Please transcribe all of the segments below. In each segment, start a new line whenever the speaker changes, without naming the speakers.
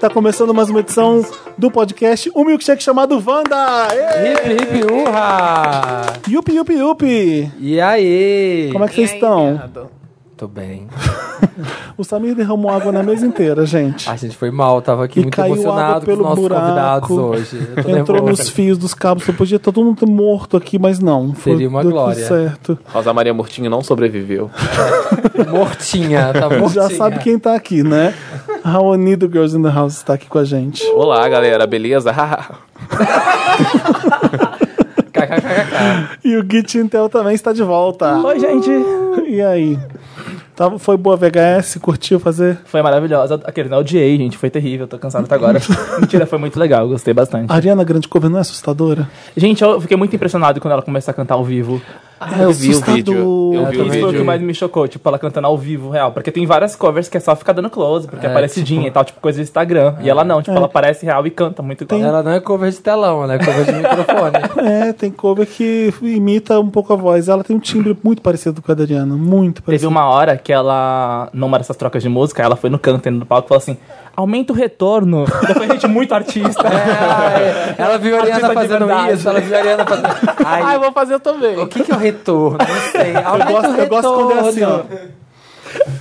Tá começando mais uma edição do podcast Um Milkshake chamado Wanda! Ê!
Hip, hip, urra!
Yupi, yupi, yupi!
E aí?
Como é que vocês estão?
Tô bem.
O Samir derramou água na mesa inteira, gente.
A gente foi mal, tava aqui
E
muito
caiu água
emocionado com os
pelo
nossos
buraco.
convidados hoje. Eu tô
Entrou
nervoso.
nos fios dos cabos, só podia tá todo mundo morto aqui, mas não. Foi-
Seria uma
deu
glória.
Tudo certo.
Rosa Maria Murtinho não sobreviveu.
Mortinha, tá mortinha.
Já sabe quem tá aqui, né? Raoni do Girls in the House está aqui com a gente.
Olá, galera, beleza? Ah, Haha.
KKKK.
E o Git Intel também está de volta.
Oi, gente!
E aí? Tava, foi boa VHS? Curtiu fazer?
Foi maravilhosa. Aquele não odiei, gente. Foi terrível. Tô cansado até agora. Mentira, foi muito legal. Gostei bastante.
A Ariana Grande Cover não é assustadora?
Gente, eu fiquei muito impressionado quando ela começou a cantar ao vivo.
Ah, eu vi o vídeo. Eu
assustador.
vi
Isso
o
foi o que
vídeo.
mais me chocou. Tipo, ela cantando ao vivo, real. Porque tem várias covers que é só ficar dando close, porque é, parecidinha e tal. Tipo, coisa do Instagram. E ela não. Tipo, ela parece real e canta muito igual.
Ela não é cover de telão, ela é cover de microfone.
É, tem cover que imita um pouco a voz. Ela tem um timbre muito parecido com a da Ariana. Muito
Teve
parecido.
um
uma hora que ela, numa dessas trocas de música, ela foi no canto, no palco, e falou assim, aumenta o retorno. Eu falei, gente, muito artista.
É, ela viu a
Artista
Ariana
de
fazendo
verdade.
isso, ela viu a Ariana fazendo.
Ah, eu
Ai,
vou fazer também.
o que que é o retorno? Não sei. Aumenta
Eu gosto,
o
eu gosto quando é
retorno.
assim, ó.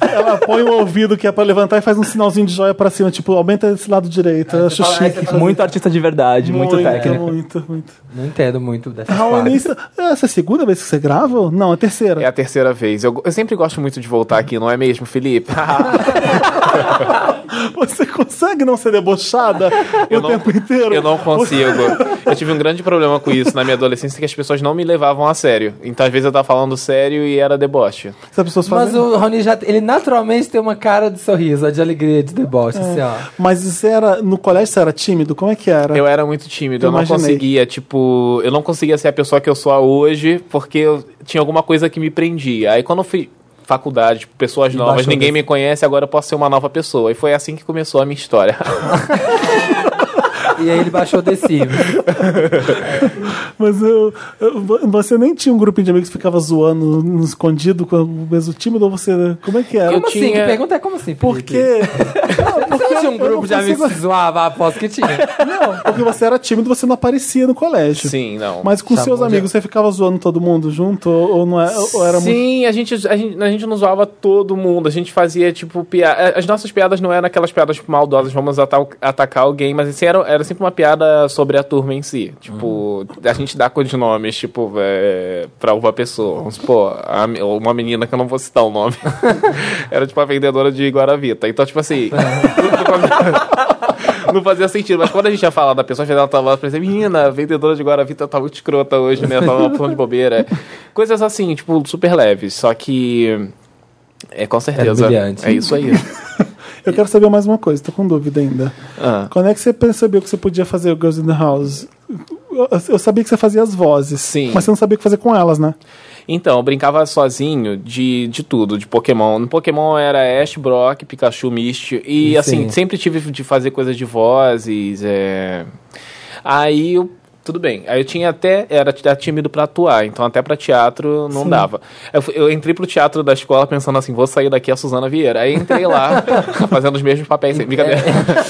Ela põe o ouvido que é pra levantar e faz um sinalzinho de joia pra cima. Tipo, aumenta esse lado direito. Eu acho
fala, aí
chique.
É, você tá
Muito artista de verdade, muito, técnico.
Muito, muito.
Não entendo muito dessas
Raoni,
partes.
isso- essa é a segunda vez que você grava? Não, é a terceira.
É a terceira vez. Eu, eu sempre gosto muito de voltar aqui, não é mesmo, Felipe?
Você consegue não ser debochada
Eu
o
não-
tempo inteiro?
eu não consigo. Eu tive um grande problema com isso na minha adolescência, que as pessoas não me levavam a sério. Então, às vezes, eu tava falando sério e era deboche.
Essas pessoas
Mas
fazem.
o Rony já ele naturalmente tem uma cara de sorriso, de alegria, de deboche,
É.
assim, ó.
Mas você era. No colégio você era tímido? Como é que era?
Eu era muito tímido,
Eu
eu, não
imaginei.
conseguia, tipo, eu não conseguia ser a pessoa que eu sou hoje, porque eu tinha alguma coisa que me prendia. Aí quando eu fui faculdade, tipo, pessoas novas,
baixou
ninguém
desse.
me conhece, agora eu posso ser uma nova pessoa. E foi assim que começou a minha história.
E aí ele baixou The Sims.
Mas eu, eu- você nem tinha um grupinho de amigos que ficava zoando no escondido com o mesmo tímido? Ou você. Como é que era?
Eu
Como assim?
tinha-
Que pergunta é como assim?
Por
Felipe?
quê?
Você tinha um grupo de amigos que zoava, aposto que tinha.
Não, porque você era tímido, você não aparecia no colégio.
Sim, é? não.
Mas com
Chamou
seus
de-
amigos, você ficava zoando todo mundo junto? Ou, ou não é- ou era muito.
Sim, a gente, a, gente, a gente não zoava todo mundo. A gente fazia, tipo, piada. As nossas piadas não eram aquelas piadas tipo, maldosas, vamos ata- atacar alguém, mas assim, era, era sempre uma piada sobre a turma em si. Tipo,
Hum.
a gente dá codinomes, tipo, é, pra uma pessoa. Vamos supor, a me- uma menina que eu não vou citar o nome. era, tipo, a vendedora de Guaravita. Então, tipo assim. Não fazia sentido, mas quando a gente ia falar da pessoa, ela tava lá pra dizer, menina, a vendedora de Guaravita tá muito escrota hoje, né? Tava uma porra de bobeira. Coisas assim, tipo, super leves, só que. É com certeza.
brilhante.
É isso aí.
Eu quero saber mais uma coisa, tô com dúvida ainda.
Ah.
Quando é que você percebeu que você podia fazer o Girls in the House? Eu, eu sabia que você fazia as vozes.
Sim.
Mas você não sabia o que fazer com elas, né?
Então, eu brincava sozinho de, de tudo, de Pokémon. No Pokémon era Ash, Brock, Pikachu, Misty. E
Sim.
assim, sempre tive de fazer coisas de vozes. é. Aí eu. Tudo bem. Aí eu tinha até. Era t- era tímido pra atuar, então até pra teatro não dava. Eu, fui- eu entrei pro teatro da escola pensando assim: vou sair daqui a Suzana Vieira. Aí entrei lá, fazendo os mesmos papéis. sem- Brincadeira.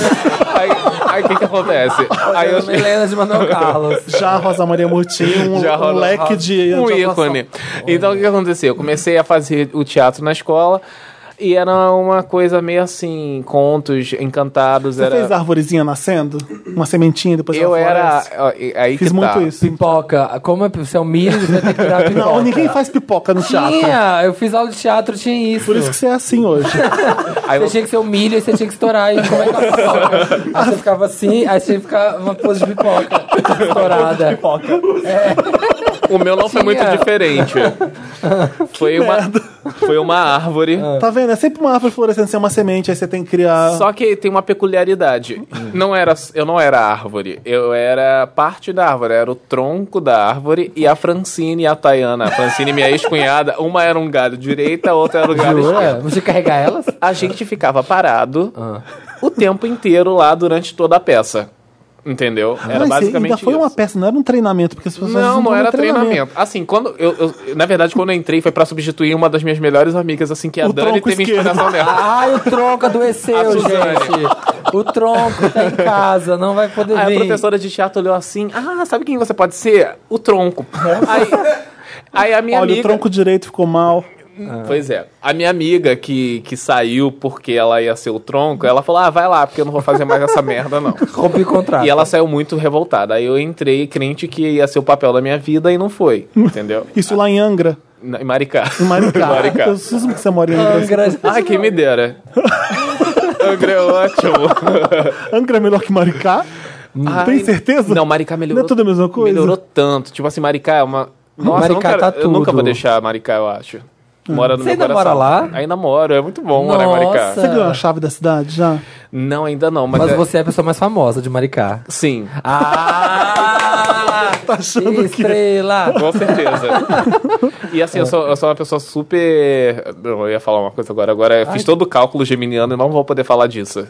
Aí- Aí o que que acontece? Aí eu,
Helena de Manuel Carlos.
Já a Rosa Maria Murtinho, um,
Já
um
rola-
leque de.
um
de
ícone. Então o que aconteceu? Eu comecei a fazer o teatro na escola e era uma coisa meio assim, contos encantados.
Você
era...
fez a arvorezinha nascendo? Uma sementinha depois
eu
ela
era.
floresce?
ó, e- Aí
Fiz
que
muito
tá.
isso.
Pipoca. Como é você é um milho, você tem que virar pipoca.
Não, ninguém é faz pipoca no teatro.
Tinha, eu fiz aula de teatro, tinha isso.
Por isso que você é assim hoje.
Aí eu-
Você tinha que ser um milho, aí você tinha que estourar. E como é que é a pipoca? Aí você ficava assim, aí você ficava uma pose de pipoca. Estourada.
o meu não foi muito
é.
Tinha.
diferente. foi, uma, foi uma árvore.
tá vendo? É sempre uma árvore florescendo, você é uma semente, aí você tem que criar.
Só que tem uma peculiaridade. Não era, eu não era árvore. Eu era parte da árvore. Era o tronco da árvore e a Francine e a Tayana. A Francine, minha ex-cunhada, uma era um galho direito, a outra era um galho esquerdo.
Jura? Você carregar elas?
A gente ficava parado o tempo inteiro lá durante toda a peça. Entendeu? Era
Ah, Mas
basicamente
ainda foi
isso.
uma peça, não era um treinamento, porque as pessoas
Não, não
vão no
era treinamento. Assim, quando eu, eu- na verdade, quando eu entrei foi pra substituir uma das minhas melhores amigas, assim que é a
O
Dani
tronco
teve
esquerdo.
inspiração dela.
Ai, o tronco adoeceu,
A Suzane.
gente. O tronco tá em casa, não vai poder
Aí Ah, é a
vir.
professora de teatro olhou assim, ah, sabe quem você pode ser? O tronco. Aí, aí a minha
Olha, o
amiga...
tronco direito ficou mal.
Pois é. A minha amiga que, que saiu porque ela ia ser o tronco, ela falou, ah, vai lá, porque eu não vou fazer mais essa merda, não.
Rompe o contrato.
E ela saiu muito revoltada. Aí eu entrei crente que ia ser o papel da minha vida e não foi, entendeu?
Isso lá em Angra.
Na- Em Maricá.
Em Maricá. Eu susmo que você mora em Angra.
Angra,
Ai, quem me dera. Angra é ótimo.
Angra é melhor que Maricá? Tem
Ai,
certeza?
Não, Maricá melhorou.
Não é tudo a mesma coisa?
Melhorou tanto. Tipo assim, Maricá é uma. Nossa,
Maricá
eu nunca,
tá
eu nunca vou
tudo.
deixar Maricá, eu acho. Mora no
Você
meu
ainda
coração.
mora lá?
Ainda moro, é muito bom morar em Maricá.
Você ganhou a chave da cidade já?
Não, ainda não, mas.
Mas
é-
você é a pessoa mais famosa de Maricá.
Sim,
Ah!
Tá achando que.
Estrela!
com certeza. e assim, eu sou, eu sou uma pessoa super. Não, eu ia falar uma coisa agora. Agora eu fiz todo o cálculo geminiano e não vou poder falar disso.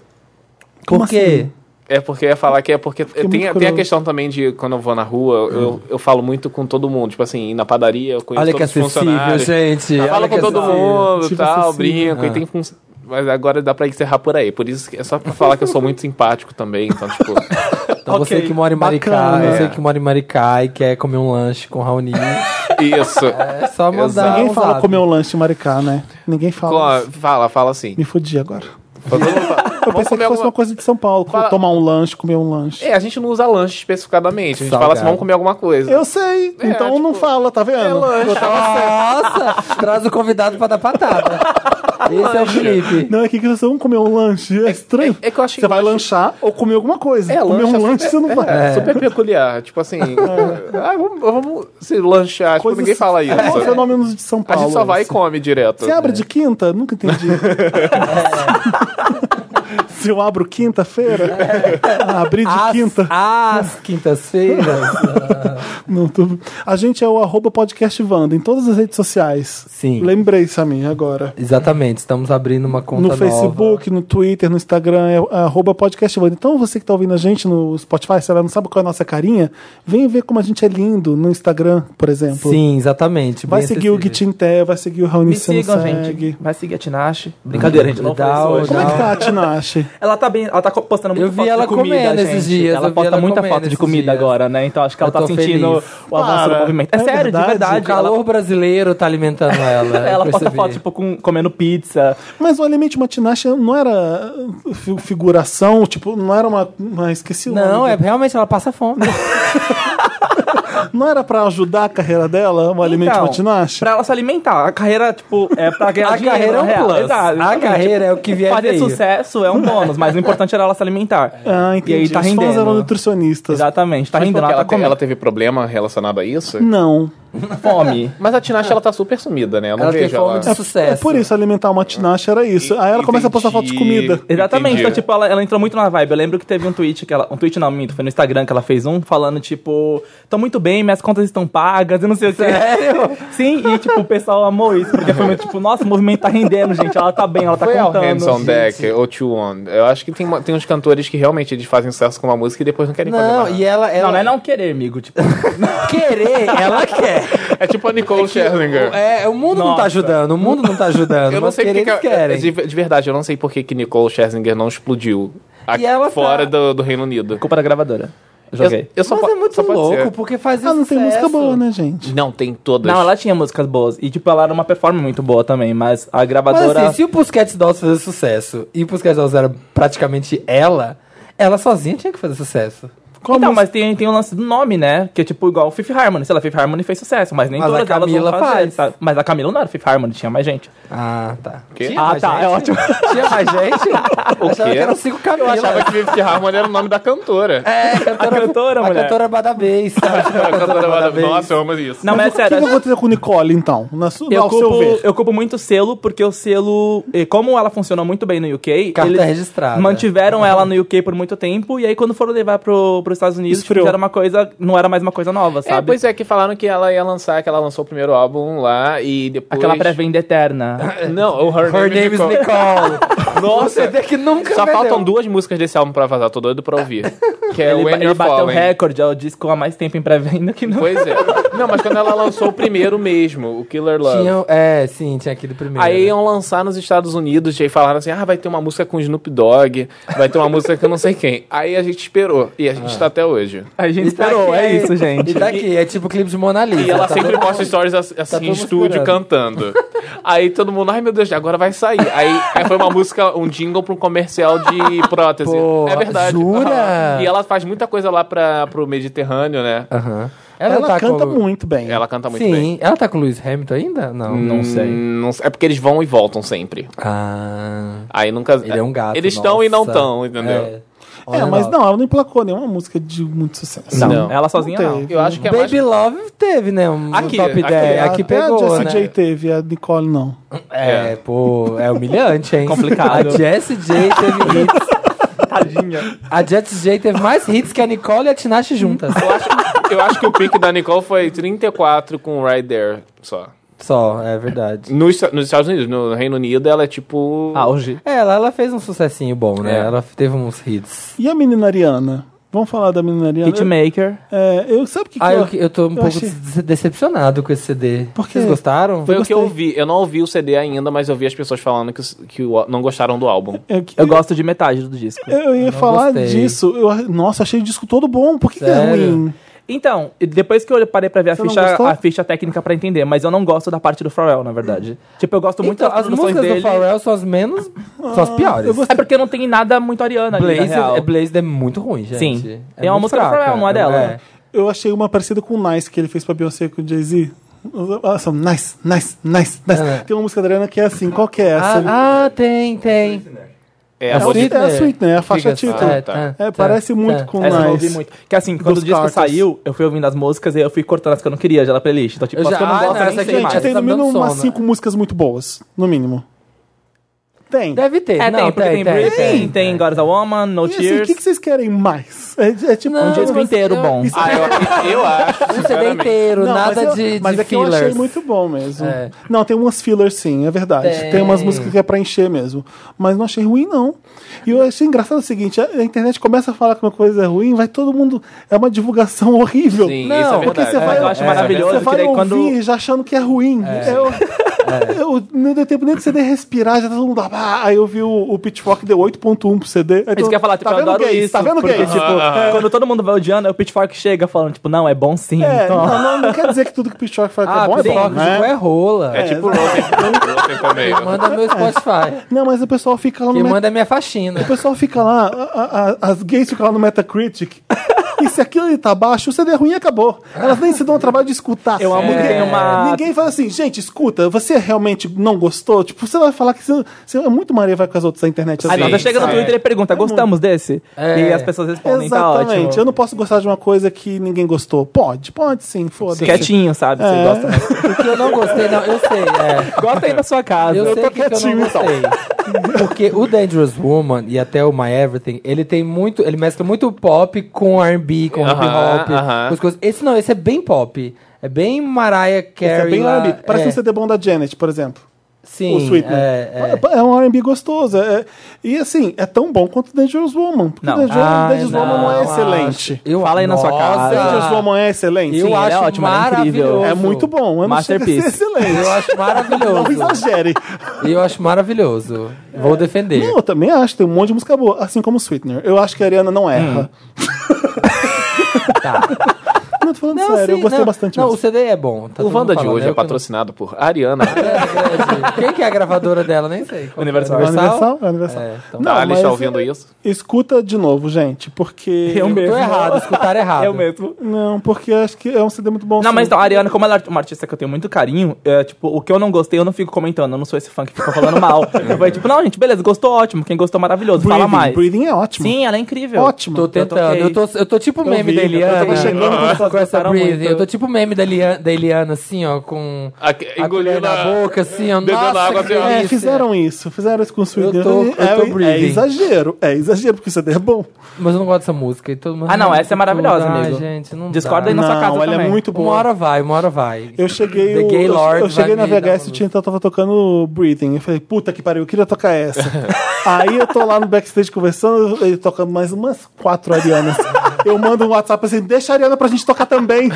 Como assim?
Por quê?
É porque eu ia falar que é porque
muito
tem, tem a
curioso.
questão também de quando eu vou na rua, eu, eu falo muito com todo mundo. Tipo assim, na padaria, eu conheço
Hum. Olha que
todos os
acessível,
funcionários.
gente.
Eu falo
Olha
com
que
todo
acessível. Ah.
mundo
Tipo
tal,
assim.
brinco, e tem fun- Mas agora dá pra encerrar por aí. Por isso que é só pra falar que eu sou muito simpático também. Então, tipo.
Então você
Ok,
que mora em Maricá,
bacana.
você que mora em Maricá e quer comer um lanche com Raoni,
Isso.
é só mandar.
Exato.
Ninguém
um
fala
zap.
comer um lanche em Maricá, né? Ninguém fala. isso.
Co- Fala, fala assim.
Me fudi agora.
Todo mundo fala.
Eu
Vamos
pensei que
comer
fosse
alguma
uma coisa de São Paulo,
Fala-
tomar um lanche, comer um lanche.
É, a gente não usa lanche especificadamente. A gente fala assim,
Salgado.
vamos comer alguma coisa.
Eu sei,
É,
então não
tipo,
fala, tá vendo? Eu tava-
Nossa! traz o convidado pra dar patada. Esse é o Felipe.
Não, é que vocês vão comer um lanche, é estranho.
é que eu acho que
você vai
lanche-
lanchar ou comer alguma coisa.
É,
comer
lanche é
um lanche você não vai.
É, super peculiar. Tipo assim, ah, vamos, vamos se lanchar. Tipo,
Coisas-
ninguém fala isso.
É, são fenômenos de São
A
Paulo.
gente só vai e
assim.
come direto.
Você abre de quinta? Nunca entendi. Se eu abro quinta-feira,
É.
ah, abri de
As,
quinta.
as quintas-feiras.
Não, tô- A gente é o arroba podcast Wanda em todas as redes sociais.
Sim.
Lembrei, Samir, agora.
Exatamente, estamos abrindo uma conta
no
nova.
Facebook, no Twitter, no Instagram, é arroba podcast Wanda. Então você que está ouvindo a gente no Spotify, se ela não sabe qual é a nossa carinha, vem ver como a gente é lindo no Instagram, por exemplo.
Sim, exatamente.
Vai
bem
seguir o
acessível.
Guitinté, vai seguir o Raoni
Me
se não
sigam,
segue.
gente. Vai seguir a Tinache. Brincadeira, gente. Não
Dá o-
foi isso
Como
hoje.
é que
Não.
tá a Tinashe?
Ela tá bem, ela tá co- postando muita
Eu vi
foto
ela
de comida,
comendo
gente.
esses dias, eu
Ela
vi
posta
ela
muita
comendo
foto de
esses
comida
dias.
agora, né? Então acho que ela
Eu tô
tá sentindo
feliz.
o avanço
Para.
do movimento.
É
É, sério,
verdade?
de verdade.
O calor
Ela-
brasileiro tá alimentando ela.
Ela,
eu
posta
percebi.
foto, tipo, com- comendo pizza.
Mas o Alimente Matinache não era fi- figuração, tipo, não era uma. uma esqueci o
Não,
nome.
é realmente ela passa fome.
Não era pra ajudar a carreira dela, o Alimente
Então,
Matinache?
Pra ela se alimentar. A carreira, tipo, é pra ganhar
A
dinheiro.
carreira é um
na real.
plus.
Exato,
A
exatamente.
carreira é o que vier
Fazer
veio.
sucesso é um bônus, mas o importante era ela se alimentar.
Ah, entendi.
E aí tá
Os fãs eram
rendendo.
nutricionistas.
Exatamente, tá
Mas
rendendo.
porque
Ela
Tipo, ela,
tá
te- ela
comendo
teve problema relacionado a isso?
Não.
fome.
Mas a Tinashe, ela tá super sumida, né? Eu não
Ela tem
vejo
fome
ela...
de sucesso.
É por isso, alimentar uma tinache era isso. Aí ela começa a postar foto de
Entendi.
comida.
Exatamente,
Entendi.
então, tipo, ela, ela entrou muito na vibe. Eu lembro que teve um tweet que ela. Um tweet não, minto, foi no Instagram que ela fez um falando, tipo, tô muito bem, minhas contas estão pagas, eu não sei o que.
Sério?
Sim, e tipo, o pessoal amou isso, porque foi muito tipo, nossa, o movimento tá rendendo, gente. Ela tá bem, ela tá
Foi ao
contando.
Hands on Deck ou Two On. Eu acho que tem, uma- tem uns cantores que realmente eles fazem sucesso com uma música e depois não querem fazer
Não,
mais.
e ela, ela.
Não, não é não querer, amigo. Tipo,
Querer, ela quer.
É tipo a Nicole Scherzinger.
É, o mundo não tá
Nossa.
ajudando, o mundo não tá ajudando.
Eu não
mas
sei
querer,
porque.
eles
que- é-
querem.
De, de verdade, eu não sei por que que Nicole Scherzinger não explodiu aqui
E ela tá-
fora do, do Reino Unido.
culpa da gravadora.
Eu,
Joguei.
eu só
Mas
po-
é muito
só pode
louco,
ser.
porque faz
Ah, não tem
sucesso.
música boa, né, gente?
Não, tem todas.
Não, ela tinha músicas boas. E, tipo, ela era uma performance muito boa também, mas a
Mas
gravadora.
assim, se o Pusquets Dolls fazia sucesso e o Pusquets Dolls era praticamente ela, ela sozinha tinha que fazer sucesso.
Qual
então,
música?
mas tem, tem o lance do nome, né? Que é tipo igual o Fifth Harmony. Sei lá, Fifth Harmony fez sucesso, mas nem
Mas a
todas elas
Camila
vão fazer,
faz.
tá? Mas a Camila não era Fifth Harmony, tinha mais gente.
Ah, tá.
Quê?
Tinha mais gente?
é ótimo.
Tinha mais gente?
O
Achava
quê?
que eram cinco
Eu
Camilas.
achava que Fifth Harmony era o nome da cantora. É,
A cantora,
A
mulher.
cantora Badabês. sabe?
a cantora
Badabês.
Nossa, eu amo isso.
Não, mas é
O que
sério.
aconteceu com Nicole, então? Na su...
Eu
ao seu
culpo,
ver.
eu culpo muito o selo, porque o selo, eh, como ela funcionou muito bem no UK,
Carta
eles
registrada.
mantiveram ela no UK por muito tempo, e aí quando foram levar pro, pros Estados Unidos, tipo,
Esfriou.
já era uma coisa, não era mais uma coisa nova,
É,
sabe?
pois é, que falaram que ela ia lançar, que ela lançou o primeiro álbum lá e depois.
Aquela pré-venda eterna.
Não, o Her,
Her name is
Nicole.
Nicole. Você
Nossa,
vê que nunca
só
vendeu.
faltam duas músicas desse álbum pra vazar, tô doido pra ouvir. Que é
ele
When
ele
You're
bateu o
Falling.
recorde, é o disco há mais tempo em pré-venda que não.
Pois é. Não, mas quando ela lançou o primeiro mesmo, o Killer Love.
Tinha, é, sim, tinha aquele primeiro.
Aí um
né?
iam lançar nos Estados Unidos, e aí falaram assim: ah, vai ter uma música com Snoop Dogg, vai ter uma música com não sei quem. Aí a gente esperou, e a
Ah.
gente tá até hoje.
A gente
E tá
esperou,
aqui,
é isso, gente.
E daqui, é tipo o clipe de Mona Lisa.
E ela
tá
sempre
todo
posta
mundo-
stories assim
todo
em
mundo
estúdio
esperando.
cantando. Aí todo mundo, ai meu Deus, agora vai sair. Aí, aí foi uma música, um jingle pra um comercial de prótese.
Pô,
é verdade.
jura?
E ela faz muita coisa lá pra, pro Mediterrâneo, né?
Aham.
Ela,
tá
canta
com...
muito bem.
Ela canta muito
Sim,
bem.
ela tá com o Lewis Hamilton ainda? Não.
Não sei.
Hum, não sei- é porque eles vão e voltam sempre.
Ah.
Aí nunca.
Ele é um gato.
Eles estão e não
nossa.
estão, entendeu?
É.
É,
Olha
mas
lá.
não, ela não emplacou nenhuma música de muito sucesso.
Não,
Não.
ela sozinha
Não
não.
teve.
Eu acho que é mais.
Baby Love teve, né? Um
Aqui,
top
aqui. é
10. Aqui,
Até
pegou,
é a
né?
Jessie J teve, a Nicole não.
É, pô, é humilhante, hein?
Complicado.
A Jessie J teve hits. A Jessie J teve mais hits que a Nicole e a Tinashe juntas.
Hum. Eu acho, eu acho que o pique da Nicole foi 34 com Right There só.
Só, é verdade.
Nos, nos Estados Unidos, no Reino Unido, ela é tipo.
Ah,
Auge.
Ela, ela fez um sucessinho bom, né?
É.
Ela teve uns hits.
E a menina Ariana? Vamos falar da menina Ariana?
Hitmaker.
É, eu, sabe o que, que
Ah,
eu-
eu, eu tô um
eu
pouco
achei-
dece- decepcionado com esse CD.
Por quê?
Vocês gostaram?
Foi o que eu
gostei.
ouvi. Eu não ouvi o CD ainda, mas eu vi as pessoas falando que, os- que o- não gostaram do álbum.
eu, é que-
Eu gosto de metade do disco.
eu ia
não
falar
gostei.
disso. Eu- nossa, achei o disco todo bom. Por que, que é
Sério?
ruim?
Então, e depois que eu parei pra ver a
Você não
ficha,
gostou?
a ficha técnica pra entender, mas eu não gosto da parte do Pharrell, na verdade. Tipo, eu gosto muito
Então,
das
as
produções
músicas
dele.
do Pharrell são as menos. são as
eu
piores.
gostei.
É porque não tem nada muito Ariana ali, na
Blaze,
real.
é, Blaze é muito ruim, gente.
Sim. É uma
muito
música do Pharrell, não é dela?
Eu achei uma parecida com o Nice que ele fez pra Beyoncé com o Jay-Z. Ah, São nice, nice, nice, nice.
É.
Tem uma música da Ariana que é assim. Qual que é essa?
Ah, ah, tem, tem.
É,
É
a
a
música.
Sweetener. É a Sweetener, é a faixa
Fica-
título.
é, tá,
É,
tá,
parece muito
tá.
com
Essa eu não ouvi
Nice.
muito. Que assim, quando
Dos
o disco
Carters.
saiu, eu fui ouvindo as músicas e eu fui cortando as que eu não queria já da playlist. Então, tipo,
Eu
as
já-
que eu não
ah,
gosto,
não,
eu
essa
nem
aqui
sei
eu
Gente,
já
mais.
tinha-
tem
tá
no
me
mínimo
dando
umas
sono.
cinco músicas muito boas, no mínimo. Tem.
Deve ter.
É,
não,
tem, porque tem Britney, tem, tem God is a Woman, No
E assim, o
Tears.
que, que vocês querem mais? É, é tipo
Não,
um
disco
mas-
inteiro bom.
Isso-
Ah, eu, eu acho.
Um CD
sinceramente.
inteiro,
Não,
nada
mas eu-
de,
Mas
de
é que eu achei
fillers.
muito bom mesmo.
É.
Não, tem umas fillers sim, é verdade. Tem,
Tem.
umas músicas que é pra encher mesmo. Mas não achei ruim, não. E eu achei engraçado o seguinte: a, a internet começa a falar que uma coisa é ruim, vai todo mundo. É uma divulgação horrível.
Sim,
Não,
isso é
Porque
verdade.
você vai,
eu acho
é,
maravilhoso,
você
que
vai
daí
ouvir
quando-
já achando que é ruim. Eu, eu- não deu tempo nem de CD respirar, já tá todo mundo. Ah, aí eu vi o, o Pitchfork deu 8.1 pro CD. Aí
Isso que eu ia falar, tipo,
tá
eu
vendo
adoro
gays,
isso.
Tá vendo
porque,
gays?
tipo, quando todo mundo vai odiando, aí o Pitchfork chega falando, tipo, não, é bom sim.
É,
então.
não, não, não quer dizer que tudo que o Pitchfork fala que
Ah,
é bom é bom,
Pitchfork,
né? É.
Juju é rola.
É tipo o Rotten também.
Manda meu Spotify.
Não, mas o pessoal fica lá no
Quem
Meta-
manda é minha faxina.
O pessoal fica lá, a- a- a- as gays ficam lá no Metacritic. E se aquilo ali tá baixo, o CD é ruim e acabou. Elas nem se dão o trabalho de escutar.
Eu amo
É.
que tem uma-
Ninguém fala assim, gente, escuta, você realmente não gostou? Tipo, você vai falar que você, você é muito Maria vai com as outras da internet.
Aí tá
assim.
nada,
Sim,
chega no
sim.
Twitter e pergunta, gostamos desse?
É.
E as pessoas respondem, tá
Exatamente.
ótimo.
Eu não posso gostar de uma coisa que ninguém gostou. Pode, pode sim, foda-se.
Quietinho, sabe? Você
É.
gosta. mas-
Porque eu não gostei, não. Eu sei, é.
Gosta aí na sua casa.
Eu, sei
tô
o que, que eu não
quietinho, então.
gostei. Porque o Dangerous Woman e até o My Everything, ele tem muito. Ele mescla muito pop com RB, com hip
Aham,
hop,
aham.
com as coisas. Esse não, esse é bem pop. É bem Mariah Carey.
É bem
lá,
R&B. Parece
é.
um CD bom da Janet, por exemplo.
Sim,
o Sweetener.
É, é.
É, um R&B gostoso. é- e assim, é tão bom quanto Dangerous Woman. Porque
Não.
Dangerous,
Ai,
Dangerous Woman não é
Ah, não,
excelente.
acho- Eu,
Fala aí na sua
Nossa!
cara.
Dangerous Woman é excelente.
Eu
Sim, ela é
acho
ótima, ela é incrível.
maravilhoso.
É muito bom. Eu não chega a ser
Masterpiece.
excelente.
Eu acho
Não
maravilhoso.
exagere.
eu acho maravilhoso. Vou defender.
Não, eu também acho. Tem um monte de música boa. Assim como Sweetener. Eu acho que a Ariana não erra.
Hum. Tá.
Não, tô falando sério. eu
sim,
gostei
não.
bastante
Não, o
mesmo.
CD é bom. tá
O
todo mundo
Wanda de
falando,
hoje
eu
é
que não-
patrocinado por Ariana.
É, é, é. Quem que é a gravadora dela? Nem sei. Qual que é?
Universal.
Universal? Universal.
É, então-
Não,
a Alice
mas-
tá ouvindo isso?
Escuta de novo, gente. Porque...
Eu mesmo.
Tô errado, escutar errado.
Eu mesmo.
Não, porque acho que é um CD muito bom.
Não,
sim.
mas então, a Ariana, como ela é uma artista que eu tenho muito carinho, é, tipo, o que eu não gostei, eu não fico comentando. Eu não sou esse fã que fica falando mal. eu vou, tipo, não, gente, beleza, gostou, ótimo. Quem gostou, maravilhoso.
Breathing,
Fala mais.
Breathing é ótimo.
Sim, ela é incrível.
Ótimo.
Tô tentando.
ok.
Eu tô, eu tô tipo o meme
vi,
da
eu
Eliana.
tava chegando quando
com
vocês
essa
gostaram
breathing.
muito.
Eu tô tipo o meme da Eliana, da Eliana assim, ó, com
A que-
a colher
engolindo
na
a-
boca, assim, ó.
bebendo
Nossa,
água,
que
assim, ó.
É,
delícia.
fizeram isso. Fizeram isso com o Sweetener.
Eu tô- eu tô
é, é
breathing.
exagero. É exagero, porque o CD é bom.
Mas eu não gosto dessa música. E todo mundo
Ah, não, essa é maravilhosa,
Ai,
amigo.
gente, não
Discorda
dá.
aí na sua casa
Não, ela é
também.
muito boa.
Uma hora vai, uma hora vai.
Eu cheguei,
The
o-
Gay
eu,
Lord
eu cheguei na
vai me dar
VHS
uma
e tinha, tava tocando Breathing. Eu falei, puta que pariu, eu queria tocar essa. Aí eu tô lá no backstage conversando, ele toca mais umas quatro Arianas. eu mando um WhatsApp assim, deixa a Ariana pra gente tocar também.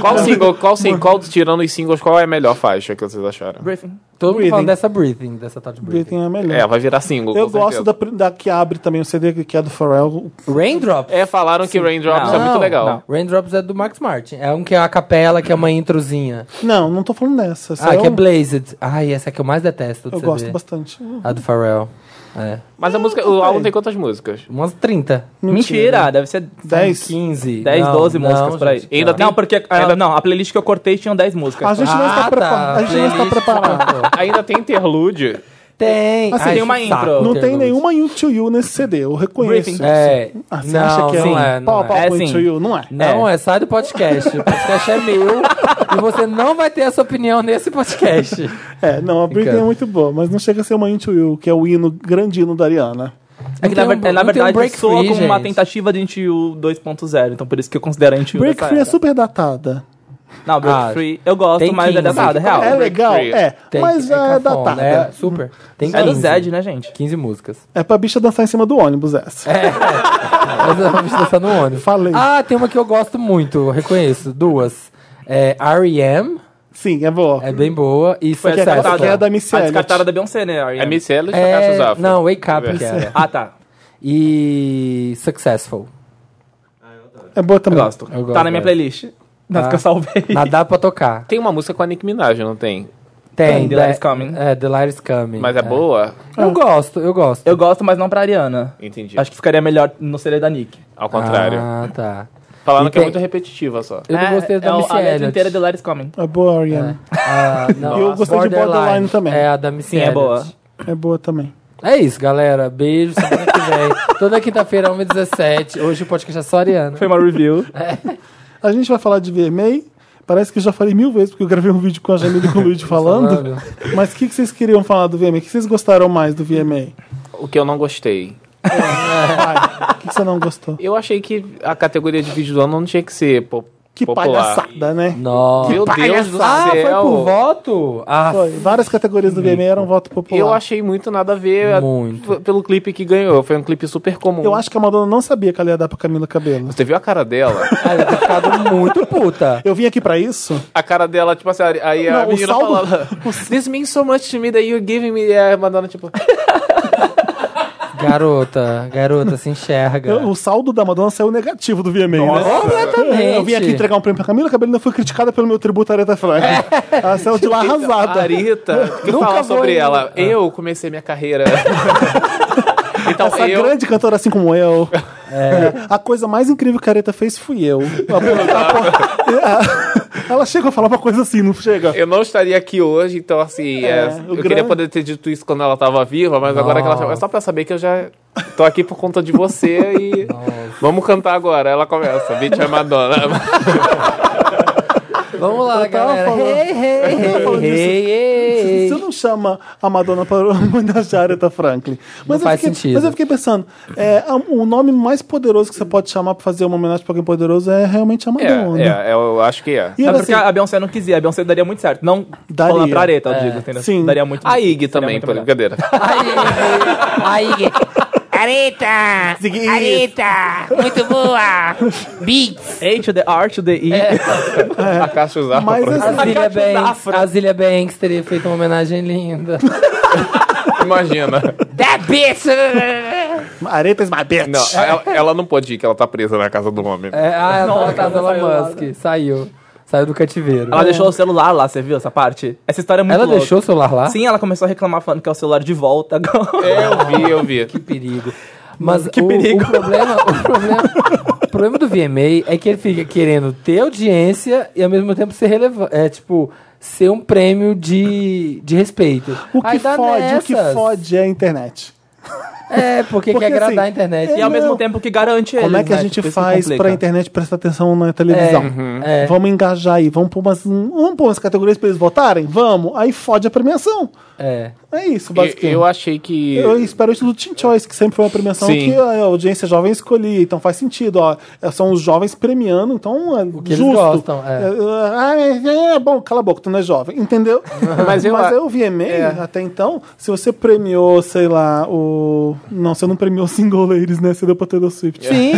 Qual single, qual sim, qual tirando os singles, qual é a melhor faixa que vocês acharam?
Briefing.
Todo mundo
Breathing.
falando dessa breathing, dessa tal de breathing.
Breathing é melhor.
É, vai virar single.
eu
com
gosto da,
certeza.
pri- da que abre também o CD, que é do Pharrell.
Raindrops?
É, falaram que Raindrops é
Não,
muito legal.
não. Raindrops é do Max Martin. É um que é a capela, que é uma introzinha.
Não, não tô falando dessa. Essa
ah,
é
que é
um-
Blazed. Ai, essa é que eu mais detesto do
Eu
CD.
gosto bastante.
A do Pharrell. É.
Mas a música, o álbum tem quantas músicas?
Umas 30.
Mentira, deve ser
10.
15.
10,
Não,
12
não,
músicas por aí.
gente,
Ainda
não.
tem-
Não, porque ah,
ainda-
não, a playlist que eu cortei tinha 10 músicas.
A gente não está
Ah, tá.
preparado. A gente não está
Playlist,
preparado.
pô.
Ainda tem interlude.
Tem.
Assim, tem
que
uma
saco,
intro.
Não tem
Interlude.
nenhuma You to You nesse CD, eu reconheço.
Briefing.
É.
Ah, você
não,
acha que é
não
um
é, não
pau,
é.
pau,
É,
pau,
sim.
to you? Não é.
Não, é, sai do podcast. O podcast é meu e você não vai ter essa opinião nesse podcast.
É, não, a Britney
Fica.
é muito boa, mas não chega a ser uma You to You, que é o hino, grande hino da Ariana.
É que
Não
na,
tem
ver-
um-
na
não tem um
verdade
break
soa
free,
como uma
gente.
tentativa de NTU 2.0, então por isso que eu considero a NTU.
Break
dessa
Free é
era.
super datada.
Não, Break
Ah,
Free eu gosto,
tem
mas é
15.
datado, é real.
é
Break
legal,
Free.
é,
Ah, Tem,
mas é,
cafona,
datada.
É, super. Tem 15.
É do Zed, né, gente?
15 músicas.
É pra bicha dançar em cima do ônibus essa.
É. Mas eu vou dançar no ônibus.
Falei.
Ah, tem uma que eu gosto muito, reconheço. Duas. É R.E.M.,
Sim, é boa.
é bem boa. E
que é
Successful.
catada, que é da Missy
A
Elliott.
descartada da Beyoncé, né? R.E.M.
É Miss Ellis ou Cassius
É,
Afro?
não, Wake Up,
Deve
que era.
Ah, tá.
E Successful.
É boa
Eu
também.
gosto.
Eu gosto
Tá na minha
dessa.
playlist. Nas
Tá.
que eu salvei.
Nadar pra tocar.
Tem uma música com a Nicki Minaj, não tem?
Tem.
The
da-
Light Is Coming.
É, The Light Is Coming.
Mas é, boa?
Eu gosto, eu gosto.
Eu gosto, mas não pra Ariana.
Entendi.
Acho que ficaria melhor no CD da Nick.
Ao contrário.
Ah, tá.
Falaram
E
que é
tem-
muito repetitiva só.
Eu não gostei da
é,
Missy
A letra
Elliott.
inteira de Larry's Coming.
É boa, Ariana.
Ah, não,
E eu
a
gostei de Borderline também.
É a da Missy
Sim, é
Elliott.
boa.
É boa também.
É isso, galera. Beijo, semana que vem. Toda quinta-feira, 1h17. Hoje o podcast é só Ariana.
Foi uma review.
A gente vai falar de VMA. Parece que eu já falei mil vezes, porque eu gravei um vídeo com a Jamile e com o Luigi falando. Mas o que, que vocês queriam falar do VMA? O que vocês gostaram mais do VMA?
O que eu não gostei.
Vai. O que, que você não gostou?
Eu achei que a categoria de vídeo do ano não tinha que ser po-
Que
popular.
palhaçada, né?
Nossa.
Meu Deus do
Ah, foi
céu.
por voto? Ah,
Foi. Várias categorias do VMA eram voto popular.
Eu achei muito nada a ver a-
Muito.
p- pelo clipe que ganhou. Foi um clipe super comum.
Eu acho que a Madonna não sabia que ela ia dar pra Camila Cabelo.
Você viu a cara dela?
cara, eu tô ficado muito puta.
Eu vim aqui pra isso?
a cara dela, tipo assim, aí
Não,
a
o
menina
saldo-
falava This means so much to me that you're giving me... É, mandando tipo...
Garota, garota, se enxerga.
Eu- o saldo da Madonna saiu negativo do VMA, né?
Completamente.
Eu vim aqui entregar um prêmio pra Camila Cabelo e ainda fui criticada pelo meu tributo à Aretha Franklin. Ela saiu de lá
A
arrasada.
Rita, que
Ah, Nunca
fala
vou Ah.
sobre
em-
ela. Eu comecei minha carreira... então,
Essa
eu...
grande cantora assim como eu. É, A coisa mais incrível que a Areta fez fui eu. "Tá É. Ela chega a falar uma coisa assim, não chega?
Eu não estaria aqui hoje, então assim, é,
É,
eu
o
queria
grande-
poder ter dito isso quando ela tava viva, mas agora que ela
Nossa.
é só pra saber que eu já tô aqui por conta de você e vamos cantar agora. Ela começa, Bitch é Madonna.
Vamos lá,
Eu tava
galera.
falando-
Hey,
Eu tava falando
hey, hey,
disso.
hey, hey.
Você não chama a Madonna para homenagear a Aretha Franklin. Mas eu
faz
fiquei,
sentido.
Mas eu fiquei pensando, é, a- o nome mais poderoso que você pode chamar pra fazer uma homenagem pra alguém poderoso é realmente a
é,
Madonna.
é, é, eu acho que é.
E
Não,
ela,
porque
assim,
a Beyoncé não quisia. A Beyoncé daria muito certo. Não
Daria.
falando pra Areta,
É.
eu digo. Entendeu?
Sim.
Daria muito
A Ig também,
muito
por
melhor.
brincadeira.
Aí, aí.
Areta!
Ziggy.
Areta! Muito boa! Beats!
A to the R to the E.
É.
A Caixa usava.
É. Mas
pra-
assim,
Azilia
Cátia
Banks,
Zafra.
Azilia Banks teria feito uma homenagem linda.
Imagina.
Da bitch!
Aretha is my bitch. É,
Não, ela, ela não pode ir, que ela tá presa na casa do homem.
É, ah, ela tava
Nossa,
casando
não saiu
Elon Musk. Saiu. Saiu do cativeiro.
Ela deixou o celular lá, você viu essa parte? Essa história é muito
Ela
louca.
deixou o celular lá?
Sim, ela começou a reclamar falando que é o celular de volta agora.
É, eu vi, eu vi.
Que perigo. Mas
Que
o,
perigo.
o problema, o problema, o problema do VMA é que ele fica querendo ter audiência e ao mesmo tempo ser relevante, é tipo ser um prêmio de, de respeito.
O que
Aí dá
fode, o que
nessas.
fode é a internet.
É, porque,
Porque,
quer agradar
assim,
a internet.
é-
E
Não.
ao mesmo tempo que garante
Como
eles,
é que a
né?
gente
Tipo, isso
faz
complica.
pra internet prestar atenção na televisão?
é.
Vamos engajar aí, vamos pôr umas, vamos pôr umas categorias pra eles votarem? Vamos. Aí fode a premiação.
É.
É isso,
E-
basicamente.
Eu achei que.
Eu espero isso do Teen Choice, que sempre foi uma premiação
Sim.
que a audiência jovem escolhia, então faz sentido, ó. É, São os jovens premiando, então é
que eles
justo.
gostam, é.
É, é, é, bom, cala a boca, tu não é jovem, entendeu?
Mas eu-
Mas eu vi e-mail até então, se você premiou, sei lá, o single. Não, você não premiou single ladies, né? Você deu pra Taylor Swift.
Sim!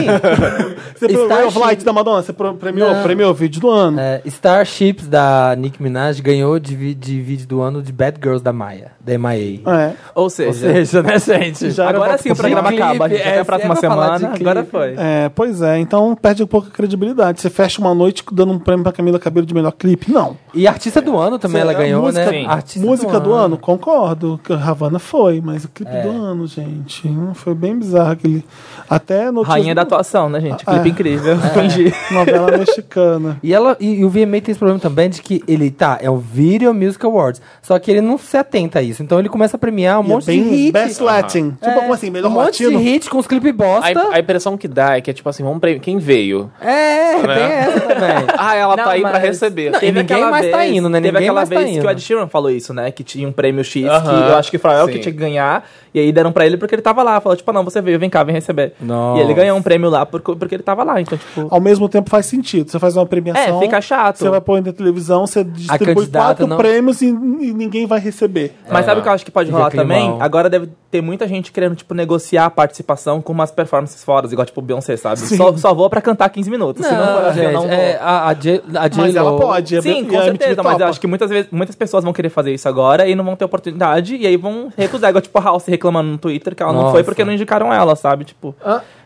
Você premiou Ray of
Starship.
Light da Madonna? Você pro- premiou,
Não.
premiou o vídeo do ano.
É, Starships da Nicki Minaj ganhou de, vi- de vídeo do ano de Bad Girls da Maia, da MIA.
É.
Ou seja,
Ou seja, né, gente?
Já era
agora
pra-
sim o programa
De
acaba. A gente
clipe,
até
é,
a próxima
se é pra falar
semana.
de
Agora
clipe.
foi.
É, pois é, então perde um pouco a credibilidade. Você fecha uma noite dando um prêmio pra Camila Cabelo de melhor clipe? Não.
E artista do ano também ela
É,
ganhou,
música,
né?
Sim.
Artista
música do, ano. concordo. Que a Havana foi, mas o
É.
clipe do ano, gente. hum, Foi bem bizarro aquele. Até notícias
Rainha da
do-
atuação, né, gente?
Ah,
Clipe
é.
incrível. Entendi.
novela mexicana.
E, ela, e, e o VMA tem esse problema também de que ele, tá, é o Video Music Awards, só que ele não se atenta a isso. Então ele começa a premiar um
E é
monte
bem
de hit.
Best Latin. Tipo,
É,
como assim, melhor
um monte
latino?
de hit com os clipes bosta.
A, a impressão que dá é que é tipo assim, vamos prêmio. Quem veio?
É,
Né?
tem essa também.
Ah, ela
Não,
tá aí pra
mas-
receber.
Não, e
Teve
ninguém
aquela
mais tá indo, né?
Teve
Ninguém
aquela
mais tá
vez que
indo.
o Ed Sheeran falou isso, né? Que tinha um prêmio X, que
Aham,
eu acho que foi o que
sim.
tinha que ganhar. E aí deram pra ele porque ele tava lá. Falou, tipo, ah, não, você veio, vem cá, vem receber.
Nossa.
E ele ganhou um prêmio lá porque, porque ele tava lá. Então, tipo...
Ao mesmo tempo faz sentido. Você faz uma premiação.
É, fica chato.
Você vai pôr na televisão, você distribui
candidata
quatro
não-
prêmios e, e ninguém vai receber.
Mas sabe o que eu acho que pode
Fica
rolar
climão.
também? Agora deve ter muita gente querendo, tipo, negociar a participação com umas performances fora, igual, tipo, Beyoncé, sabe? Só, só vou pra cantar 15 minutos. se não for
Não,
assim, eu não
gente,
vou.
é, a, a J, a J
Mas ela
Lo-
pode. e a
Sim,
B-
com
e a MTV
certeza, mas
topa.
eu acho que muitas vezes muitas pessoas vão querer fazer isso agora e não vão ter oportunidade, e aí vão recusar, igual tipo a House reclamando no Twitter que ela não
Nossa.
foi porque não indicaram ela, sabe? Tipo,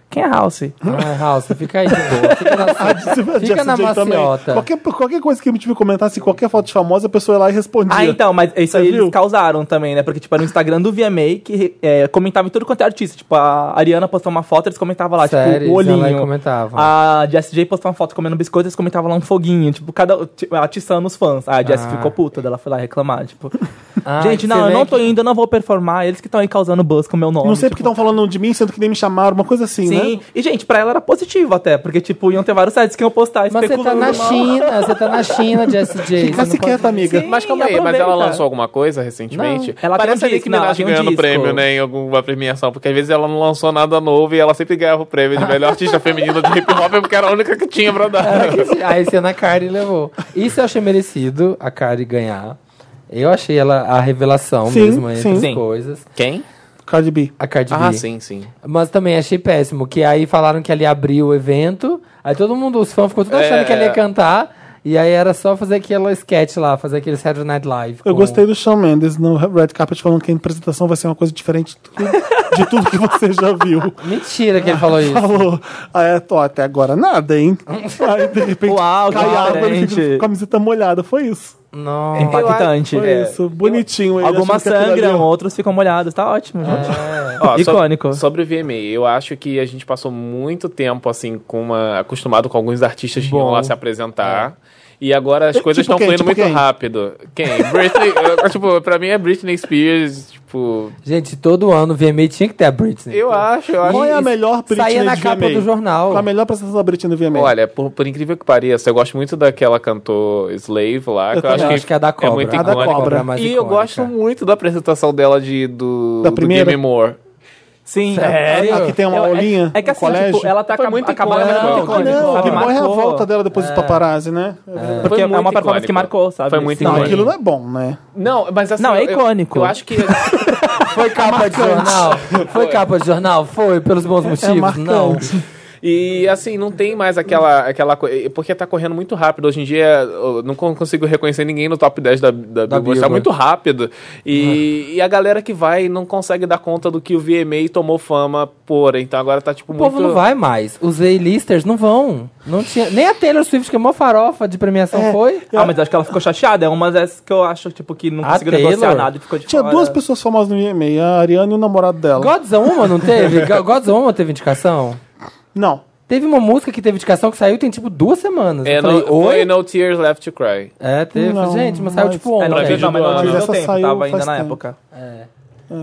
quem é a House?
Ah, House, fica aí de boa. Fica na,
Jesse
fica na
J também.
maciota.
Qualquer, qualquer coisa que a MTV comentasse, qualquer foto de famosa, a pessoa ia lá e respondia.
Ah, então, mas isso
Você
aí
viu?
eles causaram também, né? Porque, tipo, era no Instagram do VMA que é, comentava em tudo quanto é artista. Tipo, a Ariana postou uma foto, eles comentavam lá,
Séries,
tipo, o olhinho.
ela aí comentava.
A Jessie J postou uma foto comendo biscoito, eles comentavam lá um foguinho. Tipo, cada, tipo, atiçando os fãs. A Jessie
Ah.
ficou puta, dela foi lá reclamar, tipo...
Ah,
gente,
você
não, eu
vê
não
que-
tô indo, eu não vou performar. Eles que estão aí causando buzz com o meu nome.
Não sei
tipo,
porque estão falando de mim, sendo que nem me chamaram, uma coisa assim,
Sim,
né?
e gente, pra ela era positivo até, porque tipo, iam ter vários sites que iam postar
Mas você tá
especulando
na
mal.
China, você tá na China, Jessie J.
Mas
você
se
não pode-
quieta, amiga.
Sim,
Mas calma aí, mas
aproveita.
ela lançou alguma coisa recentemente?
Não, ela tem
Parece
um
a Nicki
disco, ela
Minaj
tem um
ganhando
disco.
prêmio, né? Em alguma premiação, porque às vezes ela não lançou nada novo e ela sempre ganhava o prêmio de melhor artista feminina de hip hop, é porque era a única que tinha pra dar.
Aí você na Cardi levou. Isso eu achei merecido, a Cardi ganhar. Eu achei ela a revelação
Sim,
mesmo entre
sim.
as
Sim.
coisas.
Quem?
Cardi B.
A Cardi
Ah,
B.
sim, sim.
Mas também achei péssimo, que aí falaram que ali abriu o evento, aí todo mundo, os fãs ficou tudo achando
É.
que ela ia cantar, e aí era só fazer aquela sketch lá, fazer aquele Saturday Night Live.
Eu
com-
gostei do Shawn Mendes no Red Carpet falando que a apresentação vai ser uma coisa diferente de tudo, de tudo que você já viu.
Mentira que ele falou isso.
Falou, ah, é, tô, até agora nada, hein? Aí, de repente,
Uau, que
é
cai água, ele fica com a
diferente.
camiseta molhada. Foi isso.
Não.
Impactante.
Foi
É.
isso. Bonitinho. ele
Algumas
achando que aquilo ali é
sangram, outros ficam molhados. Tá ótimo, gente.
Ó, so-
Icônico.
Sobre o VMA, eu acho que a gente passou muito tempo, assim, com uma, acostumado com alguns artistas que iam lá se apresentar. E agora as
É,
coisas
tipo
estão
quem?
fluindo
Tipo
muito
quem?
rápido. Quem? Britney. eu- tipo, pra mim é Britney Spears. Tipo,
Gente, todo ano o VMA tinha que ter a Britney.
eu acho, eu acho.
Qual é a melhor Britney
Saía na
de
capa
VMA?
do jornal.
Qual é a melhor apresentação da Britney no VMA?
Olha, por, por incrível que pareça, eu gosto muito daquela cantor Slave lá.
Eu
que eu acho
Eu
que,
acho que é a da cobra.
É muito
A da
icônica.
cobra.
mais
E eu
icônica.
gosto muito da apresentação dela de, do,
Da
do
primeira?
Gimme More.
Sim.
Sério?
a que tem uma
Eu- é-
aulinha
É, que
no
assim,
colégio.
tipo, ela tá
Foi
acab-
muito
acabando
icônica.
muito
Não,
Ah,
icônica,
não, o
sabe?
que morre é a
Marcou.
volta dela depois dos paparazzi, né?
Porque
Foi
é uma
muito
performance
icônica.
que marcou, sabe?
Foi muito
Sim.
Não,
icônica.
aquilo não é bom, né?
Não, mas assim.
Não, é
eu- eu-
icônico.
eu acho que.
Foi capa de jornal? Foi capa de jornal? Foi, pelos bons motivos?
É marcante.
não.
E assim, não tem mais aquela, aquela coisa. Porque tá correndo muito rápido. Hoje em dia, eu não con- consigo reconhecer ninguém no top 10 da, da,
Da
Billboard. Tá
Billboard. Ah.
muito rápido. E, e a galera que vai não consegue dar conta do que o VMA tomou fama por. Então agora tá tipo
O
muito.
povo não vai mais. Os A-listers não vão. Não tinha... Nem a Taylor Swift, que é mó farofa de premiação,
É.
foi.
Ah, mas acho que ela ficou chateada. É uma das que eu acho, tipo, que não
A
conseguiu
Taylor?
negociar nada e ficou de
Tinha
fora.
duas pessoas famosas no VMA, a Ariana e o namorado dela.
Godzilla uma não teve? Go- Godzilla uma teve indicação?
Não.
Teve uma música que teve indicação que saiu tem tipo duas semanas.
É,
Eu falei,
no, foi
oi?
No Tears Left to Cry.
É, teve.
Não,
Gente, mas saiu
mas-
tipo ontem.
É, não,
Pra
não,
vídeo
não, mas
do
não
ano.
deu
Essa
tempo,
saiu
tava ainda
faz
na
tempo.
época.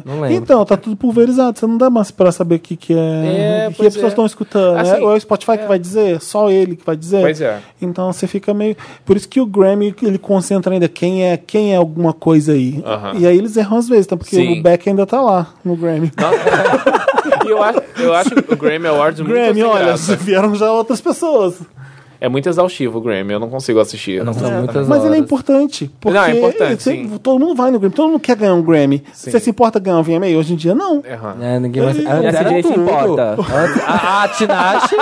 Não lembro.
Então, tá tudo pulverizado, você não dá mais pra saber o que, que é,
É,
o que que as
pois
pessoas
é.
estão escutando. né?
Assim,
Ou é o Spotify que vai dizer, É só ele que vai dizer.
Pois é.
Então você fica meio. Por isso que o Grammy ele concentra ainda quem é quem é alguma coisa aí.
Aham.
E aí eles erram às vezes, tá? Porque
Sim.
o Beck ainda tá lá no Grammy.
E eu acho, eu acho o Grammy Awards muito
Grammy,
sem
olha,
graça.
vieram já outras pessoas.
É muito exaustivo o Grammy, eu não consigo assistir.
Eu não
São
consigo.
muitas
Mas ele é
horas.
importante. Porque
Não, é importante,
ele-
sim.
todo mundo vai no Grammy, todo mundo quer ganhar um Grammy. Você se importa ganhar um VMA? Hoje em dia, não.
Aham.
É, ninguém mais...
E
Antes
a
era
CJ se
tudo.
importa.
Antes- a, a Tinashe...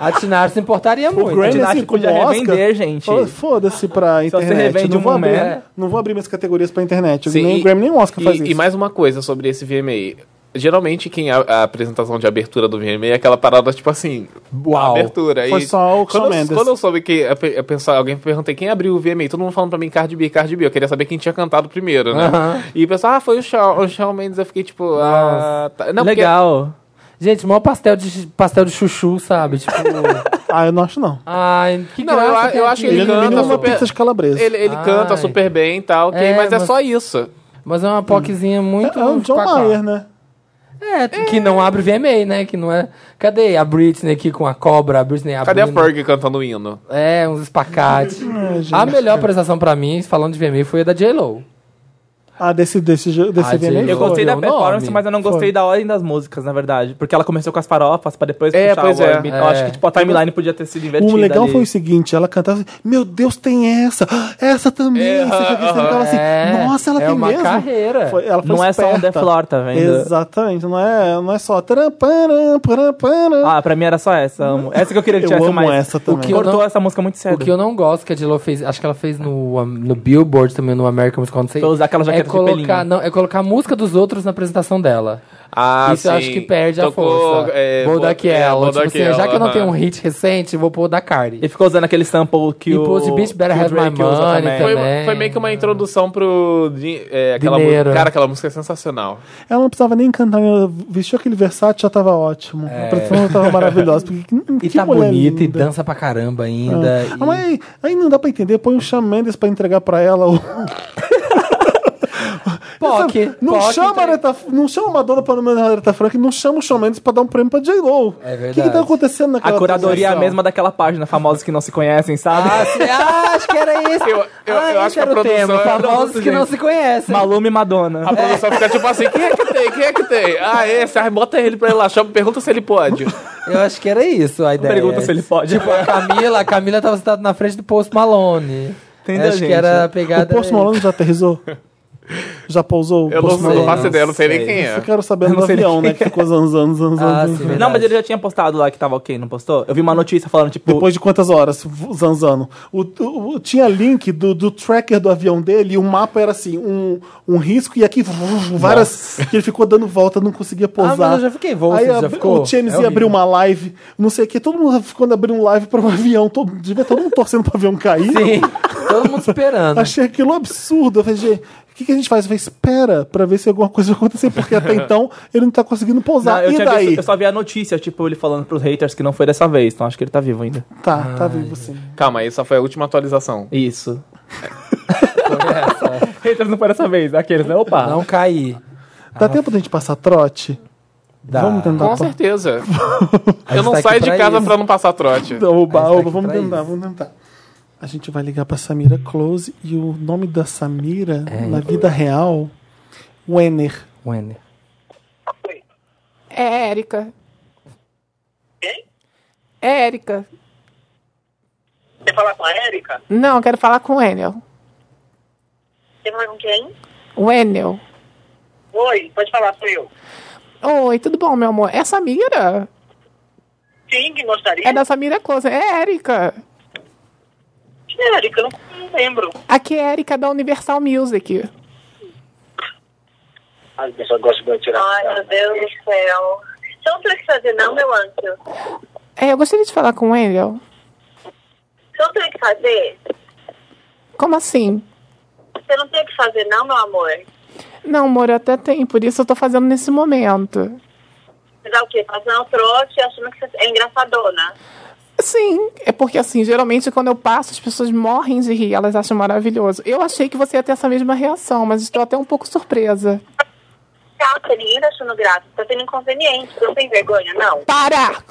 A Tinashe se importaria muito.
Grammy,
Tinashe
assim, como
podia
Oscar,
revender, gente.
fala, Foda-se pra
você
internet.
revende
Não vou,
um
abrir, né?
Mera-
não vou abrir minhas categorias pra internet.
Sim,
nem
e-
o Grammy,
um
nem o Oscar
e,
faz isso.
e mais uma coisa sobre esse VMA. Geralmente, quem a, a apresentação de abertura do VMA é aquela parada, tipo assim,
Uau.
abertura.
Foi
e
só o Shawn
quando, eu,
Mendes.
quando eu soube que eu pe- eu pensava- alguém perguntei quem abriu o VMA, todo mundo falando pra mim Cardi B, Cardi B. Eu queria saber quem tinha cantado primeiro, né?
Aham.
E o pessoal, ah, foi o Shawn, o Shawn Mendes. Eu fiquei tipo, ah, tá. Não, porque-
Legal.
Gente, maior pastel de, pastel de chuchu, sabe? Tipo...
Ah, eu não acho, não.
ai, que
Não,
graça
eu-
tem
eu acho que
aqui.
Ele
Ele
é no
canta
mínimo uma
super-
pizza de calabresa.
Ele, ele
Ai.
canta super bem e tal, ok,
É,
mas,
mas-
é só isso.
Mas é uma POCzinha muito...
Hum. É o John
quá, quá.
Mayer, né?
É, que não abre o VMA, né? Que não é... Cadê a Britney aqui com a cobra? A Britney abrindo...
Cadê a Ferg cantando o hino?
É, uns espacate.
É,
a melhor apresentação pra mim, falando de VMA, foi a da J-Lo.
Ah, desse, desse, jo- desse
Ah,
VMA.
gente,
Eu
Foi.
gostei da
Foi o
performance,
nome.
mas eu não gostei da ordem das músicas, na verdade. Porque ela começou com as farofas pra depois
É,
puxar
pois
o
é.
R&B. Eu acho que tipo, a timeline podia ter sido invertida.
O legal
ali.
foi o seguinte, ela cantava assim, meu Deus, tem essa, essa também.
É,
Você já viu? Você
aham,
ficava assim,
é,
nossa, ela
é
tem
uma
mesmo.
carreira.
Foi- ela foi
Não é só um
esperta.
The Flor, tá vendo?
Exatamente, não é, não é só. taram, param, param, param.
Ah, pra mim era só essa. amo. Essa que eu queria que
Eu
tivesse
amo
mais.
essa também.
que eu
Cortou
não-
essa música muito cedo.
O que eu não gosto que a J-Lo fez, acho que ela fez no, um, no Billboard também, no American Music, não sei.
Pra usar aquela jaqueta
é
de
colocar,
pelinho.
não, é colocar a música dos outros na apresentação dela.
Ah,
Isso eu acho
sim.
que perde
Tocou,
a força.
é,
vou
vou-
daquela.
é, vou
tipo assim, já que eu não
daquela,
tenho um
aham.
hit recente, vou pôr o da Cardi.
Ele ficou usando aquele sample que
E
o.
pôs o Bitch Better
que o
Have My
Drake usa
Money
também.
também.
Foi, foi meio que uma introdução pro. di- É, aquela
né? Dinheiro.
música- cara, aquela música é sensacional.
Ela não precisava nem cantar, ela vestiu aquele versátil, já tava ótimo. A produção tava maravilhosa. Porque, que
E tá
mulher
bonita e
linda.
dança pra caramba ainda.
Ah, mas aí, aí não dá pra entender, põe o Shawn Mendes pra entregar pra ela o...
POC.
Não
POC
chama a
tá-
Aretha, não chama a Madonna pra nomear a Aretha Frank, não chama o Shawn Mendes pra dar um prêmio pra J-Lo.
É
O que, que
verdade.
tá acontecendo naquela
A curadoria é a
transação?
mesma daquela página, famosos que não se conhecem, sabe?
Ah, sim, ah, acho que era isso.
Eu- eu-
ah,
eu acho
esse
que a
era o
produção
tema.
era
Famosos
isso,
que não
gente.
se
é
conhecem.
Malume e Madonna.
A produção fica tipo assim: quem é que tem? Quem é que tem? Ah, esse. Ah, bota ele pra relaxar, pergunta se ele pode.
Eu acho que era isso a ideia.
Pergunta se ele pode.
Tipo, a Camila, a Camila tava sentada na frente do Post Malone.
Entendeu,
acho
gente?
que era a é pegada. né?
O Post Malone já aterrizou? já pousou? o
Eu não,
Post
não
Malone?
faço ideia, não sei nem
sei.
quem é.
Eu quero saber
Eu
do
não sei
avião,
nem
né? Que ficou zanzando, zanzando,
Ah,
zanzando.
sim.
Não, mas ele já tinha postado lá que tava ok, não postou? Eu vi uma notícia falando, tipo.
Depois de quantas horas v- zanzando? O, o- o- tinha link do, do tracker do avião dele e o mapa era assim, um, um risco e aqui vrr, várias... Que ele ficou dando volta, não conseguia pousar.
Ah, mas eu já fiquei voo,
Aí
você já
abri-
ficou?
o James
É
ia
horrível.
abrir uma live, não sei o que, todo mundo ficando abrindo live para um avião, todo, devia todo mundo torcendo pro avião cair.
Sim, todo mundo esperando.
Achei aquilo absurdo. Eu falei, "Gente, o que, que a gente faz? Eu falei, espera pra ver se alguma coisa vai acontecer, porque até então ele não tá conseguindo pousar.
Não, eu,
e
tinha
daí?
visto- eu só vi a notícia, tipo, ele falando pros haters que não foi dessa vez, então acho que ele tá vivo ainda.
Tá, tá vivo sim.
Calma, essa foi a última atualização.
Isso. haters não foi dessa vez, aqueles, né? Opa!
Não cair.
Dá tempo da gente passar trote?
Dá.
Vamos tentar.
Com
pa-
certeza.
Tá A
Eu
gente
não
tá aqui
saio de
pra
casa
isso.
pra não passar trote.
Não, oba,
A gente tá
oba,
aqui
vamos
pra
tentar,
isso.
vamos tentar. A gente vai ligar pra Samira Close e o nome da Samira
É.
na vida real, Wenner.
Wenner.
É Érica. É Érica.
Quer falar com a Érica?
Não, eu quero falar com o Enel.
Quer falar com quem?
O Enel.
Oi, pode falar, sou eu.
Oi, tudo bom, meu amor? É a Samira?
Sim, que gostaria?
É da Samira Close. É Érica.
Que Érica, eu não, não lembro.
Aqui é Érica da Universal Music.
As pessoas gostam de tirar.
Ai, meu Deus do céu. Você não tem o que fazer, não, meu anjo?
É, eu gostaria de falar com o Enel.
Você não tem o que fazer?
Como assim?
Você não tem o que fazer, não, meu amor?
Não, amor, eu até tenho, por isso eu tô fazendo nesse momento.
Você dá o quê? Fazendo um trote achando que você é engraçadona.
Sim, é porque assim, geralmente quando eu passo, as pessoas morrem de rir, elas acham maravilhoso. Eu achei que você ia ter essa mesma reação, mas estou até um pouco surpresa.
Cata, ninguém tá achando graça. Você tá sendo inconveniente. Você não tem vergonha, não?
Para!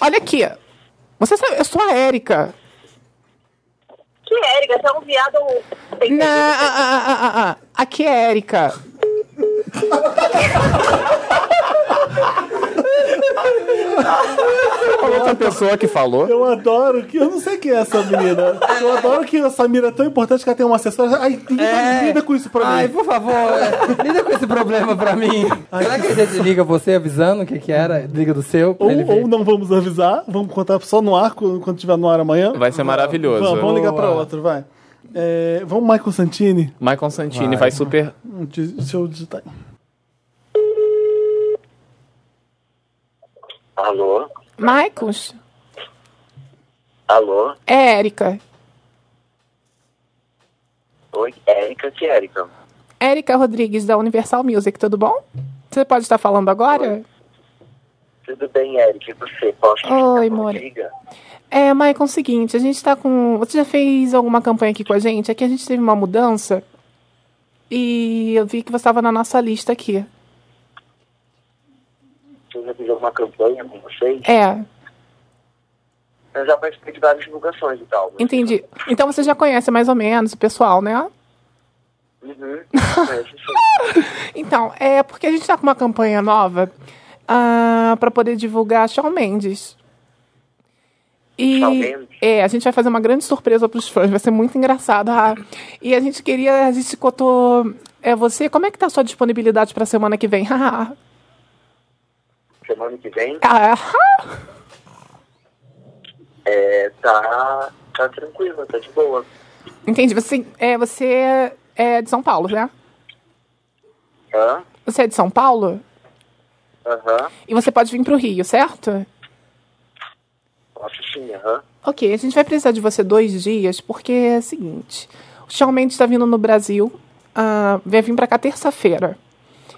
Olha aqui. Você sabe, eu sou a Érica.
Que Érica, você é um viado... sem
Não,
vergonha.
ah, ah, ah, ah, ah. aqui é a Érica.
Outra pessoa
pessoa que falou.
Eu adoro que. Eu não sei quem é essa menina. Eu adoro que a Samira é tão importante que ela tem uma assessora. Ai, ninguém
É.
lida com isso pra mim.
Ai, por favor, é, lida com esse problema pra mim. Será que a gente liga você avisando o que, que era? Liga do seu? pra
ou,
ele ver?
ou não vamos avisar, vamos contar só no ar quando quando tiver no ar amanhã.
Vai ser maravilhoso.
Vamos, vamos ligar pra
Boa.
outro, vai. É, vamos, Michael Santini.
Michael Santini vai super.
Hum, di- Deixa eu digitar. aí.
Alô?
Marcos,
Alô?
é Érica.
Oi, Érica, que Érica?
Érica Rodrigues, da Universal Music, tudo bom? Você pode estar falando agora?
Tudo bem, Érica, e você? Posso te
Oi,
dar uma
More.
dica?
É, Maicon, é o seguinte, a gente tá com. Você já fez alguma campanha aqui com a gente? Aqui a gente teve uma mudança e eu vi que você estava na nossa lista aqui.
Você já fiz alguma campanha com vocês?
É,
Eu já participei de várias divulgações e tal. né? mas-
entendi. Então você já conhece mais ou menos o pessoal, né?
Uhum. Conheço sim.
Então, é porque a gente tá com uma campanha nova para poder divulgar Shawn Mendes. E
Shawn Mendes?
é, a gente vai fazer uma grande surpresa para os fãs, vai ser muito engraçado. ah. E a gente queria, a gente cotou é você, como é que tá a sua disponibilidade para semana que vem? Ah,
Semana que vem
ah,
é, tá, tá tranquila, tá de boa.
entendi, você é você é de São Paulo, né?
Hã?
Você é de São Paulo
Aham.
e você pode vir para o Rio, certo?
Posso sim, aham.
Ok, a gente vai precisar de você dois dias, porque é o seguinte: o Shawn Mendes está vindo no Brasil, ah, vai vir para cá terça-feira.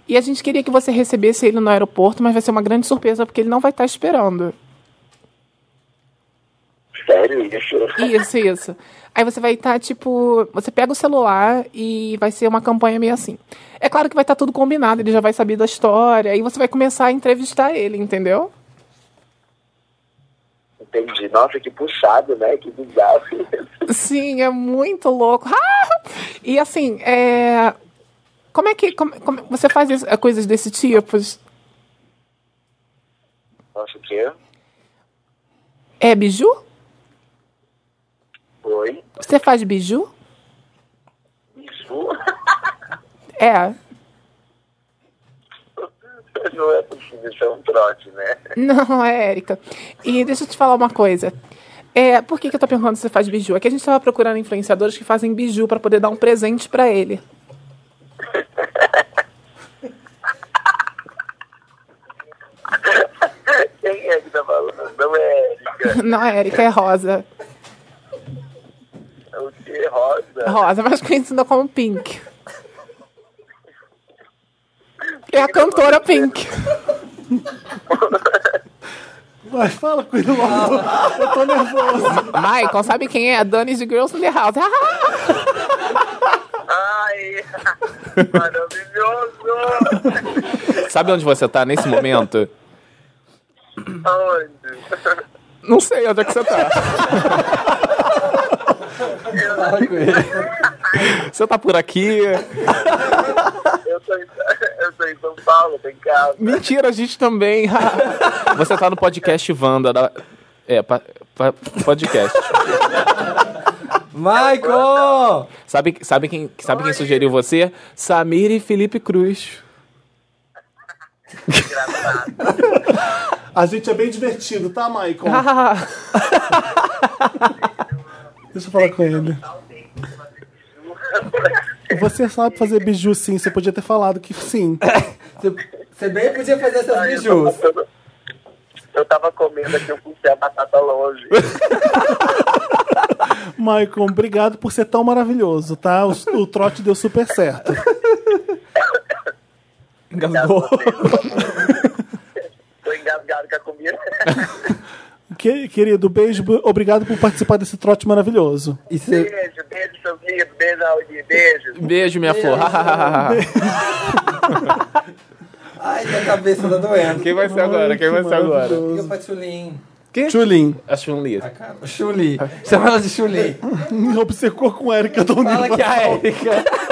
E a gente queria que você recebesse ele no aeroporto, mas vai ser uma grande surpresa, porque ele não vai estar esperando.
Sério isso?
Isso, isso. Aí você vai estar, tipo, você pega o celular e vai ser uma campanha meio assim. É claro que vai estar tudo combinado, ele já vai saber da história, e você vai começar a entrevistar ele, entendeu?
Entendi. Nossa, que puxado, né? Que bizarro.
Sim, é muito louco. Ah! E assim, é... como é que como- como- você faz isso- coisas desse tipo?
Nossa, o quê?
É biju?
Oi?
Você faz biju?
Isso?
É.
Não é possível, isso é um trote, né?
Não, é Érica. E deixa eu te falar uma coisa. É, por que, que eu tô perguntando se você faz biju? É que a gente tava procurando influenciadores que fazem biju pra poder dar um presente pra ele.
Quem é que tá falando? Não é Érica.
Não, é Érica, é Rosa.
É o que? Rosa?
Rosa, mais conhecida como Pink. É a cantora Pink.
Vai, fala com ele logo. Eu tô nervoso.
Michael, sabe quem é? A Dani de Girls in the House.
Ai! Maravilhoso!
Sabe onde você tá nesse momento?
Aonde?
Não sei onde é que você tá.
Você tá por aqui?
Eu tô, em, eu tô em São Paulo, tô em casa.
Mentira, a gente também.
Você tá no podcast Wanda da. É, pa- pa- podcast.
Michael!
Sabe, sabe, quem, sabe quem sugeriu você? Samir e Felipe Cruz.
A gente é bem divertido, tá, Michael? Deixa eu falar com ele. Você sabe fazer biju sim, você podia ter falado que sim.
Você- Você bem podia fazer essas
é
Ai, eu
bijus.
tava- Eu tava comendo aqui, eu puxei a batata longe.
Michael, obrigado por ser tão maravilhoso, tá? O, o trote deu super certo.
Engasgou.
um Tô engasgado com a comida.
Que- querido, beijo, bu- obrigado por participar desse trote maravilhoso.
E você-
Beijo, beijo, seu filho, beijo, Aldi, beijo.
Beijo, minha flor.
Ai, minha cabeça tá doendo.
quem vai ser agora? Quem vai ser agora?
Liga pra Tchulin.
Tchulin,
A Chun-Li.
Chuli. Chama ela de Chuli.
obcecou com Erika Donner.
Fala que é a Erika.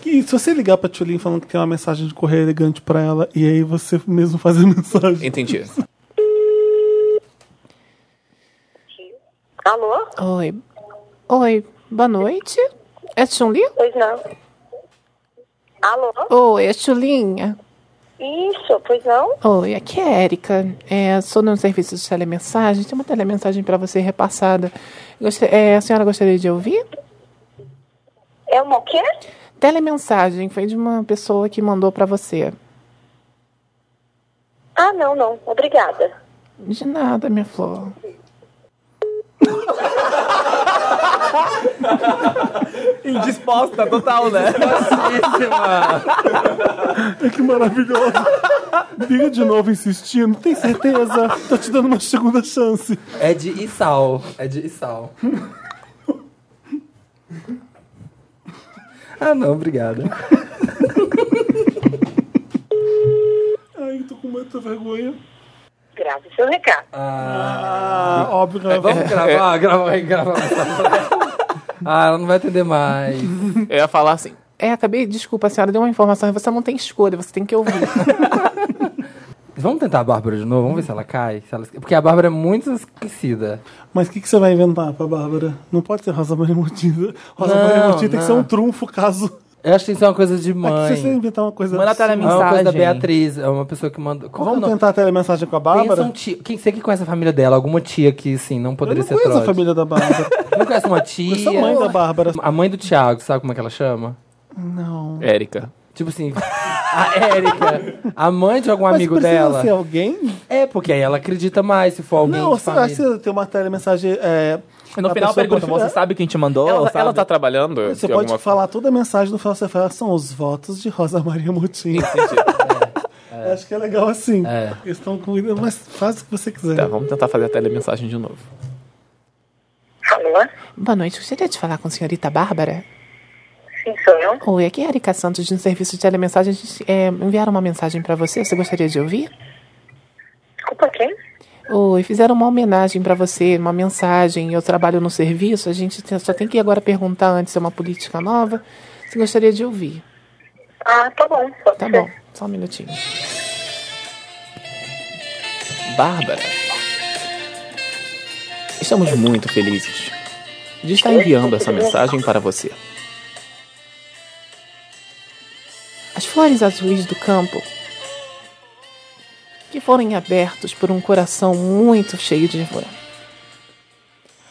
Que, se você ligar pra Tchulin falando que tem uma mensagem de correio elegante pra ela, e aí você mesmo faz a mensagem.
Entendi.
Alô?
Oi. Oi, boa noite. É Chun-Li?
Pois não. Alô?
Oi, é Chulinha.
Isso, pois não?
Oi, aqui é a Erika. É, sou no serviço de telemensagem. Tem uma telemensagem para você repassada. Gosta- é, a senhora gostaria de ouvir?
É uma o quê?
Telemensagem foi de uma pessoa que mandou para você.
Ah, não, não. Obrigada.
De nada, minha flor.
Indisposta total, né?
Então.
Ai, que maravilhoso. Liga de novo insistindo. Tem certeza? Tô te dando uma segunda chance.
É de Issal. É de Issal. ah, não, obrigada.
Ai, tô com muita vergonha.
Grave seu recado.
Ah, óbvio que ela-
Vamos gravar, gravar, gravar. Ah, ela não vai atender mais.
Eu ia falar assim.
É, acabei. Desculpa, a senhora deu uma informação. Você não tem escolha, você tem que ouvir.
Vamos tentar a Bárbara de novo? Vamos ver se ela cai. se ela esque- Porque a Bárbara é muito esquecida.
Mas o que, que você vai inventar pra Bárbara? Não pode ser Rosa Maria Mordida. Rosa
Não,
Maria Mordida tem que ser
não.
um trunfo, caso.
Eu acho que isso é uma coisa de
Aqui, se você
mãe.
inventar uma coisa.
Manda
absurda-
tele-
É uma coisa da
Mensagem.
Beatriz. É uma pessoa que manda. Qual
Vamos
é o nome?
tentar a telemensagem com a
Pensa
Bárbara?
um tio. Quem sei que conhece a família dela? Alguma tia que, sim, não
Eu
poderia
não
ser
conheço a
trote.
família da Bárbara.
Não conhece uma tia.
Conheço a mãe da Bárbara.
A mãe do Thiago, sabe como é que ela chama?
Não.
Érica.
Tipo assim, a Érica, a mãe de algum amigo
Mas precisa
dela.
ser alguém?
É, porque aí ela acredita mais se for alguém
Não,
de
você acha que
família.
você tem uma telemensagem. É,
E no
a
final
pessoa
pergunta,
pode-
você sabe quem te mandou?
Ela,
sabe?
ela tá trabalhando?
Você
de
pode
alguma-
falar toda a mensagem no final, você fala, são os votos de Rosa Maria Moutinho. Acho que é legal assim.
É.
Eles estão com. Mas faz o que você quiser.
Tá, vamos tentar fazer a telemensagem de novo.
Alô?
boa noite, gostaria de falar com a senhorita Bárbara?
Sim, sou eu.
Oi, aqui é a Erika Santos, de um serviço de telemensagem. A gente, é, enviaram uma mensagem para você, você gostaria de ouvir?
Desculpa quem?
Oi, fizeram uma homenagem para você, uma mensagem. Eu trabalho no serviço, a gente tem- só tem que agora perguntar antes, se é uma política nova. Você gostaria de ouvir?
Ah, tá bom. Pode
Tá
ser.
bom, só um minutinho.
Bárbara. Estamos muito felizes de estar enviando essa mensagem para você.
As flores azuis do campo, que foram abertos por um coração muito cheio de amor.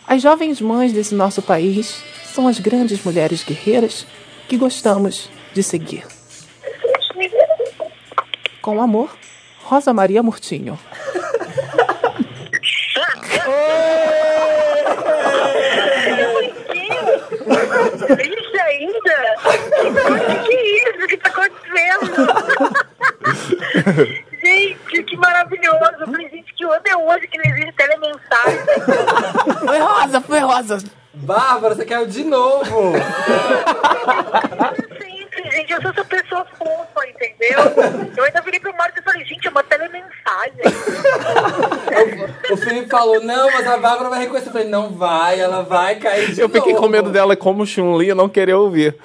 As jovens mães desse nosso país são as grandes mulheres guerreiras que gostamos de seguir. Com amor, Rosa Maria Murtinho.
Vixe ainda? O que é isso? O que tá acontecendo? Gente, que maravilhoso. Eu falei, gente, que onda é hoje que não existe telemensagem?
Foi Rosa, foi Rosa.
Bárbara, você caiu de novo!
Sempre, gente, eu sou essa pessoa fofa, entendeu? Eu ainda virei pro Marcos e falei, gente, é uma telemensagem.
o Felipe falou, não, mas a Bárbara vai reconhecer. Eu falei, não vai, ela vai cair de
Eu
novo.
fiquei com medo dela como Chun-Li e não querer ouvir.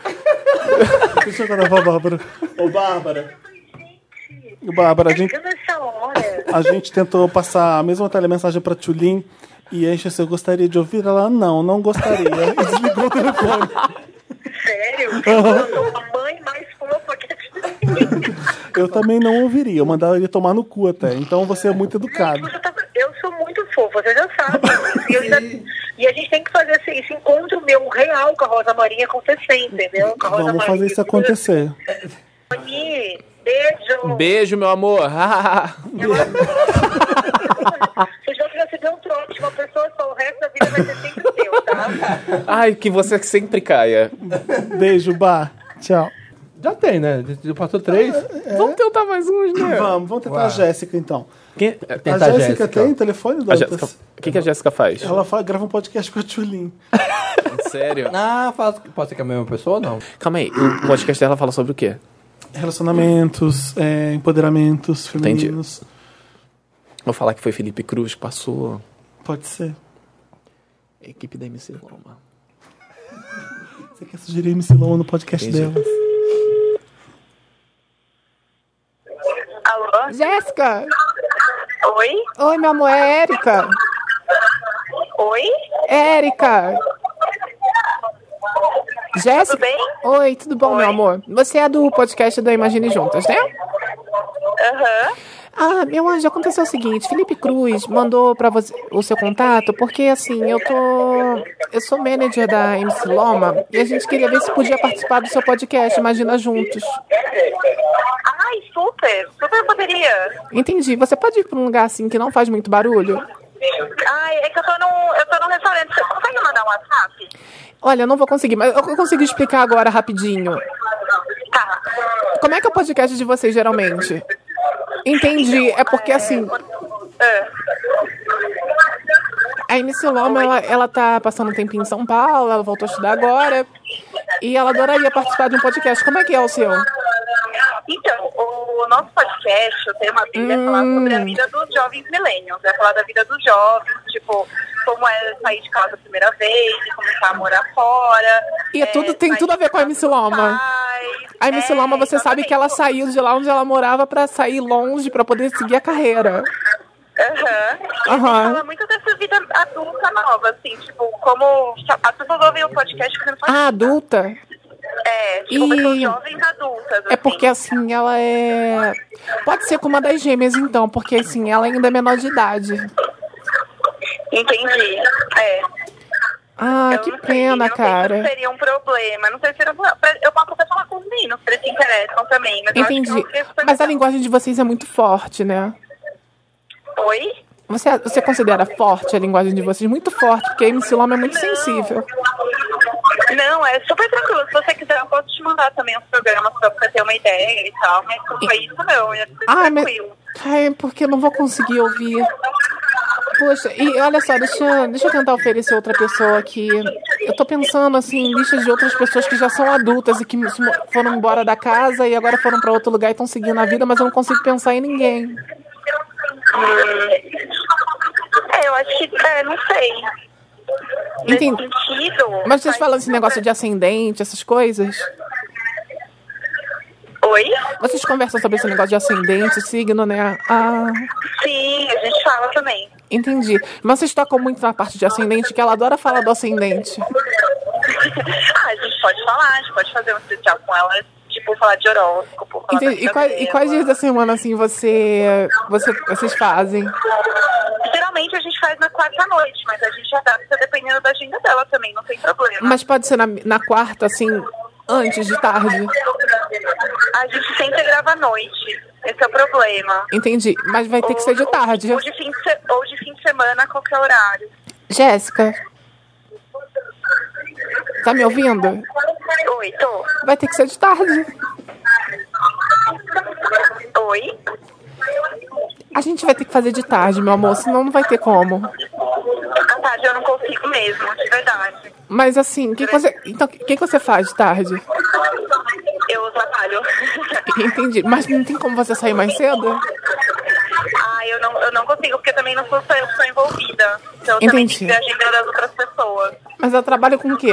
Deixa eu gravar a Bárbara. Ô, Bárbara. Bárbara, a gente,
Chegando essa hora.
a gente tentou passar a mesma telemensagem pra Tulin e a gente assim, eu gostaria de ouvir ela. Não, não gostaria. E desligou o telefone.
Sério? Eu sou a mãe mais fofa que a gente tem.
Eu também não ouviria. Eu mandava ele tomar no cu até. Então você é muito
Gente,
educado.
você tá- Eu sou muito fofa, você já sabe. E, eu já- e a gente tem que fazer esse, esse encontro meu real com a Rosa Marinha acontecer, entendeu? Com a Rosa
Vamos
Marinha.
fazer isso acontecer.
Mani, Beijo.
Beijo, meu amor.
Você já recebeu um trote de uma pessoa só, o resto da vida vai ser sempre seu, tá?
Ai, que você sempre caia.
Beijo, Bá. Tchau.
Já tem, né? Já Passou três.
É?
Vamos tentar mais uns, né?
Vamos, vamos tentar a Jéssica então.
Quem-
Tentar
a Jéssica tem telefone,
a
Dantas?
Jéssica- O que, que a Jéssica faz?
Ela fala- grava um podcast com a Tchulin.
Sério?
Ah, faz... pode ser que é a mesma pessoa ou não?
Calma aí, o podcast dela fala sobre o quê?
Relacionamentos, é, empoderamentos femininos.
Vou falar que foi Felipe Cruz que passou.
Pode ser.
Equipe da MC Loma.
Você quer sugerir MC Loma no podcast
Entendi.
dela?
Alô?
Jéssica!
Oi?
Oi, meu amor, é Érica.
Oi?
Érica! Jéssica?
bem?
Oi, tudo bom, meu amor? Você é do podcast da Imagine Juntas, né?
Aham.
Ah, meu anjo, aconteceu o seguinte, Felipe Cruz mandou para você o seu contato, porque assim, eu tô eu sou manager da MC Loma e a gente queria ver se podia participar do seu podcast Imagina Juntos.
Ai, super. Super poderia.
Entendi. Você pode ir para um lugar assim que não faz muito barulho?
Ai, é que eu tô num, eu tô num restaurante. Você consegue mandar um WhatsApp?
Olha, eu não vou conseguir, mas eu consigo explicar agora rapidinho.
Tá.
Como é que é o podcast de vocês geralmente? Entendi. É porque assim,
Ah,
A MC Loma, ela, ela tá passando um tempinho em São Paulo, ela voltou a estudar agora. E ela adoraria participar de um podcast. Como é que é o seu?
Então, o nosso podcast, eu tenho uma filha, vai falar sobre
Hum.
a vida dos jovens millennials. Vai falar da vida dos jovens, tipo, como é sair de casa a primeira vez, começar a morar fora.
E é tudo- tem
sair
tudo a ver com a
de
MC
casa dos
Loma.
pais.
A MC
É,
Loma, você sabe que ela
exatamente.
saiu de lá onde ela morava pra sair longe, pra poder seguir a carreira.
Aham.
Aham.
Fala muito dessa vida adulta nova, assim, tipo, como as pessoas ouvem o podcast querendo falar.
A Ah, adulta
É, tipo, pessoas
E-
jovens adultas.
é porque, assim, ela é... Pode ser com uma das gêmeas, então, porque, assim, ela ainda é menor de idade.
Entendi. É.
Ah,
Eu
que
não sei,
pena,
não sei se
cara.
seria um problema. Não sei se seria um problema. Eu posso até falar com os meninos, se eles se interessam também. Mas eu acho que é
Entendi.
eu- eu-
Mas a linguagem de vocês é muito forte, né?
Oi?
Você, você considera forte a linguagem de vocês? Muito forte, porque a MC Loma é muito sensível.
Não, é super tranquilo. Se você quiser, eu posso te mandar também os programas pra você ter uma ideia e tal. Mas não foi isso, não. É super
Ai, Ah, mas.
tranquilo.
Ai, porque eu não vou conseguir ouvir. Poxa, e olha só, deixa, deixa eu tentar oferecer outra pessoa aqui. Eu tô pensando, assim, em listas de outras pessoas que já são adultas e que se mo- foram embora da casa e agora foram pra outro lugar e estão seguindo a vida, mas eu não consigo pensar em ninguém.
É, eu acho que. É, não sei. Nesse
Entendi.
sentido,
Mas vocês
faz-
falam esse negócio de ascendente, essas coisas?
Oi?
Vocês conversam sobre esse negócio de ascendente, signo, né? Ah.
Sim, a gente fala também.
Entendi. Mas vocês tocam muito na parte de ascendente, que ela adora falar do ascendente.
ah, a gente pode falar, a gente pode fazer um especial com ela, tipo, falar de horóscopo. falar da
Entendi. E,
vida
quais, e
dela.
quais dias da semana, assim, você, você- vocês fazem?
Geralmente a gente faz na quarta-noite, mas a gente adapta dependendo da agenda dela também, não tem problema.
Mas pode ser na, na quarta, assim, antes de tarde.
A gente sempre grava à noite, esse é o problema.
Entendi. Mas vai ter que ser de
Ou-
tarde.
Ou de fim de, se- ou de fim de semana, a qualquer horário.
Jéssica, tá me ouvindo?
Oi, tô.
Vai ter que ser de tarde.
Oi?
A gente vai ter que fazer de tarde, meu amor, senão não vai ter como.
À tarde eu não consigo mesmo, de verdade.
Mas assim, o que que você. Então, o que que você faz de tarde?
Eu trabalho.
Entendi. Mas não tem como você sair mais cedo?
ah, eu não, eu não consigo, porque também não sou só eu que sou envolvida. Então eu também
Entendi.
tenho que ver a agenda das outras pessoas.
Mas ela trabalha com o quê?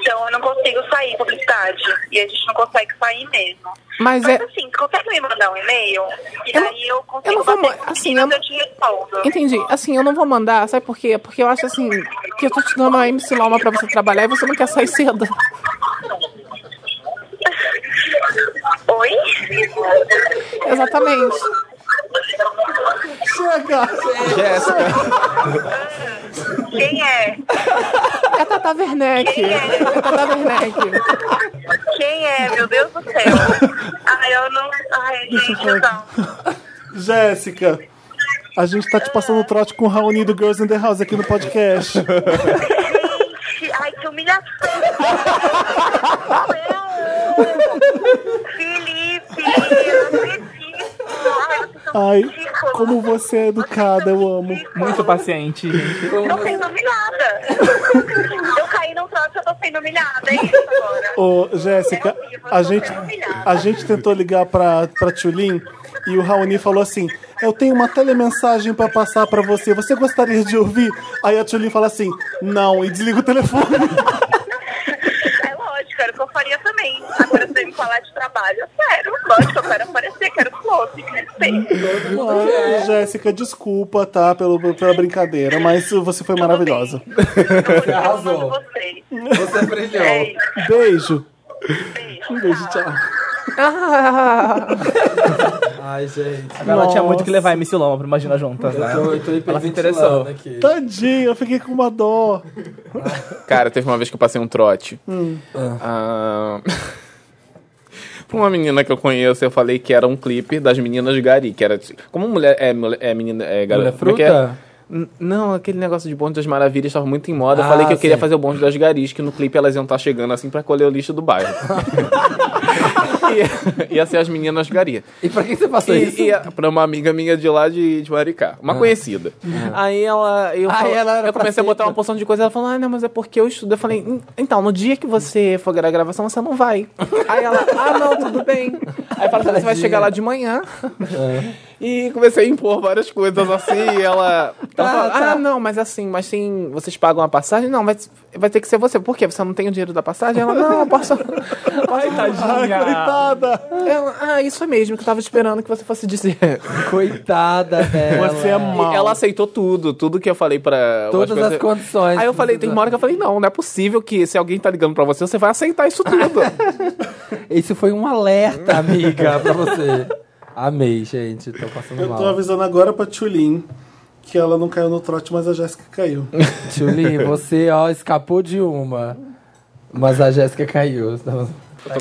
Então eu não consigo sair publicidade. E a gente não consegue sair mesmo.
Mas
Mas
é.
assim, consegue me mandar um e-mail? E
Eu não-
daí eu
eu
consigo
não vou
bater
ma-
com os
assim,
meninos,
eu
eu te respondo.
Entendi. Assim, eu não vou mandar, sabe por quê? Porque eu acho assim que eu tô te dando a MC Loma pra você trabalhar e você não quer sair cedo.
Oi?
Exatamente.
Chega!
Jéssica.
Quem é?
É a Tata Werneck. É a Tata Werneck.
Quem é? Meu Deus do céu. Ai, eu não. Ai, gente, não.
Jéssica, a gente tá te passando trote com o Raoni do Girls in the House aqui no podcast.
Gente, ai, que humilhação. Felipe, eu não acredito. Ai, vocês são
Ai,
ridículos.
como você é educada, eu amo.
Ridículos.
Muito paciente, gente.
Tô sendo humilhada. Eu caí num troço, eu tô sendo humilhada. É isso agora.
Ô, Jéssica, a gente, a gente tentou ligar pra, pra Tchulin e o Raoni falou assim: Eu tenho uma telemensagem pra passar pra você, você gostaria de ouvir? Aí a Tchulin fala assim: Não, e desliga o telefone.
É lógico, era o que eu faria também. Agora você me falar de trabalho, eu quero. Lógico, eu quero aparecer, quero close. respeito.
Ai, Jéssica, desculpa, tá? Pelo, pela brincadeira, mas você foi maravilhosa.
Você
arrasou.
Vocês.
Você brilhou.
É isso.
Beijo.
Beijo.
Um beijo, tchau.
Ah,
Ai, gente.
Agora ela tinha muito que levar a MC Loma pra Imagina Juntas. né?
Eu tô, eu tô
interessou.
hiperventilando aqui.
Tadinho, eu fiquei com uma dó.
Cara, teve uma vez que eu passei um trote. Ah. Pra uma menina que eu conheço, eu falei que era um clipe das meninas de Gari, que era. tipo- Como mulher. É, mulher- é menina. É, gar...
Mulher
como é que
fruta?
é? N- Não, aquele negócio de bonde das maravilhas estava muito em moda.
Ah,
eu falei que eu queria
sim.
fazer o bonde das garis, que no clipe elas iam estar chegando assim pra colher o lixo do bairro. e, ia ser as meninas gari.
E pra que você passou isso?
E, e a- pra uma amiga minha de lá de, de Maricá, uma conhecida.
Uhum.
Aí ela. Eu,
Ah,
falo-
ela era
eu comecei
pra
a botar
ser-
uma porção de coisa. Ela falou, ah, não, mas é porque eu estudo. Eu falei, "Hum, então, no dia que você for gravar a gravação, você não vai. Aí ela, ah, não, tudo bem. Aí fala, você vai chegar lá de manhã. E comecei a impor várias coisas assim, e ela. ela fala,
Tá.
ah, não, mas assim, mas tem. Vocês pagam a passagem? Não, mas vai ter que ser você. Por quê? Você não tem o dinheiro da passagem? Ela, não, eu posso.
Ai, tadinha.
Coitada.
Ela, ah, isso é mesmo que eu tava esperando que você fosse dizer.
Coitada dela.
Você é mal.
E ela aceitou tudo, tudo que eu falei pra.
Todas
umas coisas-
as condições.
Aí eu falei, tem uma hora que eu falei, não, não é possível que se alguém tá ligando pra você, você vai aceitar isso tudo.
Isso foi um alerta, amiga, pra você. Amei, gente. Tô passando
Eu
mal.
tô avisando agora pra Tulin que ela não caiu no trote, mas a Jéssica caiu.
Tchuli, você, ó, escapou de uma. Mas a Jéssica caiu. tá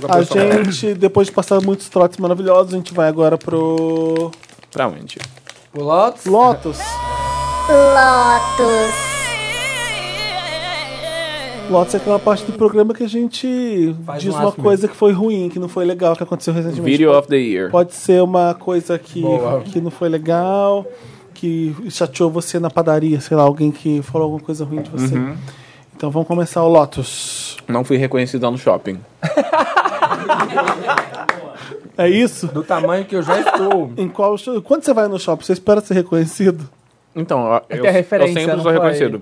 A gente, depois de passar muitos trotes maravilhosos, a gente vai agora pro
pra onde?
O Lotus?
Lotus.
Lotus.
Lotus é aquela parte do programa que a gente
Faz
diz
um
uma
asmo.
coisa que foi ruim, que não foi legal, que aconteceu recentemente.
Video of the Year.
Pode ser uma coisa que,
Boa.
que não foi legal, que chateou você na padaria, sei lá, alguém que falou alguma coisa ruim de você. Então vamos começar o Lotus.
Não fui reconhecida no shopping.
É isso?
Do tamanho que eu já estou.
Em qual show- Quando você vai no shopping, você espera ser reconhecido?
Então, ó, eu,
tem a referência,
eu sempre
não
sou
foi? É.
reconhecido.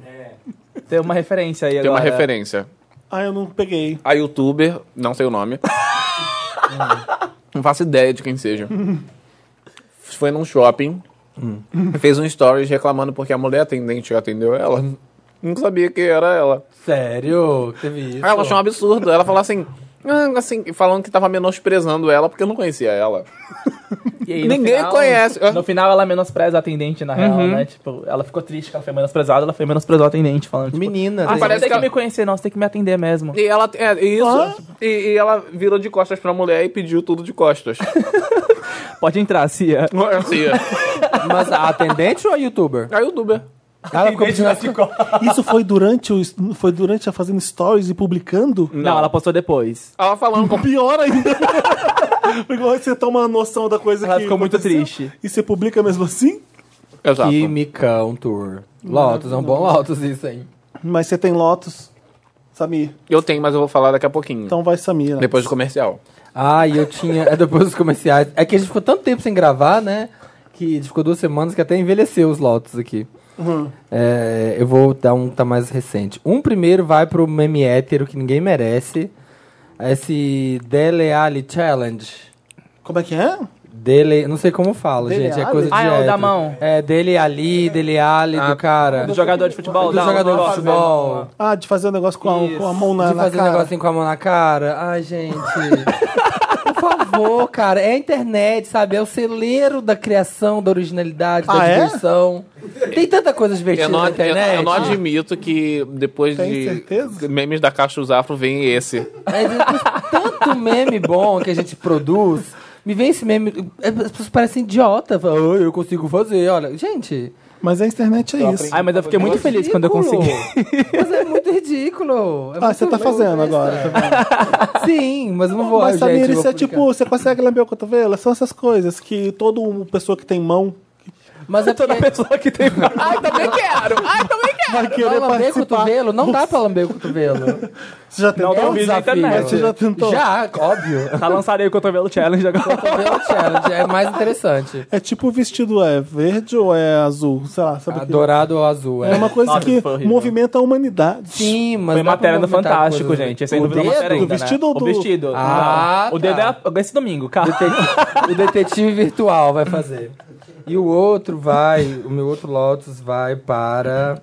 Tem uma referência aí
Tem uma
agora.
referência.
Ah, eu não peguei.
A youtuber, não sei o nome. não faço ideia de quem seja. Foi num shopping, fez um stories reclamando porque a mulher atendente que atendeu ela. Não sabia que era ela.
Sério? Teve isso?
Aí ela achou um absurdo. Ela falou assim. "Ah", Assim, falando que tava menosprezando ela porque eu não conhecia ela.
E aí, no
Ninguém
final-
conhece.
No final, ela menospreza a atendente, na real, né? Tipo, ela ficou triste que ela foi menosprezada, ela foi menosprezou a atendente, falando, tipo...
Menina.
Ah, você
tem-
não
parece que
tem que
ela-
me conhecer, não. Você tem que me atender mesmo.
E ela, é, isso, e, e ela virou de costas pra mulher e pediu tudo de costas.
Pode entrar, Cia.
Assim,
Mas a atendente ou a youtuber?
Aí o Duber.
Ela ficou
é
pedindo assim.
Isso foi durante o foi durante a fazendo stories e publicando?
Não, ela postou depois.
Ela falando com.
Pior ainda. Igual você toma uma noção da coisa
Ela
que
ficou muito
aconteceu
triste.
E você publica mesmo assim?
Exato.
Química, um tour. Lotus, é um bom Lotus isso, hein?
Mas você tem Lotus, Samir.
Eu tenho, mas eu vou falar daqui a pouquinho.
Então vai Samir. né?
Depois do comercial.
Ah, e eu tinha. É depois dos comerciais. É que a gente ficou tanto tempo sem gravar, né? Que a gente ficou duas semanas que até envelheceu os lotes aqui. É, eu vou dar um que tá mais recente. Um primeiro vai pro meme hétero que ninguém merece. Esse Dele Ali Challenge.
Como é que é?
Dele. Não sei como fala,
Dele
gente. É
Alli?
coisa de.
Ah, é o da
hétero.
mão.
É, Dele Ali, Dele Ali, do cara.
Do jogador de futebol.
Do
não,
jogador de
não,
futebol.
Ah, de fazer um negócio com a,
Isso.
com a mão na,
De
na
fazer um
cara.
negocinho com a mão na cara. Ai, gente. Por favor, cara. É a internet, sabe? É o celeiro da criação, da originalidade, da
Ah, é?
diversão. Tem tanta coisa divertida
Eu não,
na
eu,
internet.
eu não admito que depois
Tem
de
certeza?
memes da Caixa Os Afro vem esse.
É de- tanto meme bom que a gente produz. Me vem esse meme. é, As pessoas parecem idiota. Falam, "Ai, eu consigo fazer. Olha, gente.
Mas a internet é isso.
Ai, mas eu fiquei muito feliz quando eu
ridículo.
consegui.
Mas é muito ridículo. É
Ah, você tá
muito
fazendo
besta.
agora. Tá vendo?
Sim, mas eu não vou.
Mas, Samir,
gente, eu
isso
vou
é
publicar.
tipo, você consegue lamber o cotovelo? São essas coisas que toda uma pessoa que tem mão
Mas é toda
Pessoa que tem...
vai querer
Não, lamber
participar.
cotovelo? Não dá pra lamber o cotovelo.
Você já tentou?
Não,
É um
vi na
desafio.
internet.
Mas você já tentou?
Já, óbvio.
Tá lançarei o cotovelo challenge agora.
Cotovelo challenge é mais interessante.
É tipo o vestido é verde ou é azul? Sei lá, sabe? aquilo?
Ah, Dourado ou azul.
É uma coisa
Nossa,
que
foi horrível.
movimenta a humanidade.
Sim, mas. dá
Foi
pra
matéria do
movimentar
Fantástico,
coisas.
gente. Essa ainda não virou
dedo?
matéria ainda,
Do vestido
né?
ou do-
O vestido.
Ah,
O dedo
tá.
é esse domingo, cara.
Detet- o detetive virtual vai fazer. E o outro vai, o meu outro Lotus vai para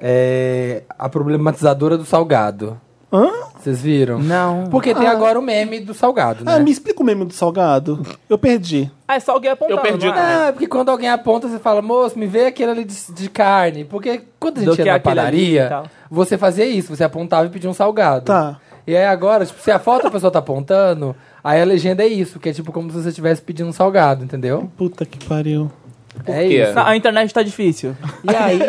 é, a problematizadora do salgado.
Hã?
Vocês viram?
Não.
Porque tem agora o meme do salgado, né?
Ah, me explica o meme do salgado. Eu perdi.
Ah, é só alguém apontando,
Eu perdi
não é?
Ah, porque quando alguém aponta, você fala, moço, me vê aquele ali de, de carne. Porque quando a
Do
gente
que
ia na
aquele ali e
padaria,
tal.
você fazia isso, você apontava e pedia um salgado.
Tá.
E aí agora, tipo, se a foto da pessoa tá apontando, aí a legenda é isso, que é tipo como se você estivesse pedindo um salgado, entendeu?
Puta que pariu.
É
quê?
isso.
Não, a internet tá difícil.
E aí,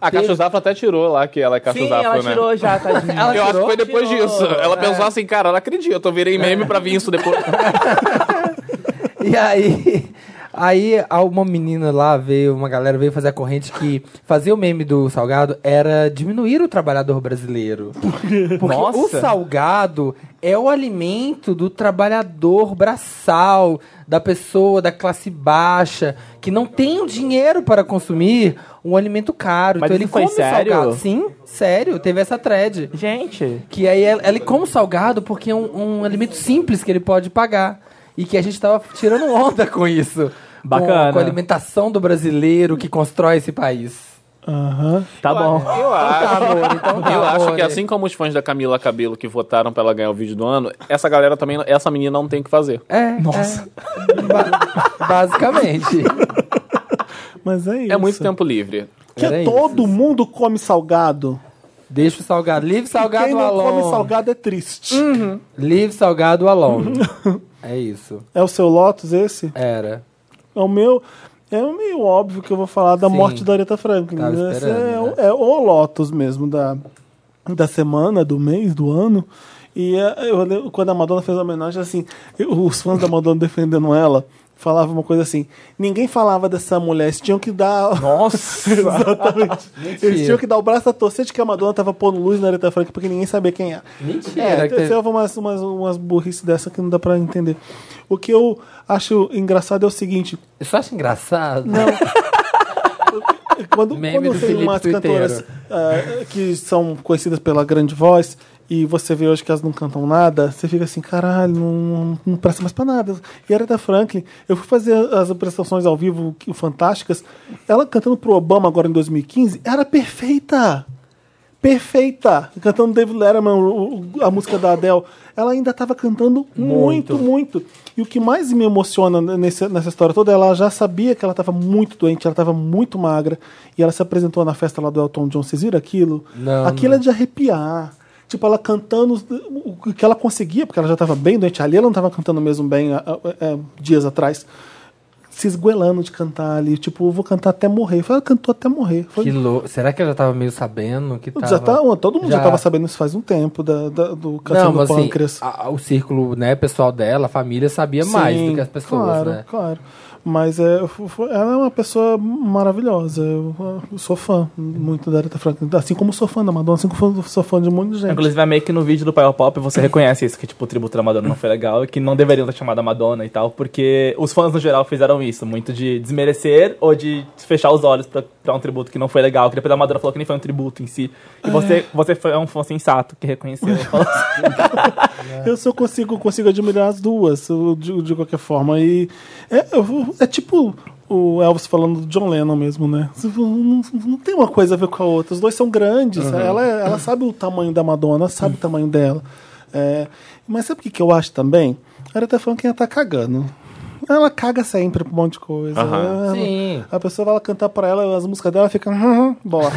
A Cátia Zafra até tirou lá que ela é Cátia Zafra, né?
já, tadinha.
Ela
Eu acho que
tirou?
foi depois
Tirou.
disso. Ela pensou assim, cara, não acredito, eu virei meme pra vir isso depois.
E aí, aí a- uma menina lá veio, uma galera veio fazer a corrente que fazer o meme do salgado era diminuir o trabalhador brasileiro. Porque o
Nossa.
salgado é o alimento do trabalhador braçal, da pessoa da classe baixa, que não tem o dinheiro para consumir um alimento caro.
Mas
então ele
isso foi
come o
sério?
salgado. Sim, sério, teve essa thread.
Gente,
Que aí ela- ele come salgado porque é um, um alimento simples que ele pode pagar. E que a gente tava tirando onda com isso. Com-
Bacana.
Com, a alimentação do brasileiro que constrói esse país.
Aham.
tá bom.
Eu
Tá,
acho.
amor, então tá,
Eu acho
amor.
que assim como os fãs da Camila Cabelo que votaram pra ela ganhar o vídeo do ano, essa galera também, essa menina não tem o que fazer.
É. Nossa. basicamente.
Mas é isso.
É muito tempo livre.
Que
Era
todo mundo come salgado.
Deixa o salgado. Livre salgado
e quem não
alone.
come salgado é triste.
Livre salgado alone. é isso.
É o seu Lotus esse?
Era.
É o meu. É meio óbvio que eu vou falar da
Sim.
morte da Aretha Franklin.
Tava
Esse é,
esperando, né?
o- é o Lotus mesmo da, da semana, do mês, do ano. E é, eu lembro quando a Madonna fez a homenagem, assim, eu- os fãs da Madonna defendendo ela falavam uma coisa assim: ninguém falava dessa mulher, eles tinham que dar.
Nossa.
Exatamente. Eles
Mentira.
tinham que dar o braço a torcer de que a Madonna tava pondo luz na Aretha Franklin porque ninguém sabia quem era.
Mentira.
É,
que teve-
teve umas, umas, umas burrice dessa que não dá pra entender. O que eu acho engraçado é o seguinte:
Eu só acho engraçado.
quando,
Meme
quando
do
tem
Felipe
umas cantoras ah, que são conhecidas pela grande voz e você vê hoje que elas não cantam nada, você fica assim, caralho, não, não presta mais pra nada. E a Aretha Franklin, eu fui fazer as apresentações ao vivo que- fantásticas, ela cantando pro Obama agora em 2015, era perfeita. Perfeita! Cantando David Letterman, o- o- a música da Adele. Ela ainda estava cantando muito. muito, E o que mais me emociona nesse- nessa história toda, é ela já sabia que ela estava muito doente, ela estava muito magra. E ela se apresentou na festa lá do Elton John. Vocês viram aquilo?
Não,
aquilo é de arrepiar. Tipo, ela cantando os- o o que ela conseguia, porque ela já estava bem doente. Ali ela não estava cantando mesmo bem ah, ah, ah, dias atrás. Se esguelando de cantar ali. Tipo, eu vou cantar até morrer. Eu falei, Ela cantou até morrer. Foi
Que lou... Será que ela já tava meio sabendo que tava...
já tá, todo mundo já
Já.
estava sabendo isso faz um tempo, da, da- do câncer
Não,
do
mas assim,
pâncreas.
a- a- o círculo né, pessoal dela, a família, sabia mais
Sim,
do que as pessoas,
claro,
né?
Claro, Mas é, fo- fo- ela é uma pessoa maravilhosa. Eu, eu sou fã muito da Aretha Franklin. Assim como sou fã da Madonna, assim como sou fã de um monte de gente.
Inclusive, é meio que no vídeo do Power Pop você reconhece isso, que tipo, o tributo da Madonna não foi legal e que não deveriam ter chamado a Madonna e tal, porque os fãs no geral fizeram isso, muito de desmerecer ou de fechar os olhos pra, pra um tributo que não foi legal, que depois a Madonna falou que nem foi um tributo em si. E você, você foi um fã sensato que reconheceu. Falou assim,
Eu só consigo, consigo admirar as duas, eu- de, de qualquer forma. E é, eu- é tipo o Elvis falando do John Lennon mesmo, né? Não, não tem uma coisa a ver com a outra. Os dois são grandes. Ela, é- ela sabe o tamanho da Madonna, sabe o tamanho dela. É, mas sabe o que, que eu acho também? A Aretha Franklin ela tá cagando. Ela caga sempre pra um monte de coisa. Ela-
Sim.
A pessoa vai lá cantar pra ela, as músicas dela ficam. Bora.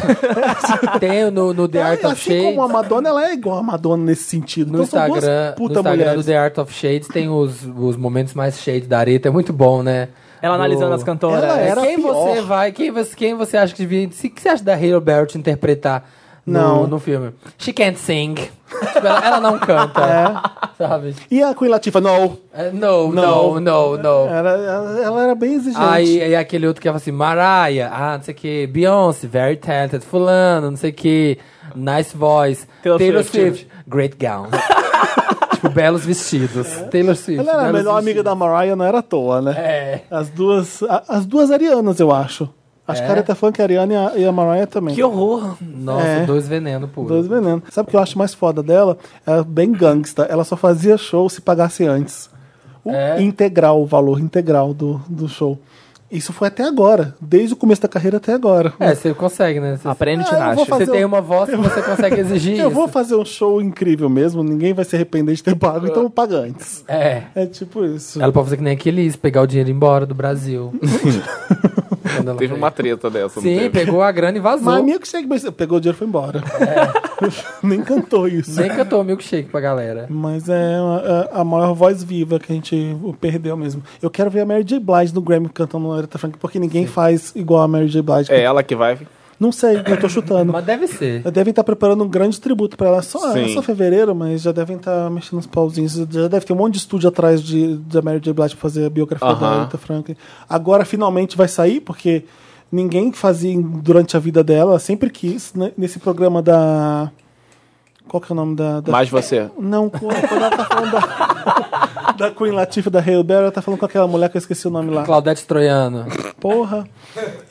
Tem no, no The
Ela-
Art of
assim como a
Shades,
Madonna, ela é igual a Madonna nesse sentido.
no
Então são duas
Instagram, no
puta
Instagram
mulheres.
do The Art of Shades, tem os, os momentos mais shades da areta, é muito bom, né?
Ela analisando as cantoras.
Ela
É,
era
quem
pior.
você vai, quem você, quem você acha que devia. se- O que você acha da Hale Barrett interpretar no,
Não.
no filme? She can't sing. Tipo, ela, ela não canta. Sabe?
E a Queen Latifah, não.
É, No,
É. Não.
no, no, no.
Ela, ela, ela era bem exigente.
Aí, aí aquele outro que fala assim, Mariah, ah, não sei o que, Beyoncé, very talented, fulano, não sei o que, nice voce,
Taylor
Taylor,
Swift.
Swift. Great Gown. tipo, belos vestidos. Taylor Swift.
É. Ela era a
belos
melhor amiga da
vestidos.
Mariah, não era à toa, né?
É.
As duas. a- as duas arianas, eu acho. Acho
É?
que a Aretha Funk, a Ariana e a, e a Mariah também.
Que horror. Nossa,
É.
dois veneno puro.
Dois venenos. Sabe o que eu acho mais foda dela? Ela é bem gangsta. Ela só fazia show se pagasse antes. O
É?
integral, o valor integral do, do show. Isso foi até agora. Desde o começo da carreira até agora.
É, você consegue, né? Você,
Aprende,
Ah, eu não vou
Tinashe.
fazer
você tem
um-
uma voz que você consegue exigir
Eu
isso.
vou fazer um show incrível mesmo, ninguém vai se arrepender de ter pago, então paga antes.
É.
É tipo isso.
Ela pode fazer que nem aqueles, pegar o dinheiro e ir embora do Brasil. Quando ela
Teve
foi.
uma treta dessa, não
Sim,
teve?
pegou a grana e vazou.
Mas a milkshake mas pegou o dinheiro e foi embora. É. Nem cantou isso.
Nem cantou milkshake pra galera.
Mas é a- a, a maior voz viva que a gente perdeu mesmo. Eu quero ver a Mary J. Blige no Grammy cantando Aretha Franklin, porque ninguém faz igual a Mary J. Blige.
É ela que vai.
Não sei, eu tô chutando.
Mas deve ser.
Devem estar preparando um grande tributo pra ela. Só, é
Sim.
só fevereiro, mas já devem estar mexendo os pauzinhos. Já deve ter um monte de estúdio atrás de, da Mary J. Blige pra fazer a biografia da
Aham.
Aretha Franklin. Agora finalmente vai sair, porque ninguém fazia durante a vida dela, ela sempre quis, né? nesse programa da. Qual que é o nome da. da...
Mas você.
Não, quando quando ela tá falando da, da Queen Latifah, da Hail Berry, ela tá falando com aquela mulher que eu esqueci o nome lá.
Claudete Troiano.
Porra.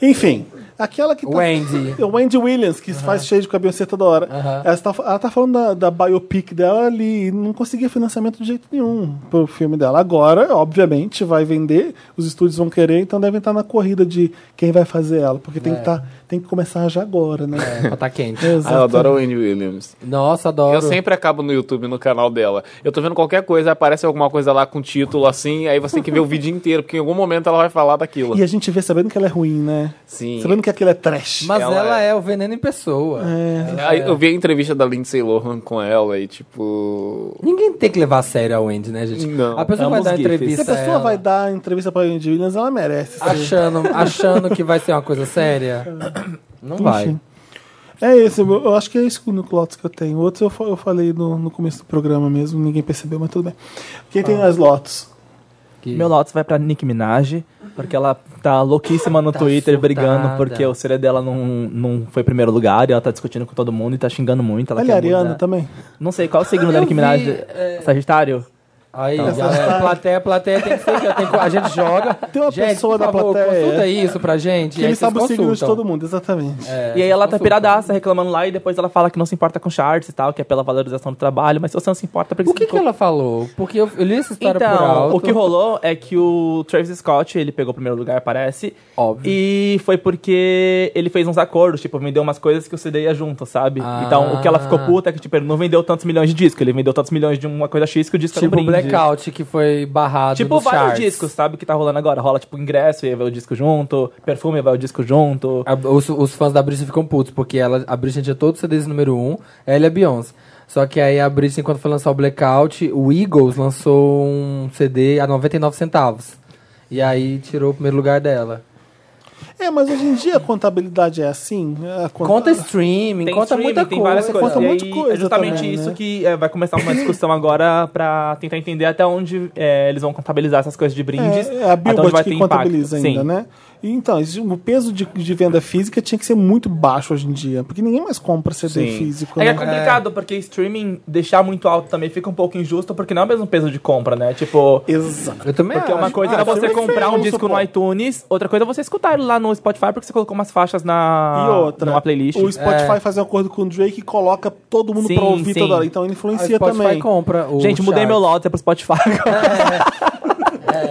Enfim, aquela que tá...
Wendy.
O Wendy Williams, que faz cheio de cabelo toda hora. Ela, tá, ela tá falando da, da biopic dela ali e não conseguia financiamento de jeito nenhum pro filme dela. Agora, obviamente, vai vender, os estúdios vão querer, então devem estar na corrida de quem vai fazer ela, porque tem, que tá, tem que começar já agora, né?
É, pra tá quente.
Ah, eu adoro a Wendy Williams.
Nossa, adoro.
Eu sempre acabo no YouTube, no canal dela. Eu tô vendo qualquer coisa, aparece alguma coisa lá com título assim, aí você tem que ver o vídeo inteiro, porque em algum momento ela vai falar daquilo.
E a gente vê sabendo que ela é ruim, né?
Sim.
Sabendo que aquilo é trash.
Mas ela,
Ela
é... o veneno em pessoa.
É.
É, Aí eu vi a entrevista da Lindsay Lohan com ela e tipo.
Ninguém tem que levar a sério a Wendy, né, gente?
Não.
A pessoa vai
Ambos
dar
gifs.
entrevista.
Se a pessoa
ela,
vai dar entrevista pra Wendy Williams, ela merece.
achando, achando que vai ser uma coisa séria, não vai.
Enfim. É esse, eu eu acho que é esse o único Lotus que eu tenho. Outros eu, fa- eu falei no, no começo do programa mesmo, ninguém percebeu, mas tudo bem. Quem
Ah.
tem as Lotus?
Que-
Meu Lotus vai pra Nicki Minaj, porque ela tá louquíssima no Twitter
surtada.
brigando porque o CD dela não, não foi primeiro lugar e ela tá discutindo com todo mundo e tá xingando muito. Ela
Olha
quer
a Ariana
mudar.
também.
Não sei, qual é o signo
Eu
da Nicki Minaj?
vi, é-
Sagitário?
Aí, galera, plateia, plateia tem que ser que tem que- a gente joga.
Tem uma
gente,
pessoa
por
na
favor,
plateia é.
Consulta isso pra gente.
Que
aí
ele
vocês
sabe o signo de
consultam.
todo mundo, exatamente.
É,
E aí
vocês
ela tá
consultam.
piradaça, reclamando lá, e depois ela fala que não se importa com charts e tal, que é pela valorização do trabalho, mas se você não se importa, por
O
você
que, que
ficou-
ela falou? Porque eu, eu li essa história por
Então,
alto.
o que rolou é que o Travis Scott, ele pegou o primeiro lugar, parece.
Óbvio.
E foi porque ele fez uns acordos, tipo, vendeu umas coisas que o CD ia junto, sabe?
Ah.
Então, o que ela ficou puta é que, tipo, ele não vendeu tantos milhões de discos, ele vendeu tantos milhões de uma coisa X que o disco era
Tipo
um
o Blackout
brinde.
que foi barrado
Tipo,
dos
vários
charts.
discos, sabe? Que tá rolando agora. Rola, tipo, ingresso e aí vai o disco junto, perfume e vai o disco junto.
A- os, os fãs da Britney ficam putos, porque ela, a Britney tinha todos os CDs número 1, um, ela e a Beyoncé. Só que aí a Britney, quando foi lançar o Blackout, o Eagles lançou um CD a 99 centavos. E aí tirou o primeiro lugar dela.
É, mas hoje em dia a contabilidade é assim. A conta-
Conta streaming,
tá- Tem
conta
streaming,
muita
tem
coisa.
várias coisas.
conta
E
muita
aí,
coisa
É justamente
também,
isso
né?
que é, vai começar uma discussão agora pra tentar entender até onde é, eles vão contabilizar essas coisas de brindes.
É, é a
até onde
Billboard
vai
que
ter impacto.
contabiliza ainda,
Sim.
né? E, Então, esse- o peso de, de venda física tinha que ser muito baixo hoje em dia, porque ninguém mais compra CD
Sim.
físico.
É que
né?
é complicado, porque streaming deixar muito alto também fica um pouco injusto, porque não é o mesmo peso de compra, né? Tipo,
Exato.
Eu também
Porque
acho.
uma coisa
Ah,
é você
sim,
comprar
sim,
um
vamos
disco no
supor.
iTunes, outra coisa é você escutar ele lá no Spotify porque você colocou umas faixas na
E outra,
Ah, numa playlist. É.
o Spotify faz um acordo com o Drake e coloca todo mundo
Sim,
pra ouvir
sim.
toda hora. Então ele
A
influencia
Spotify
também.
compra o
Gente, mudei
chart.
meu lote é pro Spotify.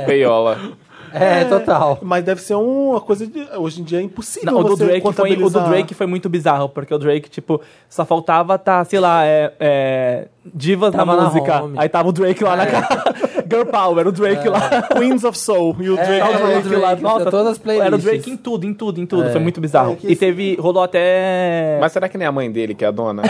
Peiola.
É, total.
Mas deve ser uma coisa de. Hoje em dia é impossível.
Não, o do,
você
Drake foi, o do
contabilizar.
Drake foi muito bizarro, porque o Drake, tipo, só faltava tá, sei lá, é, é, divas na
Tava na
música.
home. É.
Aí tava o Drake lá na cara. Girl Power, o Drake lá.
Queens of Soul e o
É,
Drake.
Era o Drake
Drake,
lá.
tá todas as playlists.
Era o Drake em tudo, em tudo, em tudo.
É.
Foi muito bizarro.
É que
e teve. Rolou até.
Mas será que nem a mãe dele, que é a dona?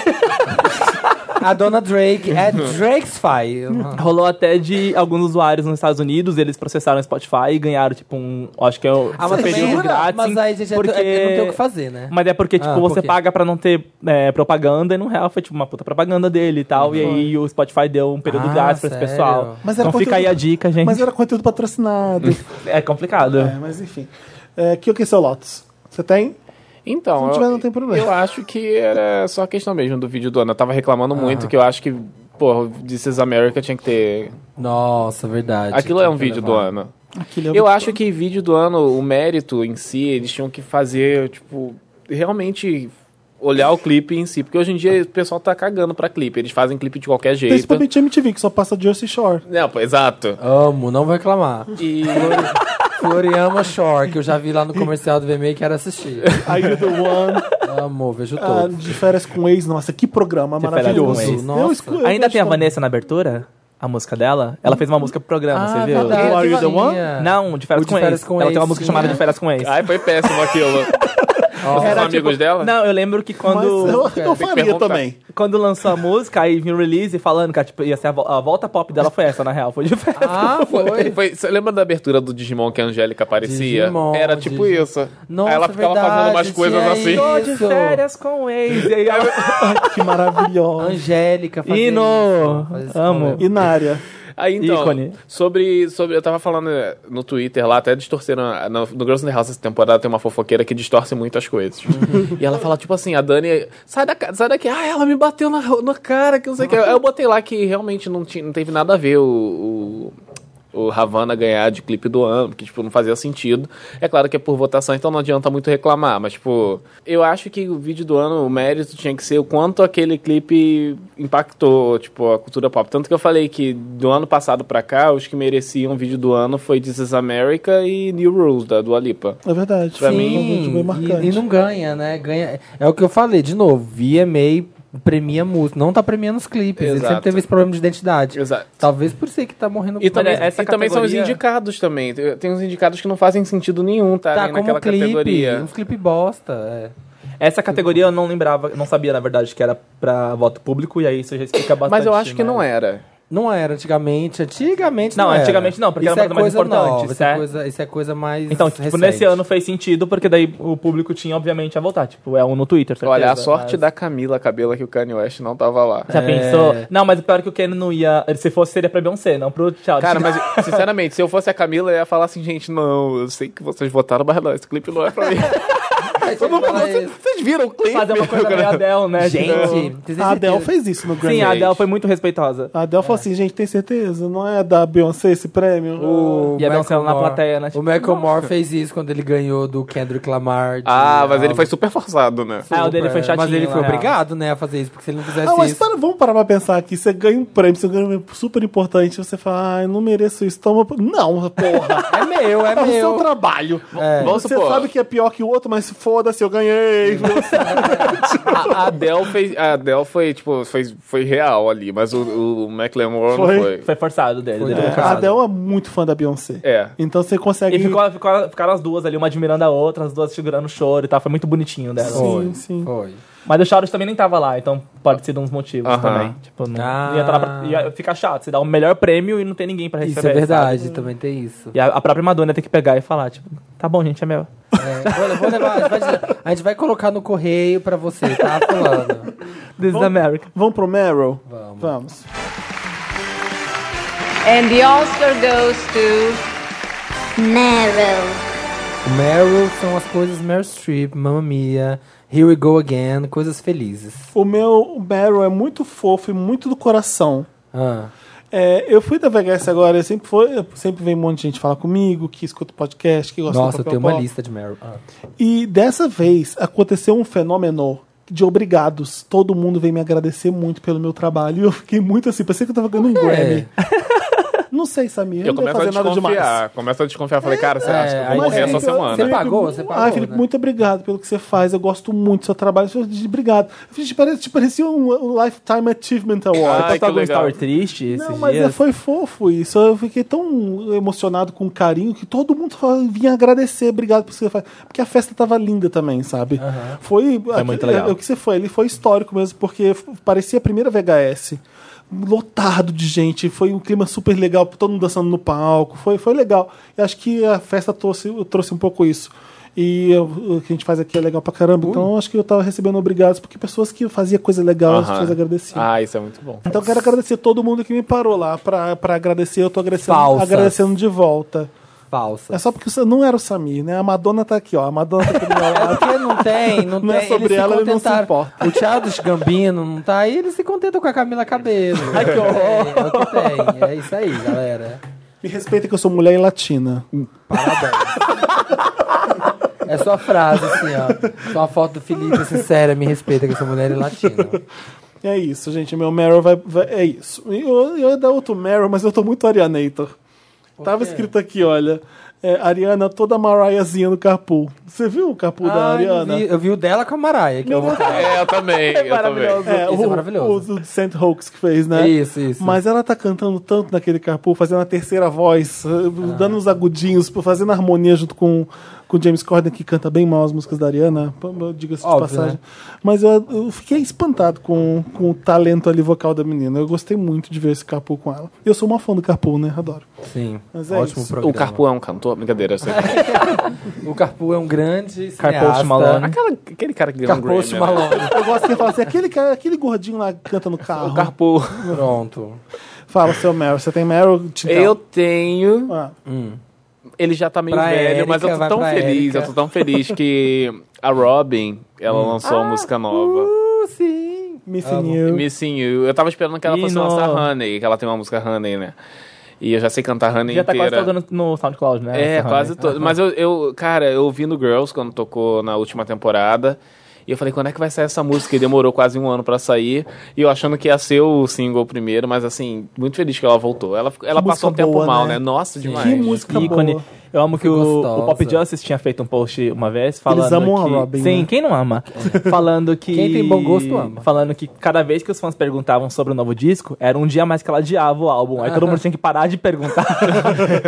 A dona Drake é Drake's Fire.
Rolou até de alguns usuários nos Estados Unidos, eles processaram o Spotify e ganharam, tipo, um. Acho que é um
Ah, mas também
período
é-
grátis.
mas aí, gente, é-
porque...
é que não tem o que fazer, né?
Mas é porque, tipo,
Ah, por
você
quê?
paga pra não ter é, propaganda e no real foi, tipo, uma puta propaganda dele e tal. E aí o Spotify deu um período
Ah,
grátis pra esse
sério? é
pessoal.
Mas era
então fica aí
conteúdo-
a dica, gente.
Mas era conteúdo patrocinado.
É complicado.
é, mas enfim. É, que o que é seu Lotus? Você tem?
Então,
Se não
eu-
tiver, não tem problema.
Eu acho que era só questão mesmo do vídeo do ano. Eu tava reclamando muito que eu acho que, pô, This is America tinha que ter.
Nossa, verdade.
Aquilo é um vídeo do ano.
Aquele é o
Eu acho que vídeo do ano, o mérito em si, eles tinham que fazer, tipo, realmente olhar o clipe em si. Porque hoje em dia o pessoal tá cagando pra clipe. Eles fazem clipe de qualquer jeito.
Principalmente MTV, que só passa Jersey Shore.
Não, pô, exato.
Amo, não vou reclamar.
E.
Floriama Shore, que eu já vi lá no comercial do VMA e quero assistir.
Are You The One,
Amo, vejo
ah,
todo.
de férias com ex. Nossa, que programa
De Férias com
maravilhoso.
Ex.
Eu
Nossa.
escu- eu
Ainda tem a
gosto-
Vanessa na abertura? A música dela? Ela fez uma música pro programa, você viu?
verdade. Are You The One?
Não, de
Ah,
férias,
O de
com,
Férias
ex.
com
Ela
Ex,
tem uma música
sim,
chamada
é.
de férias com ex.
Ai, foi péssimo aquilo. Vocês são amigos
tipo,
dela?
Não, eu lembro que
Mas
quando,
eu, eu
Tem que
faria
perguntar.
também.
quando lançou a música, aí vinha o release falando que tipo, ia ser a, vo- a volta pop dela foi essa, na real. Foi de férias.
Ah,
Foi.
foi.
Foi- Você lembra da abertura do Digimon que a Angélica aparecia?
Digimon,
Era tipo
Digimon.
isso.
Nossa,
Aí ela ficava
verdade,
fazendo umas
tinha
coisas assim.
isso.
Tô de férias com ex. E aí ela...
Que maravilhosa.
Angélica fazendo
Ino!
isso, faz esse
Amo.
rolê.
E na área?
Aí então,
Ícone.
sobre, sobre. Eu tava falando eh, no Twitter lá, até distorceram. a- No, no Girls in the House essa temporada tem uma fofoqueira que distorce muito as coisas. e ela fala, tipo assim, a Dani, sai, da, ca- sai daqui, ah, ela me bateu na, na cara, que não sei o que. Aí eu botei lá que realmente não, tinha, não teve nada a ver o. o o Havana ganhar de clipe do ano, porque, tipo, não fazia sentido. É claro que é por votação, então não adianta muito reclamar, mas, tipo, eu acho que o vídeo do ano, o mérito tinha que ser o quanto aquele clipe impactou, tipo, a cultura pop. Tanto que eu falei que do ano passado pra cá, os que mereciam vídeo do ano foi This is America e New Rules, da Dua Lipa.
É verdade.
Pra
Foi
Sim,
um vídeo bem marcante.
E, e não ganha, né? Ganha. É o que eu falei, de novo, VMA premia música, não tá premiando os clipes. Ele
Exato.
sempre teve esse problema de identidade.
Exato.
Talvez por isso aí que tá morrendo
E
por
também, é
aí.
essa
e também são os
categoria-
indicados também. Tem tem uns indicados que não fazem sentido nenhum, tá?
tá como
naquela
um clipe,
categoria.
uns clipe bosta. é.
Essa categoria eu não lembrava, não sabia, na verdade, que era pra voto público, e aí isso já explica bastante. né?
Mas eu acho que não
mas-
era.
Não era antigamente, antigamente não,
Não,
era.
antigamente não, porque
isso
era uma
é
coisa mais
coisa
importante,
Nova, isso, é
certo?
coisa, isso é coisa mais
Então, tipo,
recente.
nesse ano fez sentido, porque daí o público tinha, obviamente, a votar. Tipo, é um no Twitter, certeza.
Olha, a sorte
mas-
da Camila Cabela que o Kanye West não tava lá.
Já
É.
pensou? Não, mas o pior é que o Ken não ia... Se fosse, seria pra Beyoncé, não pro Charles.
Cara, mas sinceramente, se eu fosse a Camila, eu ia falar assim, gente, não, eu sei que vocês votaram, mas não, esse clipe não é pra mim.
Aí você
Não, não,
fala
vocês,
isso. um-
vocês viram o clipe?
fazer uma coisa meio Adele, né?
Gente,
Tipo,
vocês têm
A Adele
certeza?
fez isso no Grammy.
Sim, a Adele foi muito respeitosa.
A Adele falou assim, gente, tem certeza? Não é da Beyoncé esse prêmio?
O
E a Beyoncé na
Macklemore-
plateia, né? Tipo,
O Macklemore fez isso quando ele ganhou do Kendrick Lamar. de
Ah, mas ele
álbum.
foi super forçado, né?
Ah, o dele foi chatinho,
Mas ele
na
foi
real.
obrigado, né, a fazer isso, porque se ele não fizesse
Ah, mas
isso.
para- vamos parar pra pensar aqui. Você ganha um prêmio, você ganha um prêmio super importante, você fala, ah, eu não mereço isso, toma. Não, porra.
É meu, é
É o seu
meu.
trabalho.
É.
Vamos
Você
supor.
sabe que é pior que o outro, mas foda-se, eu ganhei.
A, a Adele fez. A Adele foi, tipo, foi, foi real ali, mas o, o Macklemore
Foi.
não foi.
Foi forçado dele.
Foi
dele
do
foi
a
forçado.
Adele é muito fã da Beyoncé.
É.
Então você consegue.
E ficou, ficou- ficaram as duas ali, uma admirando a outra, as duas segurando o choro e tal. Foi muito bonitinho dela.
Sim, sim.
Foi.
Mas o Charles também nem tava lá, então pode ser de uns motivos
Aham.
também. Tipo, não
Ah.
ia, tá lá pra, ia ficar chato. Você dá o melhor prêmio e não tem ninguém pra receber.
Isso é verdade,
sabe?
também tem isso.
E a, a própria Madonna tem que pegar e falar, tipo, tá bom, gente, é meu.
É, vou levar- vou levar, a, gente vai, dizer- a gente vai colocar no correio pra você, tá? Falando.
This is America.
Vamos pro Meryl?
Vamos.
Vamos.
And the Oscar goes to
Meryl.
Meryl são as coisas Meryl Streep, Mamma Mia, Here We Go Again, coisas felizes.
O meu Meryl é muito fofo e muito do coração.
Ah,
É, eu fui da VHS agora, eu sempre foi, sempre vem um monte de gente falar comigo, que escuta podcast, que gosta
nossa,
do
eu
papel
tenho uma
pop.
lista de Meryl. Ah.
E dessa vez aconteceu um fenômeno de obrigados. Todo mundo veio me agradecer muito pelo meu trabalho. E eu fiquei muito assim, parecia que eu tava ganhando um Grammy. Não sei, Samir, eu
Eu
não devo
começo a
fazer nada demais. assim?
desconfiar. Começo a desconfiar. Falei, cara, você
é,
acha que eu vou
aí
morrer
você-
essa
então,
semana?
você pagou, você pagou,
Ah, Felipe,
né?
muito obrigado pelo que você faz. Eu gosto muito do seu trabalho. Eu falei, Obrigado. Eu falei, Te parecia, te parecia um, um Lifetime Achievement Award.
Ai, que
algum
legal.
story triste esses
Não, mas é,
dias?
foi fofo isso. Eu fiquei tão emocionado com o carinho que todo mundo fa- vinha agradecer, obrigado por você fazer. Porque a festa tava linda também, sabe? Foi. aqui-
muito legal.
é, O que você foi ali foi histórico mesmo, porque f- parecia a primeira VHS. Lotado de gente, foi um clima super legal, todo mundo dançando no palco, foi, foi legal. E acho que a festa trouxe, trouxe um pouco isso. E eu- o que a gente faz aqui é legal pra caramba. Então acho que eu tava recebendo obrigados, porque pessoas que faziam coisa legal, Então, as
Aham.
pessoas agradeciam.
Ah, isso é muito bom.
Então eu quero agradecer todo mundo que me parou lá pra, pra agradecer. Eu tô agradecendo,
Falsas.
agradecendo de volta.
falsa.
É só porque você não era o Samir, né? A Madonna tá aqui, ó. A Madonna tá aqui do meu
É
lado.
porque não tem, não,
Não é
tem.
sobre
eles
ela,
se
ele não se
contentaram.
importa.
O Thiago Gambino não tá aí, ele se contenta com a Camila Cabelo. Ai, que horror. É, o que tem. É isso aí, galera.
Me respeita que eu sou mulher e latina.
É só a frase, assim, ó. Só uma foto do Felipe, assim, séria, me respeita que eu sou mulher e latina.
É isso, gente. Meu Meryl vai, vai- É isso. E Eu, eu ia dar outro Meryl, mas eu tô muito Arianator. Tava escrito aqui, olha. é, Ariana toda Mariazinha no Carpool. Você viu o Carpool da
Ai, Ah, eu,
Ariana?
vi, eu vi o dela com a Maraia. Que eu vou...
É, eu também, eu também.
É,
Isso é
o,
maravilhoso.
O, o Saint Hoax que fez, né?
É Isso, isso.
Mas ela tá cantando tanto naquele Carpool, fazendo a terceira voz, eh, dando uns agudinhos, fazendo harmonia junto com com o James Corden, que canta bem mal as músicas da Ariana, p- p- diga-se de
Óbvio,
passagem.
né?
Mas eu, eu fiquei espantado com, com o talento ali vocal da menina. Eu gostei muito de ver esse Carpool com ela. Eu sou uma fã do Carpool, né? Adoro.
Sim,
Mas é
ótimo
isso.
programa.
O Carpo é um cantor? Brincadeira, eu sei.
O Carpo é um grande
Carpost
cineasta.
Malone.
Aquela, aquele cara que ganhou um Grammy,
Carpost
né?
Malone.
Eu gosto que ele fala assim, aquele, cara- aquele gordinho lá que canta no carro.
O Carpo.
Pronto.
Fala, seu Meryl, você tem Meryl? Te dá.
Então.
Eu tenho.
Ah,
Ele já tá meio
Pra
velho, mas eu
Érica,
tô
vai
tão
pra
feliz,
Érica. Hum.
eu tô tão feliz que a Robin, ela lançou uma música nova.
Uh, sim.
Missing
Ah.
You.
Missing You. Eu tava esperando que ela
Ih,
fosse
não.
lançar Honey, que ela tem uma música Honey, né? E eu já sei cantar Honey
Já tá quase
inteira.
tocando no SoundCloud, né?
É,
Essa
quase
Honey.
todo. Mas eu, eu, cara, eu ouvi no Girls quando tocou na última temporada. E eu falei, quando é que vai sair essa música? E demorou quase um ano pra sair. E eu achando que ia ser o single primeiro, mas assim, muito feliz que ela voltou. Ela, ela
música
passou um tempo
boa,
mal,
né?
né? Nossa, demais.
Que música
ícone.
boa.
Eu amo que
Foi
o,
gostosa.
o Pop Justice tinha feito um post uma vez falando
Eles amam a
que...
Robin,
Sim,
né?
quem não ama? falando que...
Quem tem bom gosto ama.
Falando que cada vez que os fãs perguntavam sobre o novo disco, era um dia a mais que ela adiava o álbum. Aí todo mundo tinha que parar de perguntar.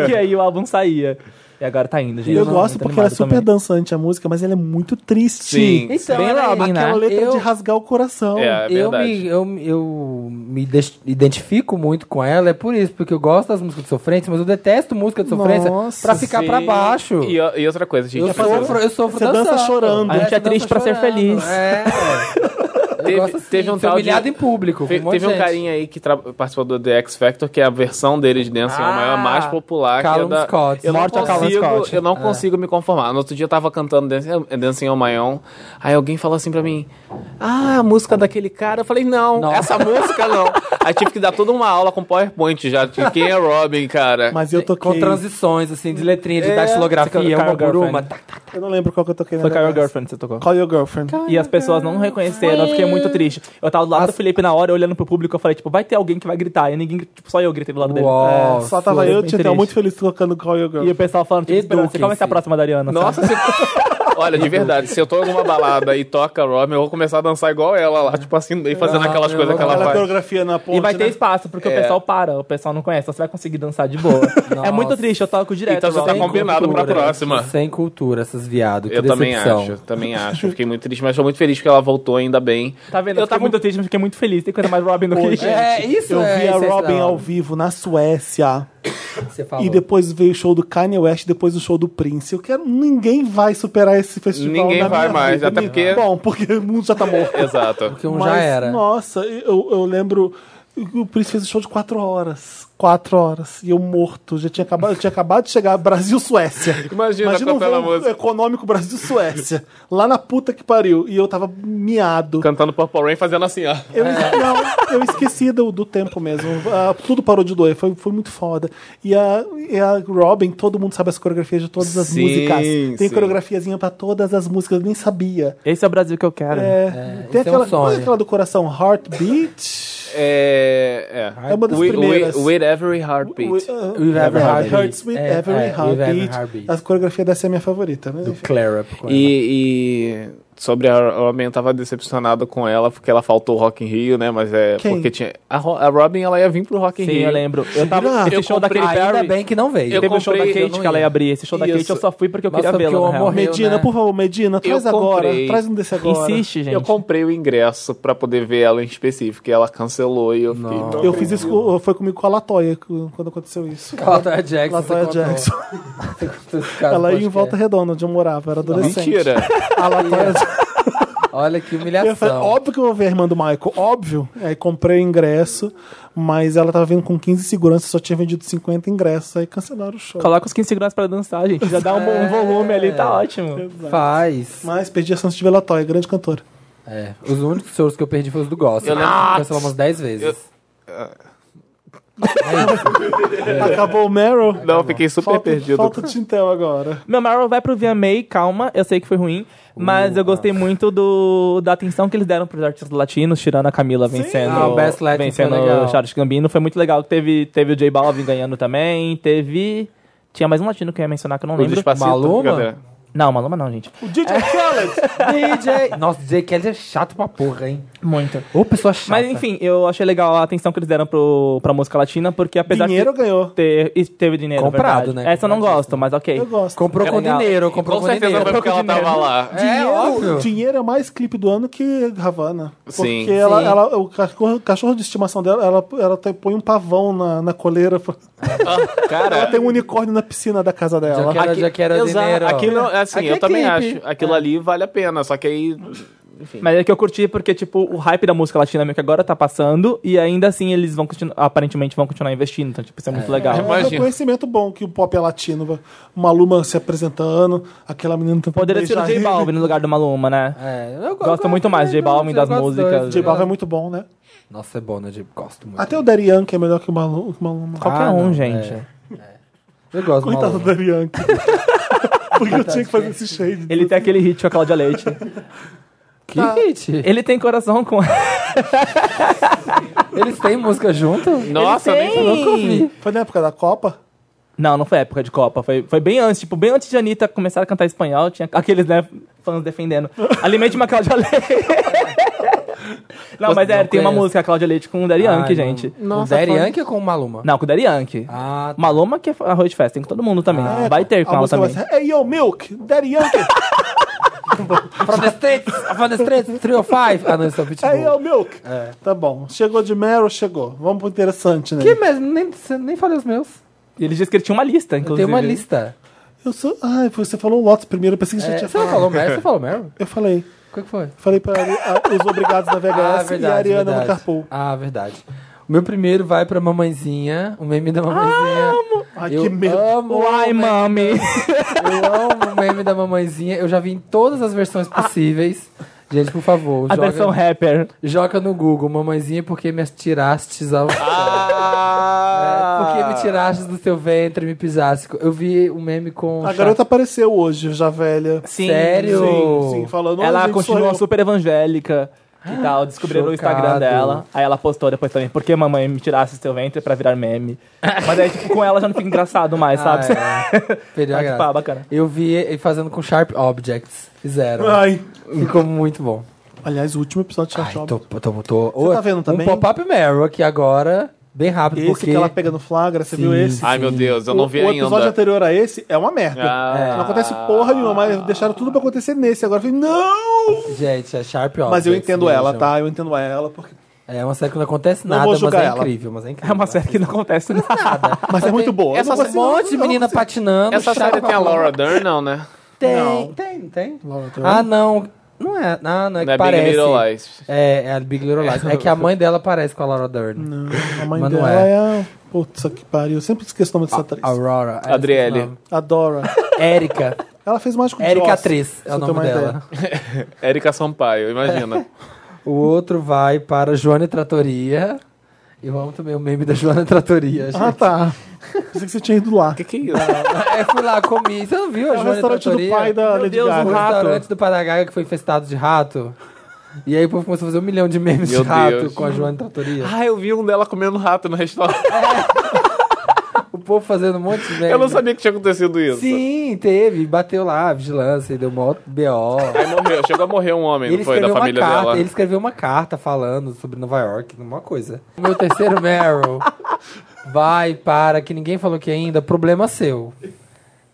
e aí o álbum saía. E agora tá indo, gente.
Eu
Tô
gosto
muito
porque ela é
animado
super
também.
dançante a música, mas ela é muito triste.
Sim.
Então,
Bem
olha aí,
Robin,
Aquela
né?
letra
eu,
de rasgar o coração.
É, é
eu
verdade.
me, eu, eu me des- identifico muito com ela, é por isso, porque eu gosto das músicas de sofrência, mas eu detesto música de sofrência
Nossa,
pra ficar pra
Sim.
baixo.
E, e outra coisa, gente. é
Eu sofro, eu sofro
Você dança
dançando.
chorando.
A gente
você
é triste
dança
pra ser
chorando.
feliz.
É. Eu
Teve-
gosto assim,
teve um
ser
tal de-
humilhado em público. com
Te-
monte
teve
de
um
gente.
carinha aí que tra- participou do The X Factor, que é a versão deles dancing, é a maior
Ah,
mais popular. que
Callum
é da...
Scott.
Eu
Morte
não
a Callum
consigo,
Scott.
Eu não consigo me conformar. No outro dia eu tava cantando Dancing, dancing on My Own, aí alguém falou assim pra mim, ah, a música daquele cara. Eu falei, não,
Não.
essa música não. aí tive que dar toda uma aula com PowerPoint já, de quem é Robin, cara.
Mas eu toquei.
Com transições, assim, de letrinha, de
É. Você
datilografia,
coloca
uma
Girlfriend.
por uma. Tá, tá.
Eu não lembro qual que eu toquei
Foi
na
Call Your
verdade.
Girlfriend, que você tocou.
Call Your Girlfriend.
E as pessoas não reconheceram, eu fiquei muito triste. Eu tava do lado do Felipe na hora, olhando pro público, eu falei, tipo, vai ter alguém que vai gritar. E ninguém, tipo, só eu gritei do lado dele.
Uau,
É, só tava
sua-
eu,
bem
Titão,
triste.
muito feliz tocando Call Your
E o
Girlfriend.
pessoal falando, tipo, esperando,
Eduquem-se.
como é que é a próxima da Ariana? sabe?
Nossa, se... Olha, de verdade, se eu tô numa balada e toca Robin, eu vou começar a dançar igual ela lá, tipo assim, e fazendo
Ah,
aquelas
eu
coisas
vou-
que ela
Aquela
faz.
coreografia na ponte.
E vai ter
né?
espaço, porque
É.
o pessoal para, o pessoal não conhece, então você vai conseguir dançar de boa. é muito triste, eu toco direto.
Então você tá
Robin.
com- Combinado pra próxima.
Sem cultura, essas viados.
Eu
que
também
decepção.
acho, também acho. Fiquei muito triste, mas tô muito feliz que ela voltou, ainda bem.
Tá vendo? Eu,
Eu
tava
tava-
muito triste, mas fiquei muito feliz. Tem coisa mais Robin do que
Hoje,
isso.
É, isso
Eu
é-
vi
isso
a
é isso
Robin
da
ao
hora.
vivo na Suécia.
Você falou.
E depois veio o show do Kanye West, depois o show do Prince. Eu quero. Ninguém vai superar esse festival.
Ninguém
na
vai
minha
mais,
vida.
até porque-
Bom, porque o mundo já tá morto.
Exato.
Porque um já era.
Nossa, eu, eu lembro. O Prince fez um show de quatro horas. Quatro horas. E eu morto. Já tinha acabado, eu tinha acabado de chegar Brasil-Suécia.
Imagina
um
com aquela
voo
música.
econômico Brasil-Suécia. lá na puta que pariu. E eu tava miado.
Cantando Purple Rain, fazendo assim, ó.
Eu, não, eu esqueci do, do tempo mesmo. Ah, tudo parou de doer. Foi, foi muito foda. E a, e a Robin, todo mundo sabe as coreografias de todas as
Sim,
músicas. Tem
sim.
coreografiazinha pra todas as músicas. Eu nem sabia.
Esse é o Brasil que eu quero.
É,
esse
tem
é
aquela,
um sonho.
qual é aquela do coração, Heartbeat.
É. É,
É uma das
With-
primeiras.
With, with Every Heartbeat.
With, uh,
With every heartbeat.
Hurts with
É,
every
é, with every
heartbeat.
heartbeat.
A coreografia dessa é a minha favorita, mas
Do
enfim.
Clara. com ela.
E, e sobre a Robin, eu tava decepcionado com ela, porque ela faltou o Rock in Rio, né? Mas é
Quem?
porque tinha. A, Ro- a Robin, ela ia vir pro Rock in
Sim,
Rio.
eu lembro. Eu
Ah,
tava esse
eu
show
comprei-
daquele
Ainda
Perry.
bem que não veio.
Eu
Teve o show da
comprei- eu
Kate
não
que ela
ia.
ia abrir. Esse show da
Isso.
Kate eu só fui porque eu
Nossa,
queria
porque
vê-la.
eu
na real.
amo morrer.
Medina,
né?
por favor, Medina, traz agora.
comprei.
Traz um desse agora.
Insiste, gente.
Eu comprei o ingresso pra poder ver ela em específico, e ela cancelou e eu fiquei.
Não.
não
Eu fiz isso, com- foi comigo com a Latoya cu- quando aconteceu isso.
Latoya Jackson.
Latoya
você contou.
Jackson.
Você contou esse caso, é.
Ela ia
pode
em volta
crer.
redonda, onde eu morava, era adolescente.
Mentira!
A Latoya
Olha que
Eu falei,
humilhação.
óbvio que eu vou ver a irmã do Michael, óbvio. Aí comprei o ingresso, mas ela tava vindo com 15 seguranças, só tinha vendido 50 ingressos, aí cancelaram o show.
Coloca os 15 segundos pra dançar, gente. Já dá um, bom volume ali, tá ótimo.
Faz.
Mas perdi a chance de Velatóia, grande cantora.
É, os únicos shows que eu perdi foi os do Gossip.
Eu lembro-
que cancelou umas 10 vezes. É.
Acabou o Meryl?
Não, fiquei super
Falta,
perdido.
falta o Tintel agora.
Meu Meryl vai pro VMA, calma, eu sei que foi ruim, mas eu gostei muito do, da atenção que eles deram pros artistas latinos, tirando a Camila vencendo,
Ah, o Best Latin
vencendo
foi legal.
o Charles Gambino, foi muito legal, teve, teve o J Balvin ganhando também, teve... Tinha mais um latino que eu ia mencionar que eu não
O
lembro.
Despacito,
Maluma?
brincadeira.
Não, Maluma não, gente.
O DJ Khaled!
DJ! Nossa, DJ Kelly é chato pra porra, hein?
Muito.
Ô, pessoa chata.
Mas enfim, eu achei legal a atenção que eles deram pro, pra música latina, porque apesar
Dinheiro
de
ganhou.
ter, e teve dinheiro, é
Comprado,
verdade.
né?
Essa eu não gosto, mas ok.
Eu gosto.
Comprou
É
com
legal.
dinheiro, comprou
Com
com,
certeza
dinheiro.
foi porque ela tava lá.
É, óbvio.
dinheiro é mais clipe do ano que Havana.
Sim.
Porque
Sim.
Ela, ela- o cachorro, o cachorro de estimação dela, ela, ela te- põe um pavão na, na coleira. Ela
Cara,
tem um unicórnio na piscina da casa dela.
Jaqueira, jaqueira,
Exato.
dinheiro.
Aqui não, assim,
Aqui
eu
é
também
clipe.
acho. Aquilo ali vale a pena, só que aí. Enfim.
Mas é que eu curti porque, tipo, o hype da música latina meio que agora tá passando e ainda assim eles vão continuar, aparentemente vão continuar investindo, então, tipo, isso é muito legal.
É um
Imagina.
reconhecimento bom que o pop é latino. Uma Luma se apresentando, aquela menina tentando
Poderia ser o
beijar
J
ele.
Balvin no lugar do Maluma, né?
É, eu go-
Gosto muito mais de J Balvin,
eu
das
gosto
músicas.
dois.
J Balvin é muito bom, né?
Nossa, é bom, né? de- Gosto muito.
Até o Darian, que é melhor que o Malu- que o Maluma.
Qualquer
Ah,
um,
não,
gente.
é. Eu gosto do
Coitado do
Maluma.
Darian. Porque eu tinha que fazer esse shade.
Ele tem aquele hit com a Cláudia Leite.
Que hit?
Ele tem coração com.
Eles têm música junto?
Nossa, nem
Eu nunca ouvi.
Foi na época da Copa?
Não, não foi época de Copa. Foi, foi bem antes. Tipo, bem antes de Anitta começar a cantar espanhol, tinha aqueles, né, fãs defendendo. Alimente uma Cláudia Leite. não, mas é,
Não
tem uma
conheço.
música, a Cláudia Leite com o Daddy Yankee, gente.
Não. Com Daddy Yankee ou com o Maluma?
Não, com o Daddy Yankee.
Ah, tá.
Maluma que é arroz de festa, tem com todo mundo também. Ah, vai ter
Ah,
com
é. a
ela
música
também.
vai ser Hey Yo Milk, Daddy Yankee,
From the States, from the States, 305. Ah, não, isso é o
Hey
Pitbull.
Yo Milk. Tá bom, chegou de Meryl, chegou. Vamos pro interessante, né?
Que mesmo? Nem, você nem falei os meus.
E Ele disse que ele tinha uma lista,
Eu
inclusive.
tenho uma lista.
Eu sou... Ai, você falou o Lotus primeiro, eu pensei que você
É,
tinha
você não
falado.
falou Meryl? Você falou Meryl?
Eu falei.
O que que foi?
Falei pra Ari- a- os obrigados da VHS e a Ariana no Carpool.
Ah, verdade. O meu primeiro vai pra mamãezinha, o meme da mamãezinha. amo!
Ah, Ai,
eu
que medo.
amo!
Why,
o meme-
mami?
Eu amo o meme da mamãezinha. Eu já vi em todas as versões
Ah.
possíveis. Gente, por favor,
A versão
joga,
rapper.
joga no Google, mamãezinha, porque me tirastes
Ah.
ao. É, porque me tirastes do seu ventre, me pisaste. Eu vi um meme com.
A
Cha-
garota apareceu hoje, já velha.
Sim.
Sério?
Sim, sim, falando. "Ai,
Ela
gente,
continua
sou eu."
super evangélica e tal. Descobriram o
Ah, Chocado.
Instagram dela. Aí ela postou depois também, por que mamãe me tirasse seu ventre pra virar meme? Mas aí, tipo, com ela já não fica engraçado mais,
Ah,
sabe?
é. Perdeu a
Mas, tipo,
graça.
ah, bacana.
Eu vi ele fazendo com Sharp Objects. Fizeram.
Ai.
Ficou muito bom.
Aliás, o último episódio de
Ai,
Chat
tô,
Shop.
tô, tô, tô-
Tá Você tá vendo também?
Um pop-up Meryl aqui agora, bem rápido,
Esse
porque...
que ela pega no flagra, você viu
Sim.
esse?
Ah, Ai, meu Deus, eu não vi
o, o
ainda.
episódio anterior a esse é uma merda.
Ah.
Não acontece porra nenhuma, mas deixaram tudo pra acontecer nesse. Agora eu falei, não!
Gente, é Sharp Objects.
Mas eu entendo ela,
vejam.
tá? Eu entendo ela, porque.
É uma série que não acontece
Não
nada,
vou
mas
julgar
é
ela.
incrível, mas é incrível.
É uma série que não acontece nada.
Mas é muito boa. Eu
Essa
não
um
consigo-
monte de
eu não
menina
consigo-
patinando.
Essa
chata
série
pra
tem a
porra.
Laura Dern, não, né?
Tem,
Não.
tem, tem.
Laura Dern?
Ah, não. Não é, ah, não é que
Não é
parece.
Big Little Lies.
É, é a Big Little Lies. É que a mãe dela parece com a Laura Dern.
Ah, A mãe
Mas não
dela é. a. Putz, que pariu. Eu sempre esqueço o nome
Ah,
dessa atriz.
Aurora. é,
Adriele.
não sei o nome.
Adora.
Érica.
Ela fez mágico de
Érica
Oz,
Atriz
pra
é o
você ter
nome
uma
dela.
ideia.
Erika Sampaio,
É.
imagina.
O outro vai para Joana Tratoria. Eu amo também o meme da Joana Tratoria.
Ah,
gente.
tá. Pensei que você tinha ido lá.
O que, que é isso?
É, fui lá, comi. Você não viu a
É o
Joana
restaurante do
Tratoria?
pai da Lady
Deus,
O
Gaga.
restaurante do Paragaga que foi infestado de rato. E aí o povo começou a fazer um milhão de memes
Meu
de rato
Deus.
com a Joana Tratoria.
Ah, eu vi um dela comendo rato no restaurante.
Ah.
O povo fazendo um monte de memes.
Eu não sabia que tinha acontecido isso.
Sim, teve. Bateu lá, a vigilância, e deu mó B.O.
Aí morreu, chegou a morrer um homem,
Ele
não foi? Da
escreveu, uma
família
carta,
dela.
ele escreveu uma carta falando sobre Nova York, uma coisa. O meu terceiro Meryl vai para, que ninguém falou que ainda, problema seu.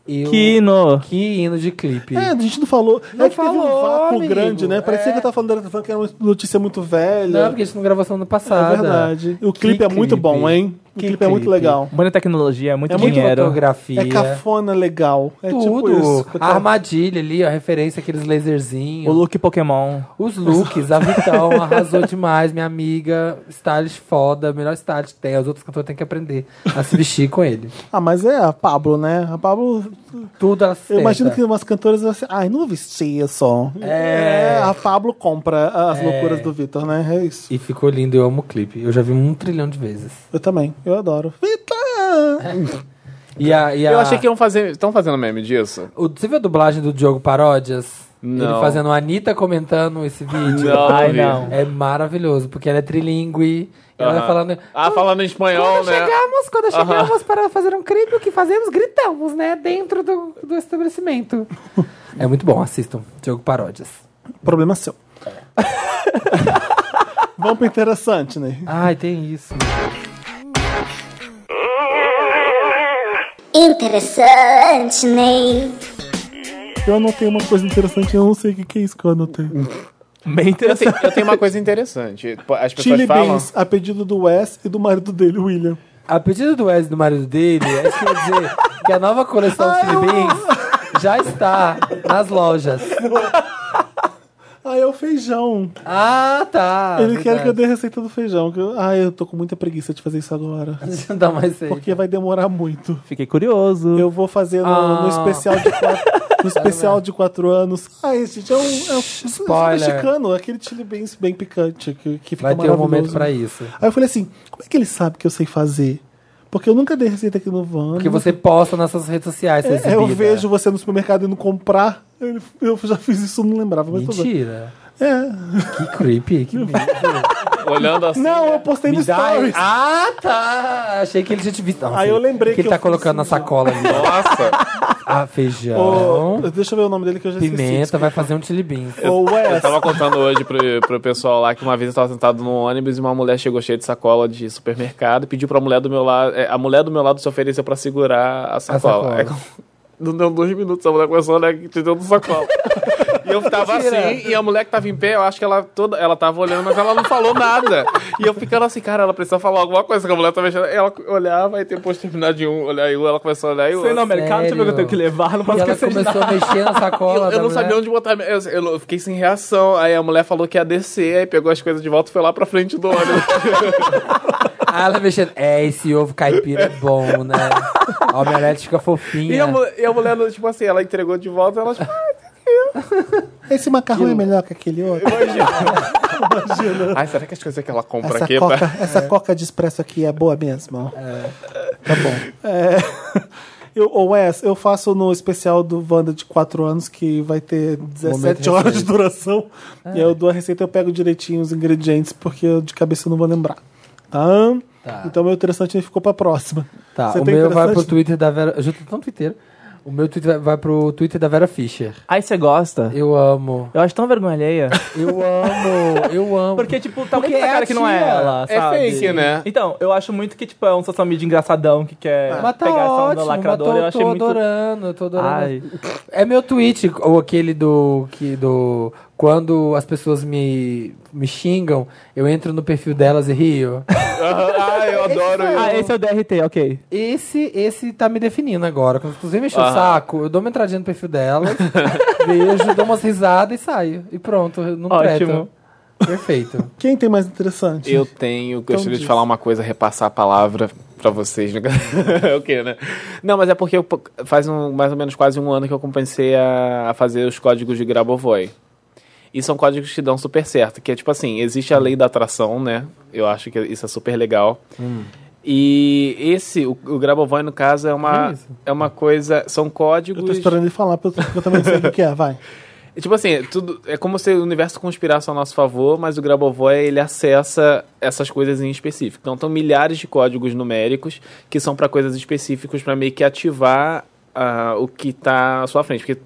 E o-
Kino.
Que hino de clipe.
É, a gente não falou.
Não
é que teve um
falou,
vácuo
amigo. É.
grande, né? Parecia que eu tava falando, falando que era uma notícia muito velha.
Não, porque a gente não gravou semana
É
passada.
verdade. O
Que
clipe é muito bom, hein? O clipe é muito legal.
Muita tecnologia, muito
É muito
dinheiro.
Fotografia.
É cafona legal. É
Tudo.
tipo isso.
a armadilha ali, ó, referência àqueles
o
laserzinhos.
look Pokémon.
Os looks, a Vitão arrasou demais, minha amiga. Stylist foda, melhor stylist tem. Os outros cantores têm que aprender a se vestir com ele.
Ah, mas é a Pablo, né? A Pablo.
Tudo
Eu
ela acerta.
imagino que umas cantoras vão assim, ai, não vou vestir isso.
É.
a Pablo compra as loucuras do Vitor, né? É isso.
E ficou lindo, eu amo o clipe. Eu já vi um trilhão de vezes.
Eu também, eu adoro. Vitor!
E a, e a-
Eu achei que iam fazer. Estão fazendo meme disso?
o- Você viu a dublagem do Diogo Paródias? Ele
Não.
fazendo a Anitta comentando esse vídeo.
Não, não
Ai,
vi.
não.
É maravilhoso, porque ela é trilingue. Ela vai
Aham.
falando.
Ah, falando em espanhol,
Quando
né?
chegamos, quando chegamos para fazer um crime, o que fazemos? Gritamos, né? Dentro do, do estabelecimento. é muito bom, assistam. Diogo Paródias.
Problema seu.
É.
Vamos pro interessante, né?
Ai, tem isso.
Interessante, Ney.
Eu anotei uma coisa interessante, eu não sei o que que é isso que eu anotei.
Bem
Eu tenho,
interessante.
eu tenho uma coisa interessante. Pô, As pessoas
Chili
falam.
Beans, a pedido do Wes e do marido dele, William.
A pedido do Wesley e do marido dele, é isso que quer dizer que a nova coleção de Chili Beans já está nas lojas.
Ah, é o feijão.
Ah, tá.
Ele quer que eu
verdade.
dê a receita do feijão. que eu- Ah, eu tô com muita preguiça de fazer isso agora.
Deixa eu dar uma receita.
Porque vai demorar muito.
Fiquei curioso.
Eu vou fazer no,
Ah.
no especial de quatro, no especial de quatro anos. Ah, esse gente é um, é um
Spoiler.
mexicano, aquele chili bem, bem picante que, que fica
Vai ter um
maravilhoso.
momento pra isso.
Aí eu falei assim, como é que ele sabe que eu sei fazer? Porque eu nunca dei receita aqui no Vano.
Porque você posta nas suas redes sociais. sua
É, eu
exibida.
vejo você no supermercado indo comprar. Eu, eu já fiz isso, não lembrava. Mas tudo bem.
Mentira.
É.
Que creepy. Que medo.
Olhando assim.
Não, eu postei no
Me dá-
Stories.
Ah, tá. Achei que ele já te visto. Não,
Aí eu
filho,
lembrei
que ele
que
tá
eu
colocando na
fiz isso.
sacola ali.
Nossa!
Ah, feijão.
Ô, deixa eu ver o nome dele que eu já
Pimenta,
esqueci. é
vai fazer um chili beans.
Ô,
Eu
Wes,
tava contando hoje pro, pro pessoal lá que uma vez eu tava sentado num ônibus e uma mulher chegou cheia de sacola de supermercado e pediu pra mulher do meu lado. é, A mulher do meu lado se ofereceu pra segurar a sacola.
sacola.
É, com- não deu dois minutos, a mulher começou, né? Te deu sacola. E eu tava assim, e a mulher que tava em pé, eu acho que ela toda. Ela tava olhando, mas ela não falou nada. E eu ficando assim, cara, ela precisa falar alguma coisa que a mulher tá mexendo. Ela olhava e depois terminar de um, olhar e um, ela começou a olhar e o
Sei
outro.
no mercado, deixa eu ver o que eu tenho que levar. Não
E
posso
ela
esquecer de nada.
começou a mexer na sacola.
Eu, eu
da
não
mulher.
sabia onde botar. Eu, assim, eu- eu fiquei sem reação. Aí a mulher falou que ia descer, aí pegou as coisas de volta e foi lá pra frente do ônibus.
Ah, ela mexendo. É, esse ovo caipira é bom, né? A omelete fica fofinha.
e, a, mu- e a mulher, tipo assim, ela entregou de volta ela tipo, ah,
esse macarrão é melhor que aquele outro?
Ai, será que as coisas que ela compra
Essa,
aqui é
coca,
pra.
essa coca de expresso aqui é boa mesmo? É. Tá bom. É. Eu, ô Wes, eu faço no especial do Wanda de 4 anos, que vai ter 17
Momento Ah, é.
horas de
receita.
duração. E aí eu dou a receita, eu pego direitinho os ingredientes, porque eu de cabeça eu não vou lembrar. Tá?
Tá.
Então meu interessante ficou pra próxima.
Tá,
Você
o
tem
meu vai pro
interessante?
Twitter da Vera. Eu já tô tão Twitter. O meu Twitter vai- vai pro Twitter da Vera Fischer.
Aí você gosta.
Eu amo.
Eu acho tão vergonha alheia.
Eu amo. Eu amo.
Porque, tipo, tá
Porque
muito na
é a
cara que não é
tia.
ela,
É
sabe?
fake, né?
Então, eu acho muito que, tipo, é um social media engraçadão que quer
Mas tá
pegar essa onda
ótimo, mas tô,
lacradora. Eu achei
tô
muito...
adorando, eu tô adorando.
Ai.
É meu tweet, ou aquele do. que do. Quando as pessoas me, me xingam, eu entro no perfil delas e rio.
Ah, eu adoro isso.
Ah, esse é o DRT, ok.
Esse, esse tá me definindo agora. Quando as pessoas vêm mexer o
Aham.
saco, eu dou uma entradinha no perfil delas, vejo, dou umas risadas e saio. E pronto, eu não
Ótimo.
treto. Perfeito.
Quem tem mais interessante? Então
Eu tenho, gostaria de falar uma coisa, repassar a palavra pra vocês. né? é o quê, né? Não, mas é porque eu, po- faz um, mais ou menos quase um ano que eu comecei a, a fazer os códigos de Grabovoi. E são códigos que dão super certo, que é tipo assim, existe a lei da atração, né? Eu acho que isso é super legal.
Hum.
E esse, o, o Grabovoi, no caso, é
Que
uma,
isso?
é uma coisa... São códigos...
Eu tô esperando ele falar, porque eu também não sei o que que é, vai.
É Tipo assim, é tudo, é como se o universo conspirasse ao nosso favor, mas o Grabovoi ele acessa essas coisas em específico. Então, estão milhares de códigos numéricos que são para coisas específicas, para meio que ativar ah, o que está à sua frente. Porque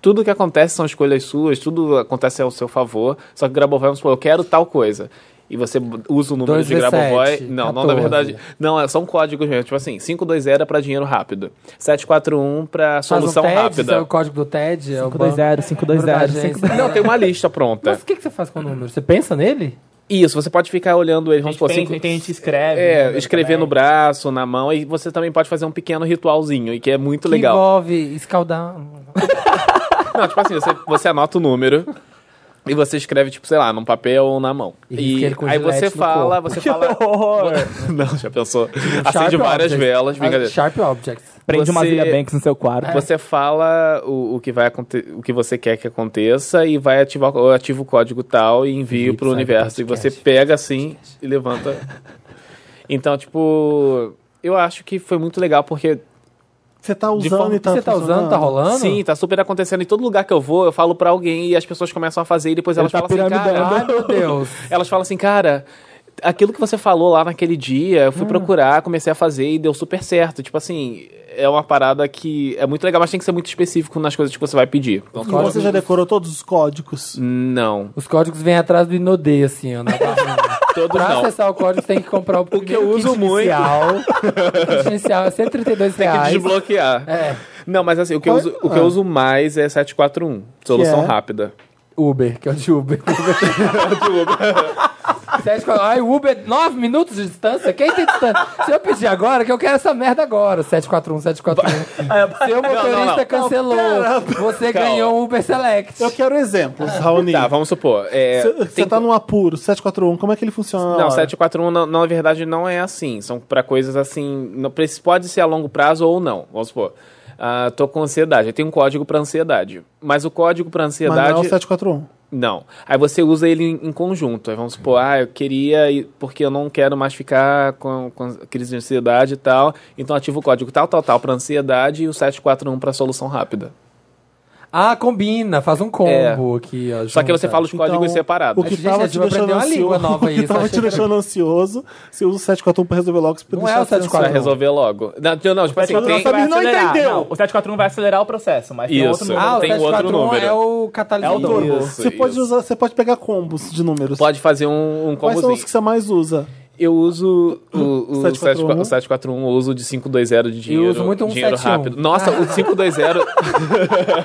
tudo que acontece são escolhas suas, tudo acontece ao seu favor. Só que o Grabovoi, vamos supor, eu quero tal coisa. E você b- usa o número
Dois
de
vezes
Grabovoi.
sete,
Não, não, na
14.
verdade. Não, é- são códigos mesmo. Tipo assim, 520 é pra dinheiro rápido. 741 pra
Faz um
solução
TED,
rápida.
sabe o código do TED é o banco.
520, 520,
Agência.
520.
Não, tem uma lista pronta.
Mas o que, que você faz com o número? Você pensa nele?
Isso, você pode ficar olhando ele, vamos supor,
Tem,
cinco-
tem gente que escreve.
É,
né,
escrever
também.
no braço, na mão, e você também pode fazer um pequeno ritualzinho, e que é muito legal.
envolve escaldar.
Não, tipo assim, você, você anota o número e você escreve, tipo, sei lá, num papel ou na mão.
E risca
E,
ele com
aí
gilete
você
no
fala,
corpo.
você fala. Não, já pensou. Acende
Sharp
várias
objects.
velas,
Ah,
brincadeira.
Sharp Objects.
Prende uma
Você-
Zilia Banks no seu quarto.
Você fala o, o que vai aconte- o que você quer que aconteça e vai ativar eu ativo o código tal e envio
Felipe
pro
sabe
universo. E
podcast.
você pega assim e levanta. Então, tipo, eu acho que foi muito legal porque
Você tá
De
usando
forma
e tá
você tá usando,
funcionando?
tá rolando?
sim, tá super acontecendo em todo lugar que eu vou, eu falo pra alguém e as pessoas começam a fazer e depois elas
tá
falam assim,
piramidando.
cara,
Ai, meu Deus.
elas falam assim, cara, aquilo que você falou lá naquele dia, eu fui
Hum.
procurar, comecei a fazer e deu super certo. Tipo assim, é uma parada que é muito legal, mas tem que ser muito específico nas coisas que você vai pedir. Então,
E você já decorou todos os
Hum.
códigos?
Não,
Os códigos vêm atrás do Inodê, assim, ó. na barrinha.
todos
pra
não.
acessar o código, você tem que comprar o
eu
primeiro
uso
kit
muito.
inicial. o kit inicial é 132
Tem que
reais.
desbloquear.
É,
Não, mas assim, o que, eu
Qual-
uso, o que eu uso mais é 741. Solução
Ah. Que é?
rápida.
Uber, que é o de Uber. Sete quatro- Ai, Uber, 9 minutos de distância? Quem tem distância? Se eu pedir agora, que eu quero essa merda agora. 741, 741. Seu motorista
não, não.
cancelou. Você
Calma.
ganhou um Uber Select.
Eu quero exemplos, Raoni.
Tá, vamos supor. é,
Você
tem
tá num apuro, 741, como é que ele funciona? na
Não,
hora?
741 não, não, na verdade não é assim. São pra coisas assim. não- pra- pode ser a longo prazo ou não. Vamos supor. Ah, tô com ansiedade. Tem um código pra ansiedade. Mas o código pra
Mas não é
um ansiedade.
o 741.
Não. Aí você usa ele em, em conjunto. Aí vamos supor, ah, eu queria. ir- Porque eu não quero mais ficar com, com crise de ansiedade e tal. Então ativa o código tal, tal, tal pra ansiedade e o 741 pra solução rápida.
Ah, combina, faz um combo aqui, ó.
É. Só que você
junta.
fala os códigos
Então,
separados.
O que
Gente,
tava
a gente
te
vai
deixando
aprender uma língua
ansioso,
nova
o que
aí,
tava
só
te
chega-
deixando ansioso, você usa o 741 pra resolver logo, pra
Não
deixar
é o
você ansioso.
741.
Pra resolver logo. Não, não, tipo assim,
é
Mas
tem,
nossa, ele não
acelerar.
entendeu.
Não, o 741 vai acelerar o processo, mas tem outro
Isso.
número.
Ah, o
Tem um outro
741
número.
é o
É o
catalisador.
turbo.
Isso,
Você pode,
isso.
usar, você pode pegar combos de números.
Pode fazer um, um
Quais são
combozinho.
os que você mais usa?
Eu uso o, o
741.
741. 741, eu uso o de 520 de dinheiro.
um? uso muito um
dinheiro
71.
rápido. Nossa, o 520.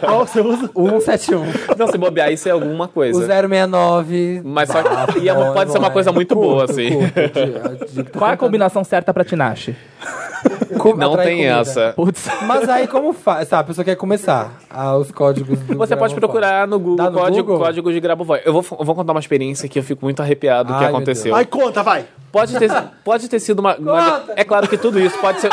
Qual você usa?
Um O 171.
Não, se bobear, isso é alguma
O
coisa.
069.
Mas só que- e é uma-
Bom,
pode ser
bom,
uma coisa
é.
muito
Curto,
boa, assim.
curto, eu digo, tô
Qual é a
tentando-
combinação certa pra Tinashe?
Com-
Não
atrai
tem
comida.
essa.
Putz.
Mas aí como faz? Tá, a pessoa quer começar ah, os códigos do
Você pode
Gramofone.
procurar no Google,
Dá no
código,
Google?
código de Grabovoi. Eu vou, eu vou contar uma experiência que eu fico muito arrepiado que
Ai, meu
aconteceu.
Ai, conta, vai!
Pode ter, pode ter sido uma, uma-
Conta!
É claro que tudo isso pode ser.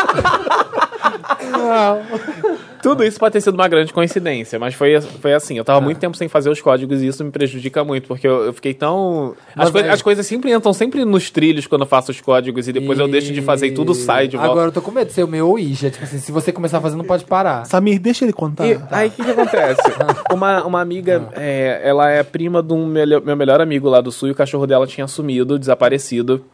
Tudo isso pode ter sido uma grande coincidência, mas foi, foi assim. Eu
Tá.
tava muito tempo sem fazer os códigos e isso me prejudica muito, porque eu, eu fiquei tão.
Mas
As, coi-
aí-
as coisas sempre entram sempre nos trilhos quando eu faço os códigos e depois eu deixo de fazer e tudo sai de volta.
Agora eu tô com medo de ser o meu ou Ija. Tipo assim, se você começar a fazer, não pode parar.
Samir, deixa ele contar.
E Tá. aí o que, que acontece? uma, uma amiga,
Ah.
é, ela é prima de um melho- meu melhor amigo lá do sul e o cachorro dela tinha sumido, desaparecido.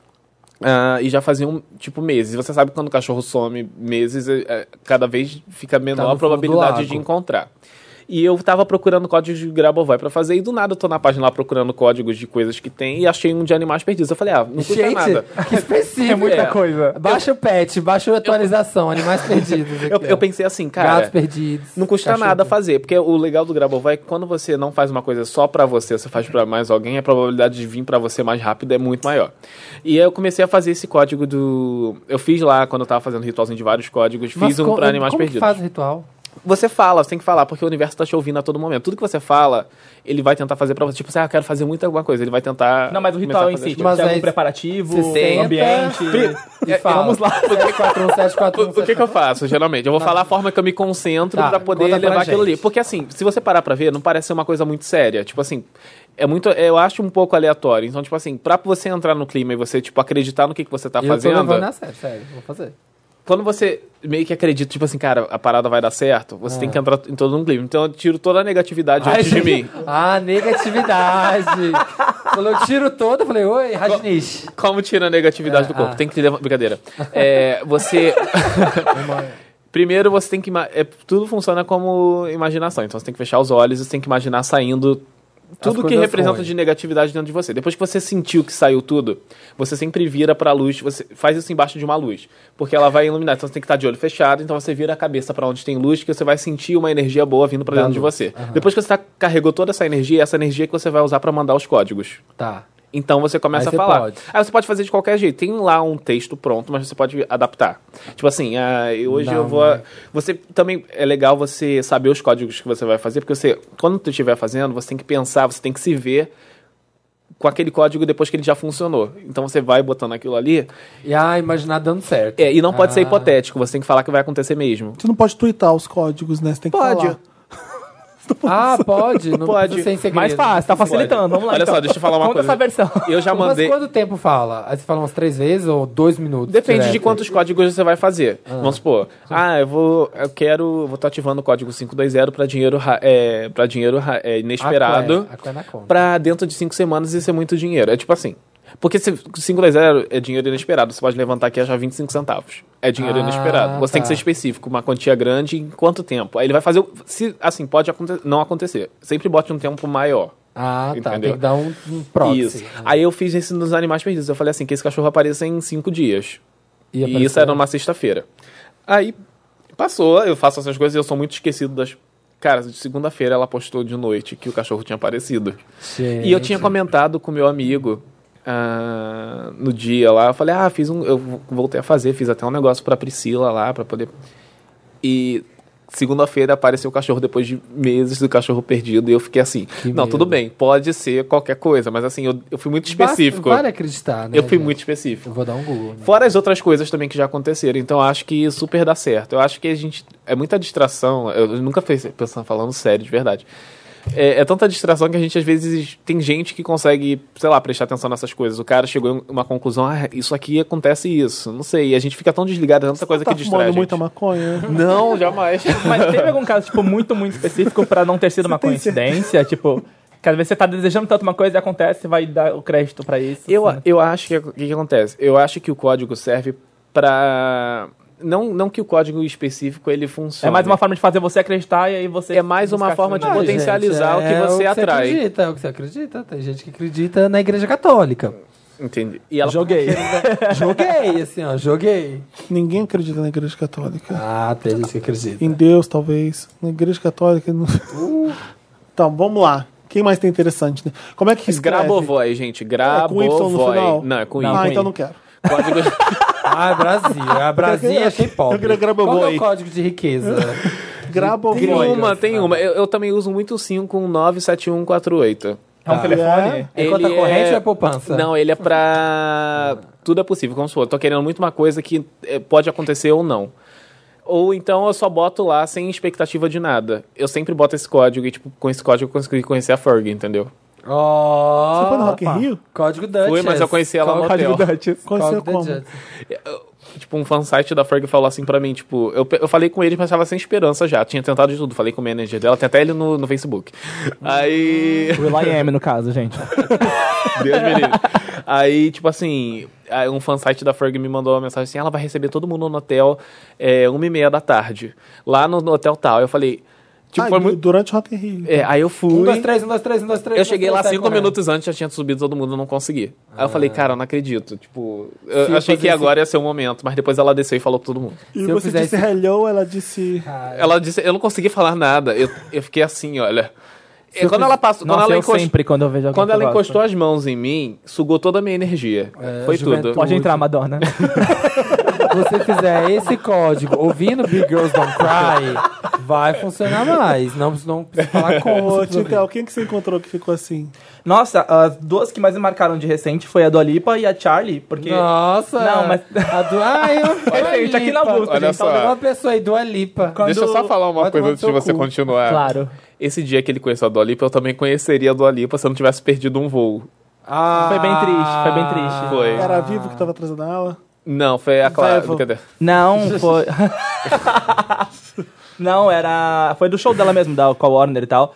ah, e já faziam, tipo, meses. Você sabe que quando o cachorro some meses, é, é, cada vez fica menor
Tá fundo
a
do
probabilidade de
lago.
encontrar. E eu tava procurando códigos de Grabovoi pra fazer, e do nada eu tô na página lá procurando códigos de coisas que tem e achei um de animais perdidos. Eu falei, ah, não custa nada.
que específico. É
muita coisa.
Baixa o pet, baixa a atualização, animais perdidos. aqui,
Eu, eu
ó.
pensei assim, cara.
Gatos perdidos.
Não custa
cachorro.
nada fazer, porque o legal do Grabovoi é que quando você não faz uma coisa só pra você, você faz pra mais alguém, a probabilidade de vir pra você mais rápido é muito maior. E aí eu comecei a fazer esse código do. Eu fiz lá quando eu tava fazendo ritualzinho de vários códigos,
Mas
fiz um
como-
pra animais
como que
perdidos.
faz o ritual?
Você fala, você tem que falar, porque o universo tá te ouvindo a todo momento. Tudo que você fala, ele vai tentar fazer pra você. Tipo, assim, ah, eu quero fazer muito alguma coisa. Ele vai tentar.
Não, mas o
começar a
ritual em
fazer
si,
as
tipo,
Mas
tem
aí-
algum preparativo,
Você senta-
ambiente...
É,
E fala. um Vamos lá. 741, 741,
O, o que, que eu faço, geralmente? Eu vou falar a forma que eu me concentro
Tá,
pra poder
conta pra
levar
gente.
aquilo ali. Porque, assim, se você parar pra ver, não parece ser uma coisa muito séria. Tipo assim, é muito. Eu acho um pouco aleatório. Então, tipo assim, pra você entrar no clima e você, tipo, acreditar no que, que você tá
eu tô
fazendo.
levando a sério, sério. Vou fazer.
Quando você meio que acredita, tipo assim, cara, a parada vai dar certo,
É.
você tem que entrar em todo um clima. Então eu tiro toda a negatividade antes de mim.
Ah, negatividade. Falou, eu tiro todo. Eu falei, oi, Rajnish.
Como tira a negatividade do corpo?
ah.
Tem que levar. Brincadeira. É, você. Primeiro você tem que. ima- É, tudo funciona como imaginação. Então você tem que fechar os olhos e você tem que imaginar saindo tudo que
coisas
representa
ruins.
de negatividade dentro de você. Depois que você sentiu que saiu tudo, você sempre vira pra luz, você faz isso embaixo de uma luz, porque ela vai iluminar. Então você tem que estar de olho fechado, então você vira a cabeça pra onde tem luz, que você vai sentir uma energia boa vindo pra dentro de você. Depois que você tá- carregou toda essa energia, é essa energia que você vai usar pra mandar os códigos.
Tá.
Então você começa
Aí
a
você
falar.
pode.
Aí você pode fazer de qualquer jeito. Tem lá um texto pronto, mas você pode adaptar. Tipo assim, ah, eu- hoje
Não,
eu vou.
é.
Você também é legal você saber os códigos que você vai fazer, porque você, quando tu estiver fazendo, você tem que pensar, você tem que se ver com aquele código depois que ele já funcionou. Então você vai botando aquilo ali.
E ah, imaginar dando certo.
É, e não pode ser
Ah.
hipotético, você tem que falar que vai acontecer mesmo.
Você não pode twittar os códigos, né? Você tem que
Pode.
falar.
Ah, pode? Não pode. Sem segredo.
Mas fácil, tá facilitando. Vamos lá.
Olha
então.
só, deixa eu falar uma
Conta
coisa.
essa versão.
Eu já mandei.
Mas quanto tempo fala? Aí você fala umas três vezes ou dois minutos?
Depende de
direto?
quantos códigos você vai fazer. Vamos supor, ah, eu vou, eu quero, vou estar ativando o código 520 para dinheiro, ra- é, para dinheiro ra- é, inesperado,
Aqua é- aqua é na conta.
para dentro de cinco semanas isso é muito dinheiro. É tipo assim, porque se 520 é dinheiro inesperado, você pode levantar aqui e achar 25 centavos. É dinheiro
Ah,
inesperado. Você tem
tá.
que ser específico, uma quantia grande em quanto tempo. Aí ele vai fazer, o- se assim pode aconte- não acontecer. Sempre bote um tempo maior.
Ah, tá.
Entendeu?
Tem que dar um, um proxy.
Isso. Aí eu fiz isso nos animais perdidos. Eu falei assim, que esse cachorro apareça em cinco dias.
E
E,
apareceu.
isso é era numa sexta-feira. Aí passou, eu faço essas coisas e eu sou muito esquecido das. Cara, de segunda-feira ela postou de noite que o cachorro tinha aparecido.
Gente.
E eu tinha comentado com meu amigo ah, no dia lá. Eu falei, ah, fiz um. Eu voltei a fazer, fiz até um negócio pra Priscila lá, pra poder. E segunda-feira apareceu o cachorro depois de meses do cachorro perdido. E eu fiquei assim: não,
medo.
tudo bem, pode ser qualquer coisa, mas assim, eu, eu fui muito específico.
Para acreditar, né?
eu fui
gente?
muito
Eu
específico.
vou dar um Google. né?
Fora as outras coisas também que já aconteceram. Então acho que super dá certo. Eu acho que a gente. É muita distração. Eu nunca fiz pensando, falando sério, de verdade. É, é tanta distração que a gente às vezes tem gente que consegue, sei lá, prestar atenção nessas coisas. O cara chegou em uma conclusão, ah, isso aqui acontece isso. Não sei. E a gente fica tão desligado, é tanta coisa
tá
que distrai. a
fumando
gente.
muita maconha?
Não, jamais.
Mas teve algum caso, tipo, muito, muito específico pra não ter sido uma coincidência? Tipo, que às vezes você tá desejando tanto uma coisa e acontece, você vai dar o crédito pra isso.
Eu,
assim.
eu acho que o que, que acontece? Eu acho que o código serve pra. Não, não que o código específico ele funcione.
É mais uma forma de fazer você acreditar e aí você.
É mais uma
buscar
forma de
aquilo.
Ah,
potencializar
gente,
o que
é
você atrai.
Você acredita, é o que você acredita. Tem gente que acredita na igreja católica.
Entendi. E ela
Joguei.
joguei, assim, ó, joguei.
Ninguém acredita na igreja católica.
Ah, tem gente que acredita.
Em Deus, talvez. Na igreja católica. não- Então, vamos lá. Quem mais tem interessante, né? Como é que escreve?
Grabovoi, gente.
É com Y no
Grabovoi.
final?
Não, é com
Ah,
I.
então não quero.
Código...
Ah, é Brasil. A Brasil é quem pobre.
Eu queria gravar
Qual que é
boi.
o código de riqueza?
Grabovoi.
Tem uma, tem
engraçado.
uma. Eu, eu também uso muito o 5197148.
É um telefone?
É conta
Ele
corrente ou é poupança?
Não, ele é pra... Tudo é possível, como se for. Tô querendo muito uma coisa que eh, pode acontecer ou não. Ou então eu só boto lá sem expectativa de nada. Eu sempre boto esse código e, tipo, com esse código eu consegui conhecer a Ferg, entendeu?
Ó.
Você foi no Rock in Rio?
Código Dutch.
Fui, mas eu conheci ela no hotel.
Conheceu
Código
como?
The Jets.
Tipo, um fansite da Ferg falou assim pra mim, tipo, eu, pe- eu falei com ele, mas tava sem esperança já. Tinha tentado de tudo. Falei com o manager dela, tem até ele no, no Facebook. Aí.
Will I am, no caso, gente.
Hum.
Deus me livre. Aí, tipo assim, aí um fansite da Ferg me mandou uma mensagem assim: ela vai receber todo mundo no hotel é, uma e meia da tarde. Lá no, no hotel tal. Eu falei, tipo,
Ah,
foi
du-
muito.
Durante o Rock in Rio.
É, aí eu fui.
Um, dois, três, um, dois, três, um, dois, três.
Eu
um, dois,
cheguei
três,
lá
sai
cinco
correndo.
minutos antes, já tinha subido todo mundo, eu não consegui. Aí eu falei, cara, eu não acredito. Tipo, eu
Ah. Se eu
achei que
fazer
agora ia ser o momento, mas depois ela desceu e falou pra todo mundo.
E
Se eu
você
fizer
disse
esse-
hello, ela disse.
Ela disse, eu não consegui falar nada. Eu, eu fiquei assim, olha. E Quando ela passou, quando
Nossa,
ela
eu
encostou.
sempre, quando eu vejo alguém
Quando
que
ela
eu gosto.
encostou as mãos em mim, sugou toda a minha energia.
É,
Foi
juventude.
tudo.
Pode entrar, Madonna.
você fizer esse código ouvindo Big Girls Don't Cry, vai funcionar mais. Não, não precisa falar
Ô,
como.
Tintel, quem que você encontrou que ficou assim?
Nossa, as duas que mais me marcaram de recente foi a Dua Lipa e a Charlie, porque.
Nossa!
Não, mas-
A do... Ah, eu...
Recente, aqui na busca,
Olha
gente.
só.
Uma pessoa aí, Dua Lipa.
Deixa eu só falar uma
Vai tomar
coisa
no
antes de
seu
você
cu.
continuar.
Claro.
Esse dia que ele conheceu a Dua Lipa, eu também conheceria a Dua Lipa se eu não tivesse perdido um voo.
Ah,
Foi bem triste, foi bem triste.
Foi.
Era vivo que tava atrasando ela?
Não, foi a Clara.
Vai, vou.
cadê?
Não, foi. não, era. Foi do show dela mesmo, da com a Warner e tal.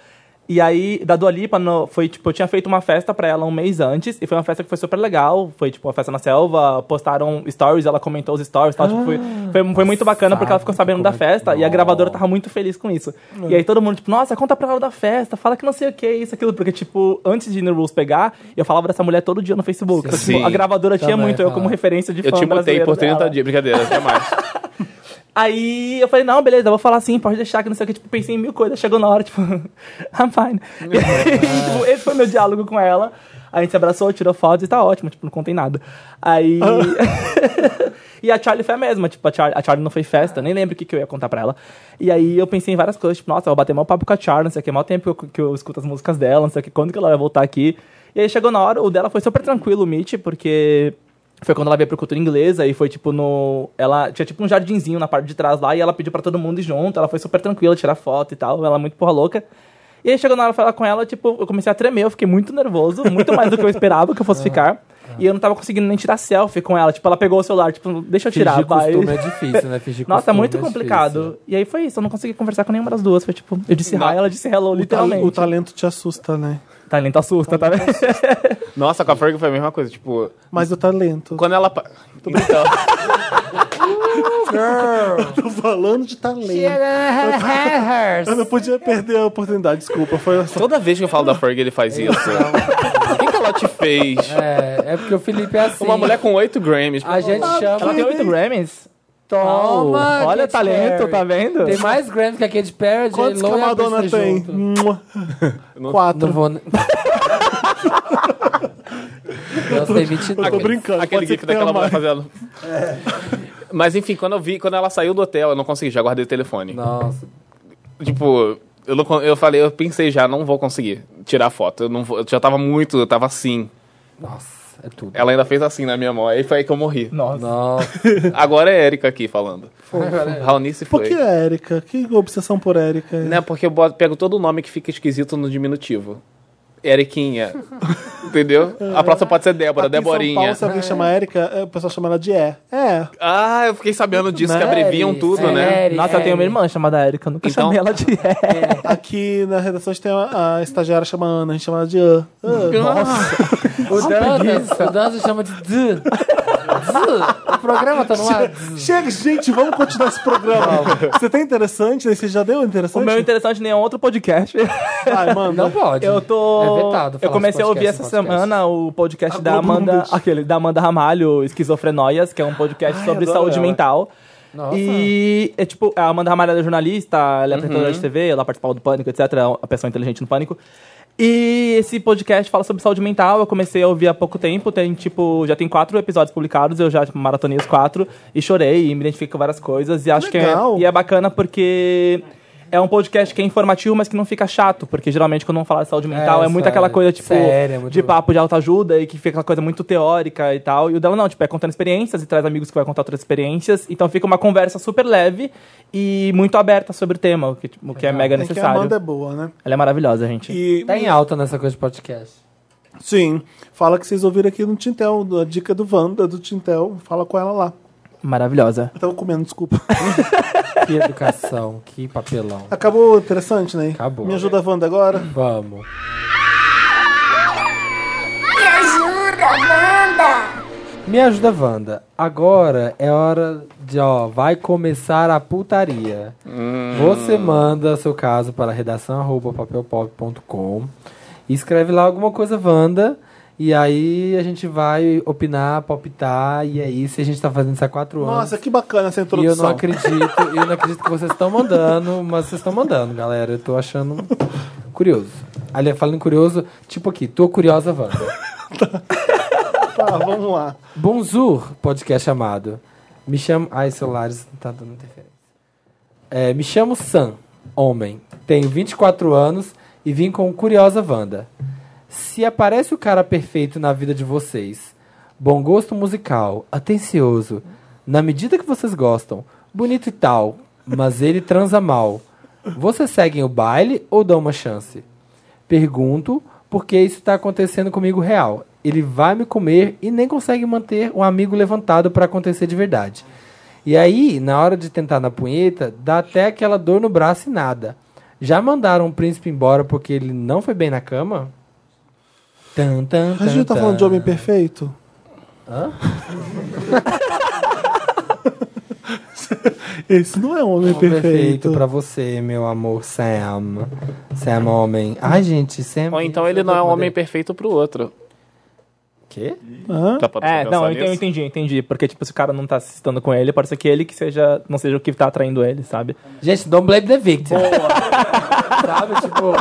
E aí, da Dua Lipa, no- foi tipo, eu tinha feito uma festa pra ela um mês antes, e foi uma festa que foi super legal. Foi tipo uma festa na selva, postaram stories, ela comentou os stories e tal. tipo, foi, foi, foi muito bacana porque ela ficou
Ah. sabe
sabendo da
como é que-
festa e a gravadora
Nossa. É.
tava muito feliz com isso. E aí todo mundo, tipo, nossa, conta pra ela da festa, fala que não sei o que, isso, aquilo. Porque, tipo, antes de No Rules pegar, eu falava dessa mulher todo dia no Facebook. Então, tipo,
Sim.
a gravadora tinha
Também
muito eu como
falava.
referência de
Eu
fã
te mutei
brasileiro
por 30
dela.
dias, brincadeira, até mais.
Aí eu falei, não, beleza, eu vou falar sim, pode deixar que não sei o que. Tipo, pensei em mil coisas, chegou na hora, tipo, I'm fine. E, tipo, esse foi meu diálogo com ela. A gente se abraçou, tirou fotos e tá ótimo, tipo, não contei nada. Aí. e a Charlie foi a mesma, tipo, a Charlie, a Charlie não foi festa, nem lembro o que, que eu ia contar pra ela. E aí eu pensei em várias coisas, tipo, nossa, eu vou bater mal papo com a Charlie, não sei o que, mal tempo que eu, que eu escuto as músicas dela, não sei o que, quando que ela vai voltar aqui. E aí chegou na hora, o dela foi super tranquilo, o Meet, porque foi quando ela veio pro cultura inglesa e foi tipo no. Ela tinha tipo um jardinzinho na parte de trás lá e ela pediu pra todo mundo ir junto. Ela foi super tranquila, tirar foto e tal. Ela é muito porra louca. E aí chegou na hora de falar com ela, tipo, eu comecei a tremer, eu fiquei muito nervoso, muito mais do que eu esperava que eu
Ah,
fosse ficar. E eu não tava conseguindo nem tirar selfie com ela. Tipo, ela pegou o celular, tipo, deixa eu tirar,
Fingir
vai.
costume é difícil, né? Fingir
Nossa,
costume
muito
é
complicado.
difícil.
E aí foi isso, eu não consegui conversar com nenhuma das duas. Foi tipo, eu disse hi, ela disse hello,
O, ta-
literalmente.
o talento te assusta, né?
talento assusta, tá vendo?
Nossa, com a Ferg foi a mesma coisa. Tipo,
Mas o talento.
quando ela. pa- Então,
Tô falando de talento. Eu não
Rehearse.
podia perder a oportunidade, desculpa. Foi só...
toda vez que eu falo da Ferg, ele faz isso. O que, que ela te fez?
É, é porque o Felipe é assim.
Uma mulher com oito Grammys.
A gente
Ela
chama.
tem oito Grammys?
Toma,
Olha o
Katy
talento,
Perry.
tá vendo?
Tem mais Grammys que a Katy Perry, J.
Quantos
Lo
que a
e a
Madonna
Britney
tem?
junto.
Mua.
Não
Quatro.
vou. ne- Nossa, tem 22.
Eu tô brincando.
Aquele
pode ser
gif
que tenha É.
daquela mulher
mais.
fazendo. Mas enfim, quando eu vi, quando ela saiu do hotel, eu não consegui, já guardei o telefone.
Nossa.
Tipo, eu, não con- eu falei, eu pensei já, não vou conseguir tirar foto. Eu, não vou- eu já tava muito, eu tava assim.
Nossa, é tudo.
Ela ainda fez assim na minha mão, aí foi aí que eu morri.
Nossa.
Nossa.
Agora é Erika aqui falando. Raoni se
É. Por
foi.
que Érica? Que obsessão por Érica?
Né, porque eu boto- pego todo o nome que fica esquisito no diminutivo. Eriquinha. Entendeu? A próxima pode ser Débora,
Aqui em São
Deborinha.
Paulo, se alguém chama Érica, é, o pessoal chama ela de É. É.
Ah, eu fiquei sabendo disso, que abreviam tudo, né?
Sério,
Nossa, eu tenho uma
sério.
irmã chamada Erika, eu nunca
Então-
chamei ela de Erika.
Aqui na redação a gente tem a, a estagiária chama Ana, a gente chama ela de An. An.
O Danza, o Danza chama de D. O programa tá no ar.
Chega, gente, vamos continuar esse programa. Você tem interessante? né? Você já deu
O
interessante?
meu interessante nem é outro podcast.
Ai, mano.
Não pode.
Eu tô.
É vetado
eu
falar
comecei a
de
ouvir
podcast
essa
em podcast. Tá
semana o podcast
A
da
Globo não
Amanda.
deixa.
Aquele, da Amanda Ramalho, Esquizofrenóias, que é um podcast
Ai,
sobre
adoro
saúde
ela.
mental.
Nossa. Uhum.
E é tipo, a Amanda Ramalho é jornalista, ela é apresentadora de TV, ela participava do Pânico, etc. É uma pessoa inteligente no Pânico. E esse podcast fala sobre saúde mental. Eu comecei a ouvir há pouco tempo. Tem, tipo, já tem quatro episódios publicados. Eu já tipo, maratonei os quatro e chorei e me identifiquei com várias coisas. E acho que
Legal.
é, e é bacana porque é um podcast que é informativo, mas que não fica chato. Porque geralmente quando vamos falar de saúde mental é,
essa-
muito aquela coisa, tipo,
séria, é muito
de papo de autoajuda e que fica aquela coisa muito teórica e tal. E o dela não, tipo, é contando experiências e traz amigos que vai contar outras experiências. Então fica uma conversa super leve e muito aberta sobre o tema, o que, tipo, o que é mega
É que a
necessário.
Amanda é boa, né?
Ela é maravilhosa, gente.
E,
Tá em alta nessa coisa de podcast.
sim, fala que vocês ouviram aqui no Tintel, a dica do Wanda, do Tintel. Fala com ela lá.
Maravilhosa.
Eu tava comendo, desculpa.
Que educação, que papelão.
Acabou o interessante, né?
Acabou.
Me ajuda a Wanda agora.
Vamos.
Me ajuda, Wanda!
Me ajuda, Wanda. Agora é hora de, ó, vai começar a putaria. Você manda seu caso para redação@papelpop.com. e Escreve lá alguma coisa, Wanda. E aí a gente vai opinar, palpitar. E é isso. E a gente tá fazendo isso há quatro anos.
Nossa, que bacana essa
E eu
introdução.
não acredito, eu não acredito que vocês estão mandando, mas vocês estão mandando, galera. Eu tô achando curioso. Aliás, falando em curioso, tipo aqui, tô curiosa, Wanda.
Tá, vamos lá.
Bonjour, podcast chamado. Me chamo. Ai, celulares, tá dando interferência. É, me chamo Sam, homem. Tenho 24 anos e vim com Curiosa Wanda. Se aparece o cara perfeito na vida de vocês, bom gosto musical, atencioso, na medida que vocês gostam, bonito e tal, mas ele transa mal, vocês seguem o baile ou dão uma chance? Pergunto porque isso está acontecendo comigo real. Ele vai me comer e nem consegue manter um amigo levantado para acontecer de verdade. E aí, na hora de tentar na punheta, dá até aquela dor no braço e nada. Já mandaram o príncipe embora porque ele não foi bem na cama? Tan, tan,
A gente tá
tan,
falando de
tan.
homem perfeito? Hã? Esse não é um homem
Perfeito,
perfeito.
pra você, é meu amor Sam. Sam é homem. Ai, gente, Sam.
então é um Ou então ele não é um homem perfeito pro outro.
Quê?
Já parou pra
É,
pensar
não, eu entendi, eu
nisso?
entendi, eu entendi. Porque, tipo, se o cara não tá se estando com ele, pode ser que ele que seja, não seja o que tá atraindo ele, sabe?
Gente, don't blame the victim. Sabe, tipo...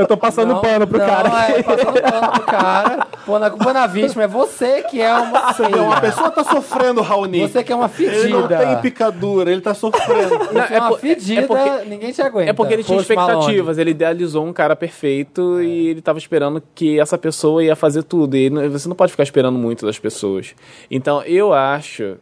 Eu tô passando
não-
pano pro
não,
cara.
É, passando pano pro cara. Pô, a culpa na vítima é você que é uma
Você vê, uma
feia.
pessoa tá sofrendo, Raoni.
Você que é uma
Ele não tem
fedida.
picadura, ele tá sofrendo.
Não,
Você é uma
po-
fedida,
é porque,
ninguém te aguenta.
é porque ele tinha
Post Malone.
expectativas, ele idealizou um cara perfeito e ele tava esperando que essa pessoa ia fazer tudo. E não- você não pode ficar esperando muito das pessoas. Então eu acho,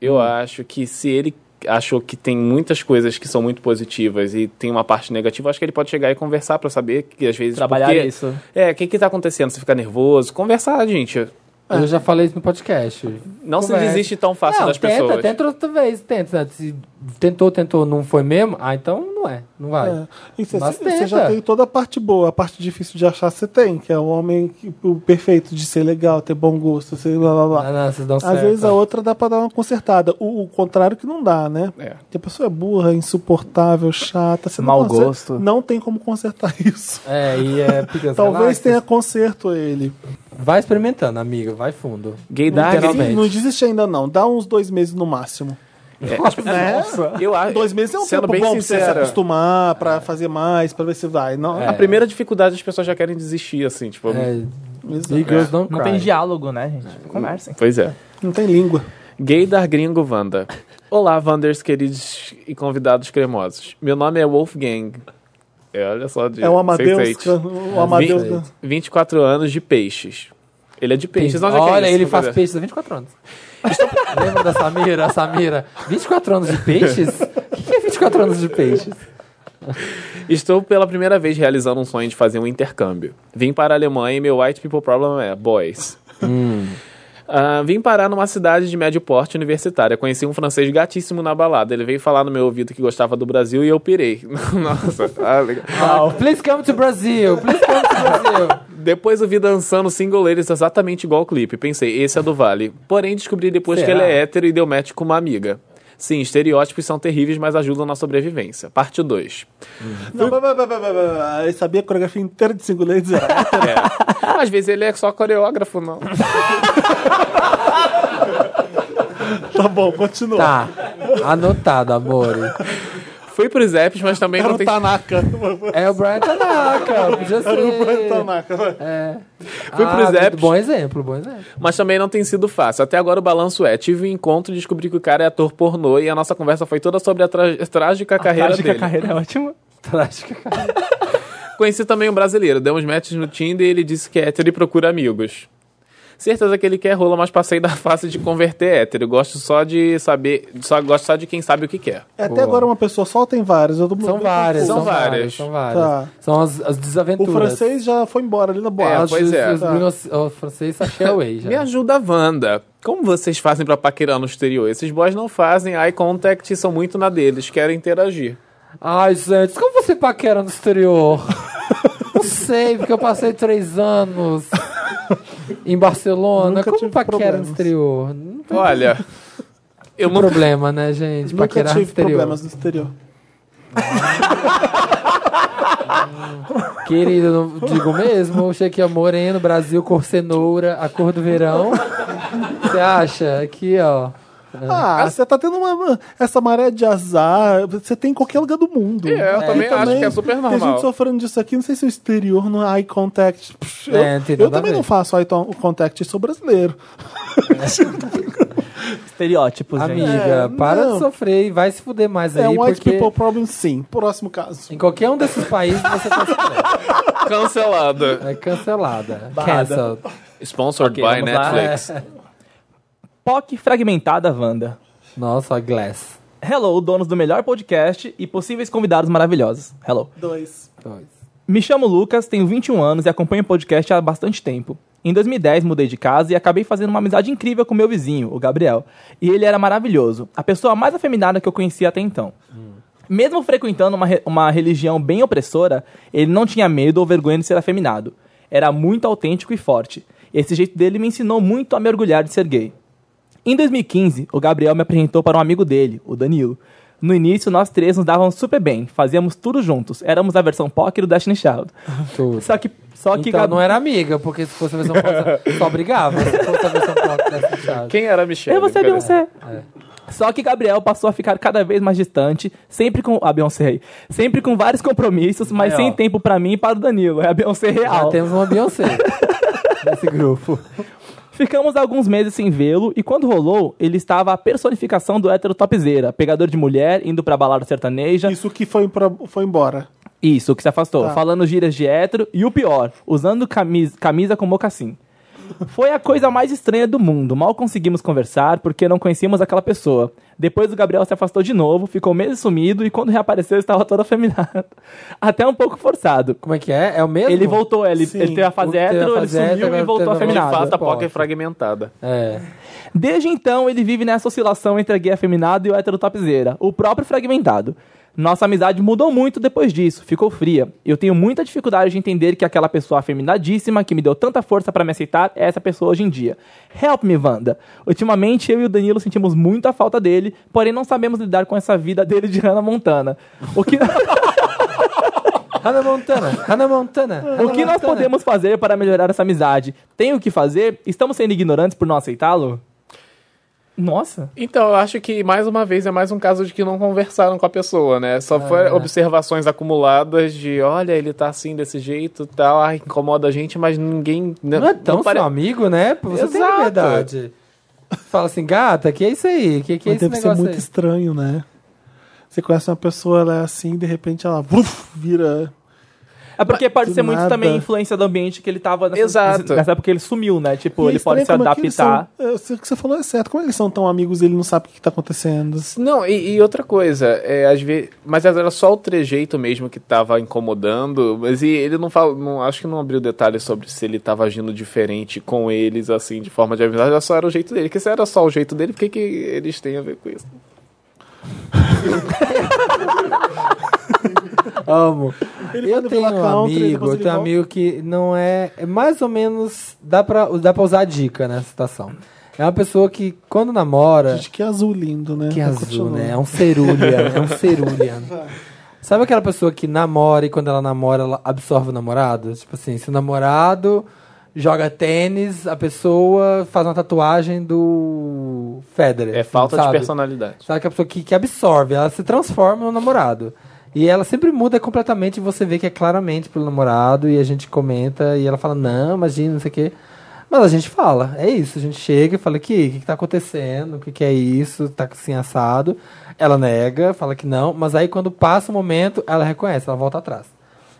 eu acho que se ele achou que tem muitas coisas que são muito positivas e tem uma parte negativa, acho que ele pode chegar e conversar pra saber que às vezes
Trabalhar
porque-
isso.
É, o que que tá acontecendo? Você fica nervoso? Conversar, gente.
Eu já falei isso no podcast.
Não se
Conversa.
desiste tão fácil
É. não,
das
tenta,
pessoas.
Tenta outra vez, tenta. né? Se tentou, tentou, não foi mesmo, ah, então não é, não vai.
É. E você-
Mas
Você já
tenta.
tem toda a parte boa, a parte difícil de achar você tem, que é o homem que- o perfeito de ser legal, ter bom gosto, ser blá blá blá.
Ah, não, vocês dão
Às
Tá
certo.
vezes a outra dá pra dar uma consertada. O, o contrário que não dá, né?
É.
Que a pessoa é burra, insuportável, chata. Você
Mau
não consegue-
gosto.
Não tem como consertar isso.
É, e é picas
Talvez
galácticas.
tenha conserto ele.
Vai experimentando, amigo, vai fundo.
Gaydar,
Literalmente.
Não desiste ainda, não. Dá uns dois meses no máximo.
É.
É.
né?
eu acho.
Dois meses é um
sendo
tempo
bem
bom pra você se
sincero, É.
acostumar, pra fazer mais, pra ver se vai. Não,
A primeira dificuldade as pessoas já querem desistir, assim, tipo.
É, Big Girls Don't
Não
Cry.
tem diálogo, né, gente? Conversem.
Pois é.
não tem língua.
Gaydar Gringo Wanda. Olá, Wanders queridos e convidados cremosos. Meu nome é Wolfgang. É, olha só. De
É o Amadeus.
6'8".
O Amadeus.
Vin- 24 anos de peixes. Ele é de peixes. Onde é que é
Olha,
isso?
ele
Meu
faz
Deus.
peixes há 24 anos. Lembra da Samira? A Samira, 24 anos de peixes? O que que é 24 anos de peixes?
Estou pela primeira vez realizando um sonho de fazer um intercâmbio. Vim para a Alemanha e meu white people problem é boys. Ah, vim parar numa cidade de médio porte universitária. Conheci um francês gatíssimo na balada. Ele veio falar no meu ouvido que gostava do Brasil e eu pirei. Nossa, ah, legal.
Please come to Brazil, please come to Brazil.
Depois eu vi dançando single ladies exatamente igual ao clipe. Pensei, esse é do Vale. Porém, descobri depois
Será?
que ele é hétero e deu match com uma amiga. Sim, estereótipos são terríveis, mas ajudam na sobrevivência. Parte 2.
Não, blá, blá, blá, blá, blá, blá. Eu sabia a coreografia inteira de cinco Tá leis.
Às vezes ele é só coreógrafo, não.
tá bom, continua.
Tá, anotado, amor.
Fui pros apps, mas também
Era
não
o tá
tem...
Tanaka.
É o Brian Tanaka, podia ser.
Era É o Brian Tanaka.
Fui
ah,
pros
muito
apps.
Bom exemplo, bom exemplo.
Mas também não tem sido fácil. Até agora o balanço é: tive um encontro e descobri que o cara é ator pornô e a nossa conversa foi toda sobre a tra- trágica carreira
Acho que a
dele.
carreira é ótima.
Trágica.
Conheci também um brasileiro, demos matches no Tinder e ele disse que é hétero e procura amigos. Certeza que ele quer rola, mas passei da fase de converter hétero. Gosto só de saber. Só, gosto só de quem sabe o que quer.
É, Até agora uma pessoa só ou tem várias. Eu tô
São várias,
São
são várias,
várias.
são várias.
Tá.
São as, as
O
desaventuras.
francês Tá. já foi embora ali na
É,
boate.
pois é.
Os- os Bruno- O francês sachê away já.
Me ajuda, Wanda. Como vocês fazem pra paquerar no exterior? Esses boys não fazem eye contact e são muito na deles, querem interagir.
Ai, gente, como você paquera no exterior? Não sei, porque eu passei três anos em Barcelona.
Nunca
como
tive
paquera
problemas.
no exterior? Não tem
Olha, eu não
problema, né, gente?
Nunca
Paquerar no
tive
exterior.
problemas no exterior.
Querido, não digo mesmo. Eu Cheguei a moreno, Brasil, cor cenoura, a cor do verão. Você acha? Aqui, ó.
Ah, você tá tendo uma, essa maré de azar. Você tem em qualquer lugar do mundo.
É, eu
Aqui
também acho que é super
Tem gente
normal.
sofrendo disso aqui. Não sei se o exterior no eye contact. Pff, Eu,
É, não tem
eu
nada a
também
ver.
não faço eye to- contact. Sou brasileiro.
Estereótipos, gente.
Amiga, para
É, não.
de sofrer e vai se fuder mais
é
aí,
um white
porque
people problem, sim. Próximo caso.
em qualquer um desses países você tá sofrendo.
cancelada.
É cancelada.
Barrada.
Cancel.
Sponsored
Ok,
by
vamos lá.
Netflix.
POC fragmentada, Wanda.
Nossa, Glass.
Hello, donos do melhor podcast e possíveis convidados maravilhosos. Hello.
Dois.
Dois.
Me chamo Lucas, tenho 21 anos e acompanho o podcast há bastante tempo. Em 2010 mudei de casa e acabei fazendo uma amizade incrível com meu vizinho, o Gabriel. E ele era maravilhoso, a pessoa mais afeminada que eu conhecia até então. Mesmo frequentando uma, re- uma religião bem opressora, ele não tinha medo ou vergonha de ser afeminado. Era muito autêntico e forte. Esse jeito dele me ensinou muito a me orgulhar de ser gay. Em 2015, o Gabriel me apresentou para um amigo dele, o Danilo. No início, nós três nos dávamos super bem, fazíamos tudo juntos, éramos a versão poker do Destiny Child.
Tudo.
Só que Só que
então
Gabi-
não era amiga, porque se fosse a versão pop, só brigava. Se fosse a versão pop dessa chave.
Quem era a Michelle?
Eu vou um ser a
Pera-
Beyoncé.
É.
Só que Gabriel passou a ficar cada vez mais distante, sempre com. A Beyoncé aí. Sempre com vários compromissos, mas
Aí, ó.
sem tempo pra mim e para o Danilo. É a Beyoncé
Já um
real.
temos uma Beyoncé nesse grupo.
Ficamos alguns meses sem vê-lo e quando rolou, ele estava a personificação do hétero topzeira, pegador de mulher, indo pra balada sertaneja. Isso,
Isso que foi, pra- foi embora.
que se afastou.
Tá.
Falando gírias de hétero e o pior, usando camisa, camisa com mocassim. Foi a coisa mais estranha do mundo. Mal conseguimos conversar porque não conhecíamos aquela pessoa. Depois o Gabriel se afastou de novo, ficou meses sumido e quando reapareceu estava todo afeminado. Até um pouco forçado.
Como é que é? É o mesmo?
Ele voltou, ele,
Sim.
ele teve a fase
Teve a
hétero, ele
fase hétero,
sumiu e
agora
voltou
teve a
De
Nada,
afeminado.
fato, a
pode.
POC é fragmentada.
É.
Desde então, ele vive nessa oscilação entre a gay afeminada e o hétero topzeira, o próprio fragmentado. Nossa amizade mudou muito depois disso, ficou fria. Eu tenho muita dificuldade de entender que aquela pessoa afeminadíssima que me deu tanta força pra me aceitar é essa pessoa hoje em dia. Help me, Wanda. Ultimamente, eu e o Danilo sentimos muito a falta dele, porém não sabemos lidar com essa vida dele de Hannah Montana. O que...
Hannah Montana, Hannah Montana.
O que nós podemos fazer para melhorar essa amizade? Tem o que fazer? Estamos sendo ignorantes por não aceitá-lo? Nossa.
Então, eu acho que mais uma vez é mais um caso de que não conversaram com a pessoa, né? Só foi observações acumuladas de, olha, ele tá assim desse jeito, tal, ah, incomoda a gente, mas ninguém né,
Não é tão
não
seu
pare-
amigo, né? Você tem
Exato.
liberdade. Fala assim, gata, que é isso aí? Que, que é
Mas
esse
deve ser
negócio
muito
aí?
estranho, né? Você conhece uma pessoa, ela é assim, de repente ela vuf, vira.
É porque pode
do
ser muito
nada.
também influência do ambiente que ele tava nessa,
Exato.
nesse- nessa época que ele sumiu, né?
E
Tipo,
é
ele pode
estranho
se
como é que eles
adaptar.
são- é, o que você falou é certo. Como é que eles são tão amigos e ele não sabe o que tá acontecendo?
Não, e, e outra coisa, é, às vezes, mas era só o trejeito mesmo que tava incomodando, mas e ele não fala, não, acho que não abriu detalhes sobre se ele tava agindo diferente com eles, assim, de forma de amizade, era só era o jeito dele, porque se era só o jeito dele, por que, que eles têm a ver com isso?
Amo.
Ele
eu
quando
tenho
vê lá
um
country, ele
amigo, eu
depois
tenho um
ele
amigo que não é. é mais ou menos. Dá pra, dá pra usar a dica nessa situação. É uma pessoa que, quando namora.
Gente, que azul lindo, né?
Que
Tá
azul,
continuando.
né? É um cerulean, é um cerulean. Sabe aquela pessoa que namora e quando ela namora, ela absorve o namorado? Tipo assim, se o namorado joga tênis, a pessoa faz uma tatuagem do Federer.
É falta de
sabe?
personalidade.
Sabe que a pessoa que, que absorve, ela se transforma no namorado. E ela sempre muda completamente, e você vê que é claramente pelo namorado, e a gente comenta, e ela fala, não, imagina, não sei o quê. Mas a gente fala, é isso, a gente chega e fala, que, o que, que tá acontecendo? O que, que é isso? Tá assim assado. Ela nega, fala que não, mas aí quando passa o momento, ela reconhece, ela volta atrás.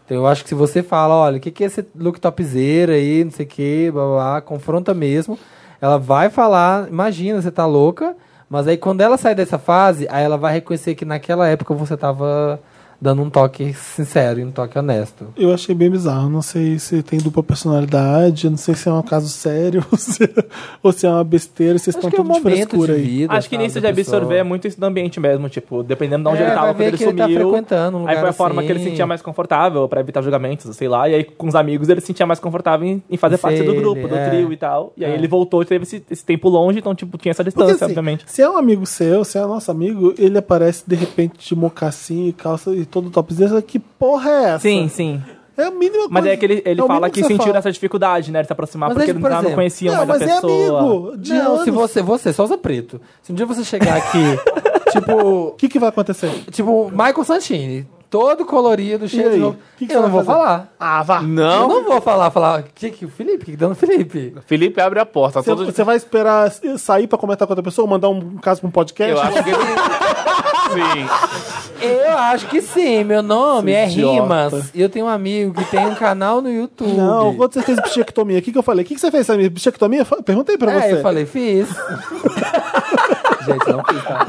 Então eu acho que se você fala, olha, o que, que é esse look topzera aí, não sei o que, blá, blá, blá, confronta mesmo. Ela vai falar, imagina, você tá louca, mas aí quando ela sai dessa fase, aí ela vai reconhecer que naquela época você tava dando um toque sincero e um toque honesto.
Eu achei bem bizarro. Não sei se tem dupla personalidade, não sei se é um caso sério ou se, ou se é uma besteira, vocês
Acho
estão
que é um
tudo de
momento de
frescura aí.
vida.
Acho que nem
sabe,
isso de
da pessoa.
absorver é muito isso do ambiente mesmo, tipo, dependendo de onde
É, vai
ele tava, quando
ver
ele
que ele tá
sumiu.
frequentando um
aí
lugar
foi a forma que ele
assim.
sentia mais confortável pra evitar julgamentos, sei lá. E aí com os amigos ele se sentia mais confortável em, em fazer
Em
parte
ser
do grupo,
ele,
do
é.
trio e tal. E aí
É.
ele voltou e teve esse, esse tempo longe, então, tipo, tinha essa
Porque,
distância,
assim,
obviamente.
se é um amigo seu, se é nosso amigo, ele aparece de repente de mocassim e calça e todo topzera. Que porra é essa?
Sim, sim.
É a mínima
Mas
coisa-
é que ele, ele
é o
fala
mínimo
que
você
sentiu
fala. é
essa dificuldade, né, de se aproximar,
Mas
porque
aí,
eles
por
já não
exemplo-
conheciam
Não,
mais a
mas é
pessoa. Né,
amigo. De
Não, se
anos.
você, você, só usa preto. Se um dia você chegar aqui, tipo,
O que, que vai acontecer?
tipo, Michael Santini, todo colorido,
E
cheio
aí?
de roupa,
Que que
eu
você
não
vai
vou
fazer?
falar.
Ah, vá.
Eu
Não,
não vou falar, falar, que que o Felipe, que que dá no Felipe?
Felipe abre a porta,
Você,
todo...
você vai esperar sair pra comentar com outra pessoa, mandar um caso pra um podcast?
Eu acho que ele... Sim.
Eu acho que sim, meu nome
Seu
é
idiota.
Rimas. E eu tenho um amigo que tem um canal no YouTube.
Não, quando você fez bichectomia, o que, que eu falei? O que, que você fez, Samir? Bichectomia? Fa- Perguntei pra
É,
você.
eu falei, fiz. Gente, não fiz, tá?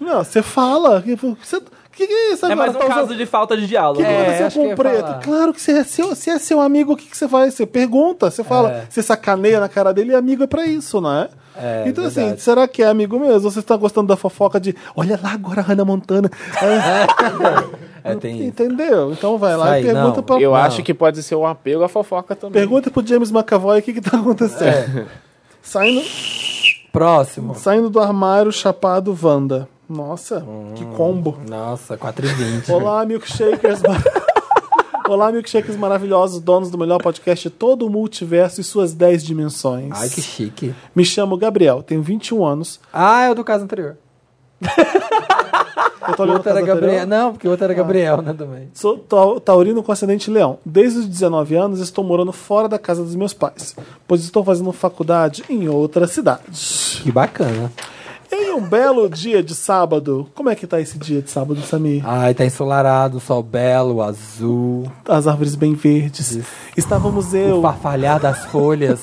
Não, você fala. O que, você- que que é isso
É
agora?
mais um
tá usando-
caso de falta de diálogo.
O que
né?
É,
aconteceu
acho
com o
que eu ia
preto?
falar.
Claro que se é, seu, se é seu amigo, o que, que você faz? Você pergunta, você fala,
É.
você sacaneia na cara dele e amigo é pra isso, né?
É,
então, assim,
verdade.
será que é amigo mesmo? Ou você está gostando da fofoca de olha lá agora a Hannah Montana? É,
É, tem isso.
entendeu? Então vai lá
Sai,
e pergunta
não.
pra.
Eu
Não.
acho que pode ser um apego à fofoca também.
Pergunta pro James McAvoy o que, que tá acontecendo.
É.
Saindo,
Próximo.
saindo do armário, chapado Wanda.
Hum.
Nossa, que combo.
Nossa, 4 e 20.
Olá, milkshakers. Olá, milkshakes maravilhosos, donos do melhor podcast de todo o multiverso e suas 10 dimensões.
Ai, que chique.
Me chamo Gabriel, tenho 21 anos.
Ah, é o do caso anterior.
Eu tô
O
olhando
outro
atrás da
era Gabriel.
anterior. Ah.
Não, porque o outro era Gabriel, né, também.
Sou tau- taurino com ascendente leão. Desde os 19 anos estou morando fora da casa dos meus pais, pois estou fazendo faculdade em outra cidade.
Que bacana.
Em um belo dia de sábado, como é que tá esse dia de sábado, Samir?
Ai, tá ensolarado, sol belo, azul,
As árvores bem verdes. Estávamos
o
eu,
farfalhar das folhas.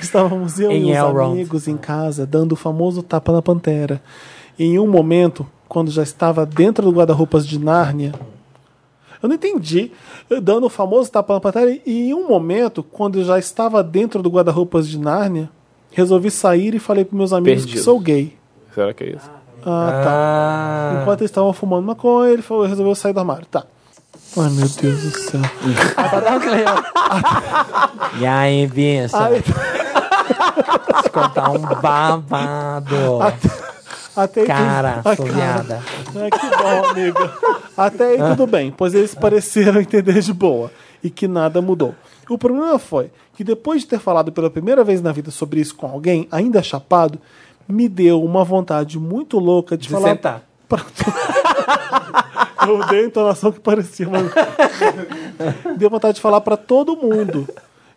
estávamos eu
Em
e os
Elrond.
amigos em casa dando o famoso tapa na pantera. Em um momento, quando já estava dentro do guarda-roupas de Nárnia, Eu não entendi. Eu Dando o famoso tapa na pantera. E em um momento, quando eu já estava dentro do guarda-roupas de Nárnia, resolvi sair e falei para meus amigos
Perdido.
que sou gay.
Será que é isso?
Ah, tá.
Ah,
Enquanto eles estavam fumando maconha, ele falou, resolveu sair do armário. Tá. Ai, meu Deus do céu.
Ah. E aí, bicha?
Ai.
Te contar um babado.
Ah, Até aí,
Cara,
tudo... Ah,
assoviada.
Ah, que bom, amiga. Até aí tudo bem, pois eles pareceram entender de boa e que nada mudou. O problema foi que depois de ter falado pela primeira vez na vida sobre isso com alguém, ainda chapado, me deu uma vontade muito louca de,
De
falar.
sentar.
pra- Eu dei a entonação que parecia, mas. deu vontade de falar pra todo mundo.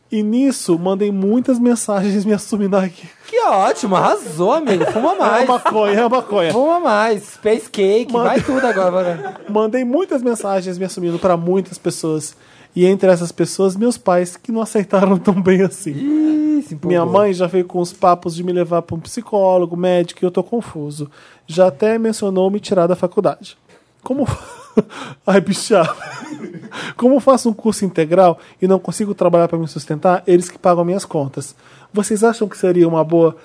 E nisso, mandei muitas mensagens me assumindo aqui.
Que ótimo, arrasou, amigo. Fuma
É
mais.
maconha, é maconha.
Fuma mais. Space Cake, vai tudo agora. vai.
Mandei muitas mensagens me assumindo para muitas pessoas. E entre essas pessoas, meus pais, que não aceitaram tão bem assim.
Ih, se empolgou.
Minha mãe já veio com os papos de me levar para um psicólogo, médico, e eu tô confuso. Já até mencionou me tirar da faculdade. Como. Ai, bicha. Como faço um curso integral e não consigo trabalhar para me sustentar, eles que pagam minhas contas. Vocês acham que seria uma boa.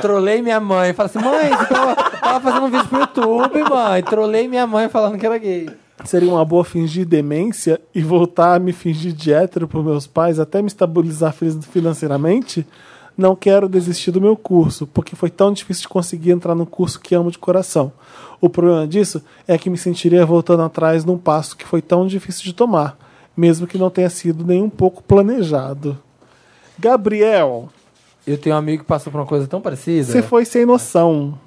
Trolei minha mãe. Falei assim, mãe, você tava, tava fazendo um vídeo pro YouTube, mãe. Trolei minha mãe falando que era gay.
Seria uma boa fingir demência e voltar a me fingir de hétero para meus pais até me estabilizar fi- financeiramente? Não quero desistir do meu curso, porque foi tão difícil de conseguir entrar num curso que amo de coração. O problema disso é que me sentiria voltando atrás num passo que foi tão difícil de tomar, mesmo que não tenha sido nem um pouco planejado. Gabriel,
Eu tenho um amigo que passou por uma coisa tão parecida.
você foi sem noção.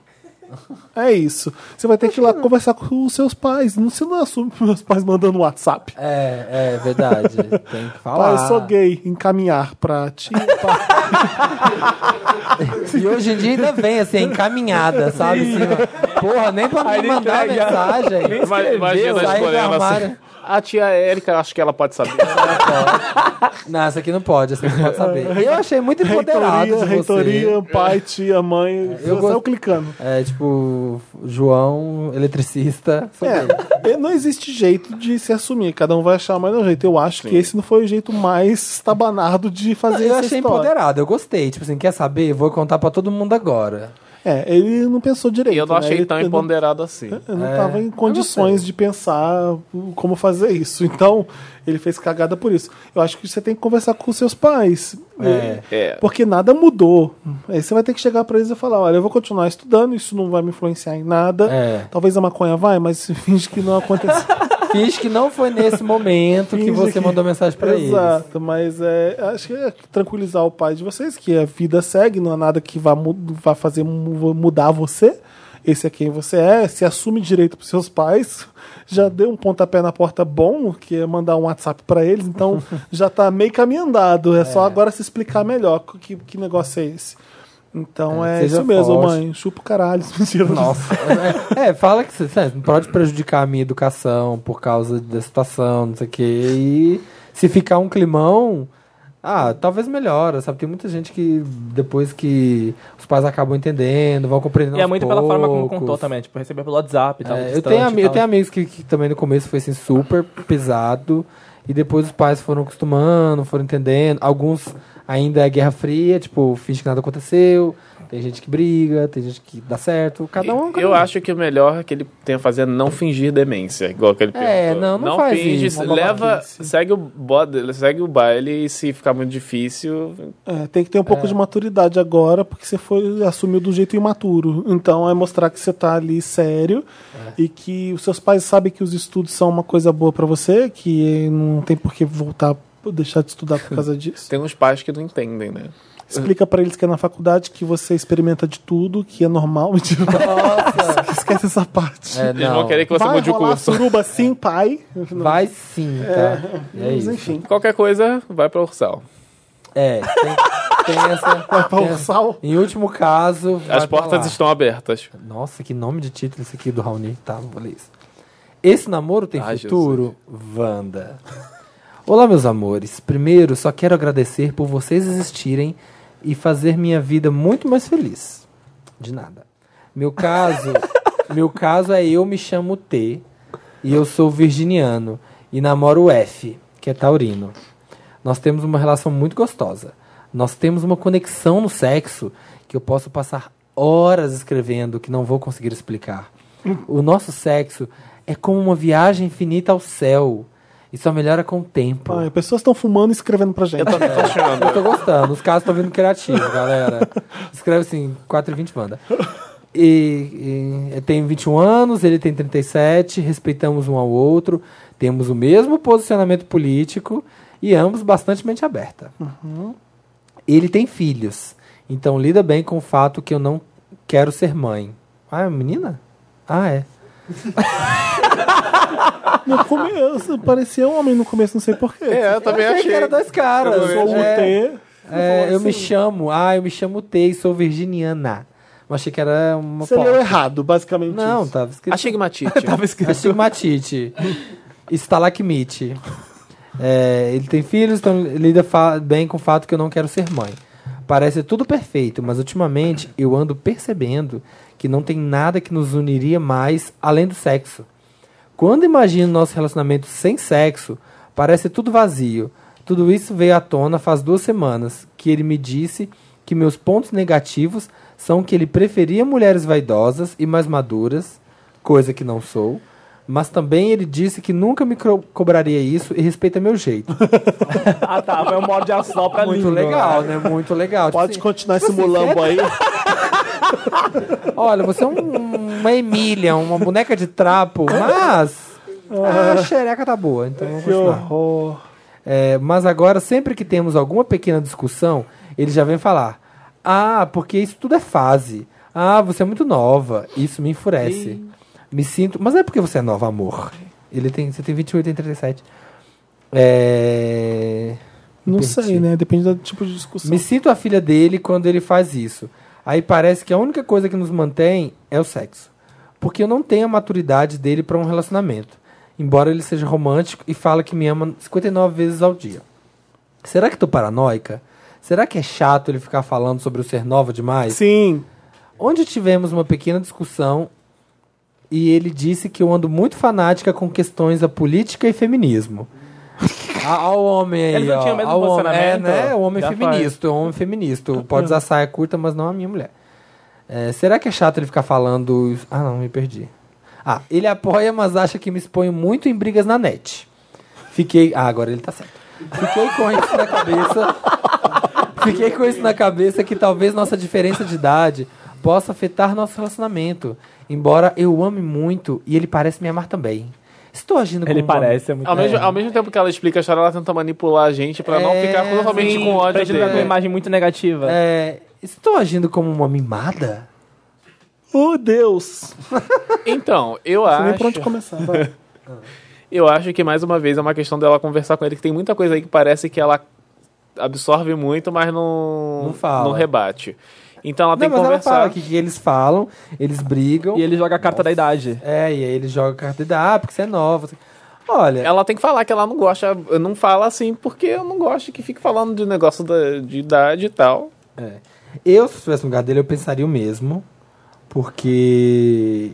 É isso. Você vai ter que ir lá conversar com os seus pais. Não se não assume com meus pais mandando WhatsApp.
É, é verdade. Tem
Pai,
que falar.
eu sou gay. Encaminhar pra ti.
E hoje em dia ainda vem assim, encaminhada, sabe? Assim, porra, nem pra me mandar mensagem. Nem
Mas- Imagina
Sai do
escolhendo
armário.
assim. A tia Érica, acho que ela pode saber.
Não, essa aqui não pode, essa aqui não pode saber. Eu achei muito empoderado
reitoria,
de você.
reitoria, pai, tia, mãe. É. Eu
eu
saiu
gosto-
clicando.
É, tipo, João, eletricista. sou gay.
É, não existe jeito de se assumir. Cada um vai achar mais um jeito. Eu acho que esse não foi o jeito mais estabanado de fazer
Eu
essa
achei
história.
empoderado, eu gostei. Tipo assim, quer saber? Vou contar pra todo mundo agora.
É, ele não pensou direito.
E eu não
né?
achei
Ele-
tão
ele não-
empoderado assim.
É. Eu não estava em condições de pensar como fazer isso. Então, ele fez cagada por isso. Eu acho que você tem que conversar com os seus pais.
É.
Porque nada mudou. Aí você vai ter que chegar para eles e falar: olha, eu vou continuar estudando, isso não vai me influenciar em nada.
É.
Talvez a maconha vai, mas finge que não aconteceu.
Finge que não foi nesse momento que
Finge
você
que-
mandou mensagem pra eles.
Exato, mas é, acho que é tranquilizar o pai de vocês, que a vida segue, não é nada que vá, mu- vá fazer mu- mudar você. Esse é quem você é, se assume direito pros seus pais. Já deu um pontapé na porta bom, que é mandar um WhatsApp pra eles, então já tá meio caminho andado. É, só agora se explicar melhor que- que, que negócio é esse. Então
É,
é,
seja
isso mesmo,
forte.
mãe. Chupa o caralho. Mentira.
Nossa. é, fala que você sabe, não pode prejudicar a minha educação por causa da situação, não sei o quê. E se ficar um climão, ah, talvez melhora, sabe? Tem muita gente que depois que os pais acabam entendendo, vão compreendendo.
E é
aos
muito pela forma como
poucos.
contou também, tipo, receber pelo WhatsApp e tal.
É, eu,
distante
tenho,
e
ami- eu
tal.
tenho amigos que, que também no começo foi assim super pesado e depois os pais foram acostumando, foram entendendo. Alguns ainda é Guerra Fria, tipo, finge que nada aconteceu. Tem gente que briga, tem gente que dá certo. Cada um. cada
Eu
um.
acho que o melhor que ele tenha a fazer é não fingir demência, igual que ele
É,
perguntou.
não, não faz
finge,
isso, uma
leva,
babaquice.
segue o, bode, segue o baile e se ficar muito difícil,
É, tem que ter um pouco de maturidade agora, porque você foi, assumiu do jeito imaturo. Então é mostrar que você tá ali sério
É.
e que os seus pais sabem que os estudos são uma coisa boa pra você, que não tem por que voltar, deixar de estudar por causa disso.
tem uns pais que não entendem, né?
Explica pra eles que é na faculdade que você experimenta de tudo, que é normal. Tipo, Esquece essa parte.
É,
Eles vão
não.
querer que você
Vai
mude o
rolar
curso.
suruba sim, pai.
Vai sim, tá? É,
Mas
isso.
enfim.
Qualquer coisa, vai pra Ursal.
É, tem, tem essa.
Pra
tem-
Ursal?
Em último caso. vai
As
pra
portas
lá.
estão abertas.
Nossa, que nome de título esse aqui do Raoni. Tá, vou ler isso. Esse namoro tem
Ai,
futuro? Wanda. Olá, meus amores. Primeiro, só quero agradecer por vocês existirem e fazer minha vida muito mais feliz. De nada. Meu caso, meu caso é eu me chamo T e eu sou virginiano e namoro o F, que é taurino. Nós temos uma relação muito gostosa. Nós temos uma conexão no sexo que eu posso passar horas escrevendo que não vou conseguir explicar. O nosso sexo é como uma viagem infinita ao céu e só melhora com o tempo.
Ai, pessoas estão fumando e escrevendo pra gente.
É.
Tá
Eu tô gostando. Os casos estão vindo criativos, galera. Escreve assim, 4 e 20 manda. E, e tem 21 anos, ele tem 37, respeitamos um ao outro, temos o mesmo posicionamento político e ambos bastante mente aberta.
Uhum.
Ele tem filhos, então lida bem com o fato que eu não quero ser mãe. Ah, é menina? Ah, é.
No começo, parecia homem no começo, não sei porquê.
É, eu também
eu achei
achei.
que era dois caras.
Eu sou o
É.
T.
É, eu me chamo, ah, eu me chamo T e sou virginiana. Eu achei que era uma
Você leu
pauta.
errado, basicamente.
Não, tá
isso.
tava escrito.
Astigmatite.
Astigmatite. Estalacmite. É, ele tem filhos, então lida fa- bem com o fato que eu não quero ser mãe. Parece tudo perfeito, mas ultimamente eu ando percebendo que não tem nada que nos uniria mais além do sexo. Quando imagino nosso relacionamento sem sexo, parece tudo vazio. Tudo isso veio à tona faz duas semanas, que ele me disse que meus pontos negativos são que ele preferia mulheres vaidosas e mais maduras, coisa que não sou, mas também ele disse que nunca me cro- cobraria isso e respeita meu jeito.
Ah, tá. Foi um morde a sopra
Muito legal, né? Muito legal. Tipo
Pode
assim,
continuar esse mulambo aí.
Olha, você é um- uma Emília, uma boneca de trapo, mas a xereca tá boa, então vamos
Ah. Que
continuar.
horror.
É, mas agora, sempre que temos alguma pequena discussão, ele já vem falar: Ah, porque isso tudo é fase. Ah, você é muito nova. Isso me enfurece. Me sinto. Mas não é porque você é nova, amor. Ele tem, você tem 28 e 37. É.
Não
me
sei, né? Depende do tipo de discussão.
Me sinto a filha dele quando ele faz isso. Aí parece que a única coisa que nos mantém é o sexo. Porque eu não tenho a maturidade dele para um relacionamento. Embora ele seja romântico e fala que me ama 59 vezes ao dia. Será que tô paranoica? Será que é chato ele ficar falando sobre eu ser nova demais?
Sim.
onde tivemos uma pequena discussão e ele disse que eu ando muito fanática com questões da política e feminismo. Olha o homem aí,
Eles não
ó.
tinham o mesmo
Ao homem-
posicionamento?
É, né? O homem
Já
feminista, o homem é feminista. Pode usar saia curta, mas não a minha mulher. É, será que é chato ele ficar falando... isso? Ah, não, me perdi. Ah, ele apoia, mas acha que me exponho muito em brigas na net. Fiquei... Ah, agora ele tá certo. Fiquei com isso na cabeça... Fiquei com isso na cabeça que talvez nossa diferença de idade possa afetar nosso relacionamento. Embora eu ame muito e ele parece me amar também. Estou agindo como
Ele
um
parece, é muito
Ao mesmo, ao mesmo tempo que ela explica a história, ela tenta manipular a gente pra não
É,
ficar totalmente
sim,
com
Pra
ódio
gente dar uma
dele.
imagem muito negativa.
É, estou agindo como uma mimada?
Oh, Deus.
Então, eu
Não sei nem por onde
acho,
começar. vai.
eu acho que mais uma vez é uma questão dela conversar com ele, que tem muita coisa aí que parece que ela absorve muito, mas não,
Não fala.
rebate. Então ela tem
Não,
que
mas ela
conversar.
fala que, que eles falam, eles brigam.
E ele joga a carta da idade.
É, e aí ele joga a carta de ah, porque você é nova. você- Olha,
Ela tem que falar que ela não gosta, não fala assim, porque eu não gosto que fique falando de negócio da, de idade e tal.
É. Eu, se estivesse no lugar dele, eu pensaria o mesmo. Porque.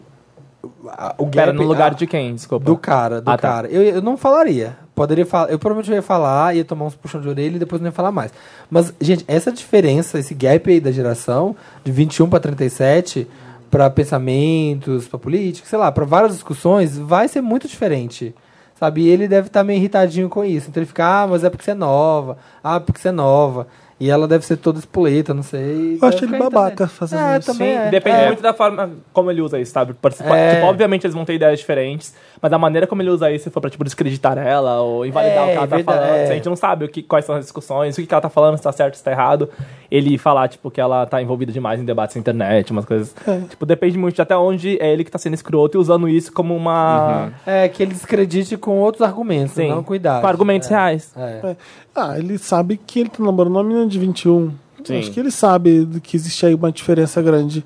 a- O
Pera,
gap-
no lugar
a-
de quem? Desculpa.
Do cara, do
Ah, tá.
cara. Eu, eu não falaria. Poderia falar, eu provavelmente ia falar, ia tomar uns puxão de orelha e depois não ia falar mais. Mas, gente, essa diferença, esse gap aí da geração, de 21 para 37, para pensamentos, para política, sei lá, para várias discussões, vai ser muito diferente. Sabe? E ele deve estar meio irritadinho com isso. Então ele fica, ah, mas é porque você é nova, ah, porque você é nova. E ela deve ser toda espoleta, não sei.
Eu
Deve
acho ele
ficar aí
babaca
também.
fazendo
É,
isso.
também é.
Depende
É.
muito da forma como ele usa isso, sabe? Participar.
É.
Tipo, obviamente eles vão ter ideias diferentes, mas a maneira como ele usa isso, se for pra, tipo, descreditar ela ou invalidar
É,
o que ela tá
verdade,
falando.
é.
A gente não sabe o que, quais são as discussões, o que, que ela tá falando, se tá certo, se tá errado. Ele falar, tipo, que ela tá envolvida demais em debates na internet, umas coisas.
É.
Tipo, depende muito de até onde é ele que tá sendo escroto e usando isso como
Uhum.
uma.
É, que ele descredite com outros argumentos,
Sim.
não um cuidado. né?
Com argumentos reais.
É. Ah, ele sabe que ele tá namorando uma menina de 21.
Sim.
Acho que ele sabe que existe aí uma diferença grande.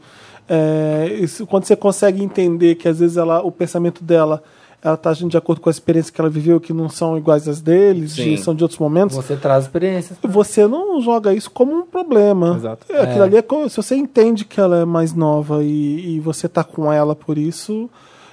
É, isso- quando você consegue entender que às vezes ela, o pensamento dela ela tá agindo de acordo com a experiência que ela viveu, que não são iguais às deles,
Sim.
de- são de outros momentos, você...
Você traz experiências.
não joga isso como um problema.
Exato.
É, Aquilo ali é co- se você entende que ela é mais nova e, e você tá com ela por isso.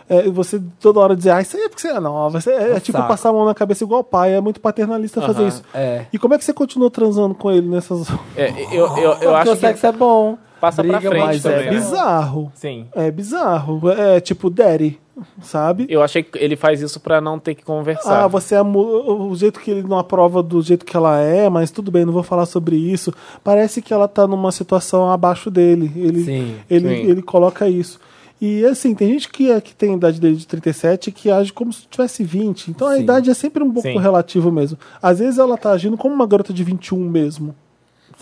é, você toda hora dizer, ah, isso aí é porque você é nova. isso aí É, é tipo
saco.
passar a mão na cabeça igual o pai, é muito paternalista fazer
Aham.
isso.
É.
E como é que você continuou transando com ele nessas
É, eu, eu, eu
Porque
acho
o sexo
que
é bom.
passa pra
briga,
frente
mas
É
também. né?
bizarro.
Sim.
É bizarro. É tipo Daddy, sabe?
Eu achei que ele faz isso pra não ter que conversar.
Ah, você é mu- o jeito que ele não aprova do jeito que ela é, mas tudo bem, não vou falar sobre isso. Parece que ela tá numa situação abaixo dele. Ele,
Sim,
ele,
sim.
ele coloca isso. E assim, tem gente que, é- que tem a idade dele de 37 que age como se tivesse 20. Então a
Sim.
idade é sempre um pouco
Sim.
relativa mesmo. Às vezes ela tá agindo como uma garota de 21 mesmo.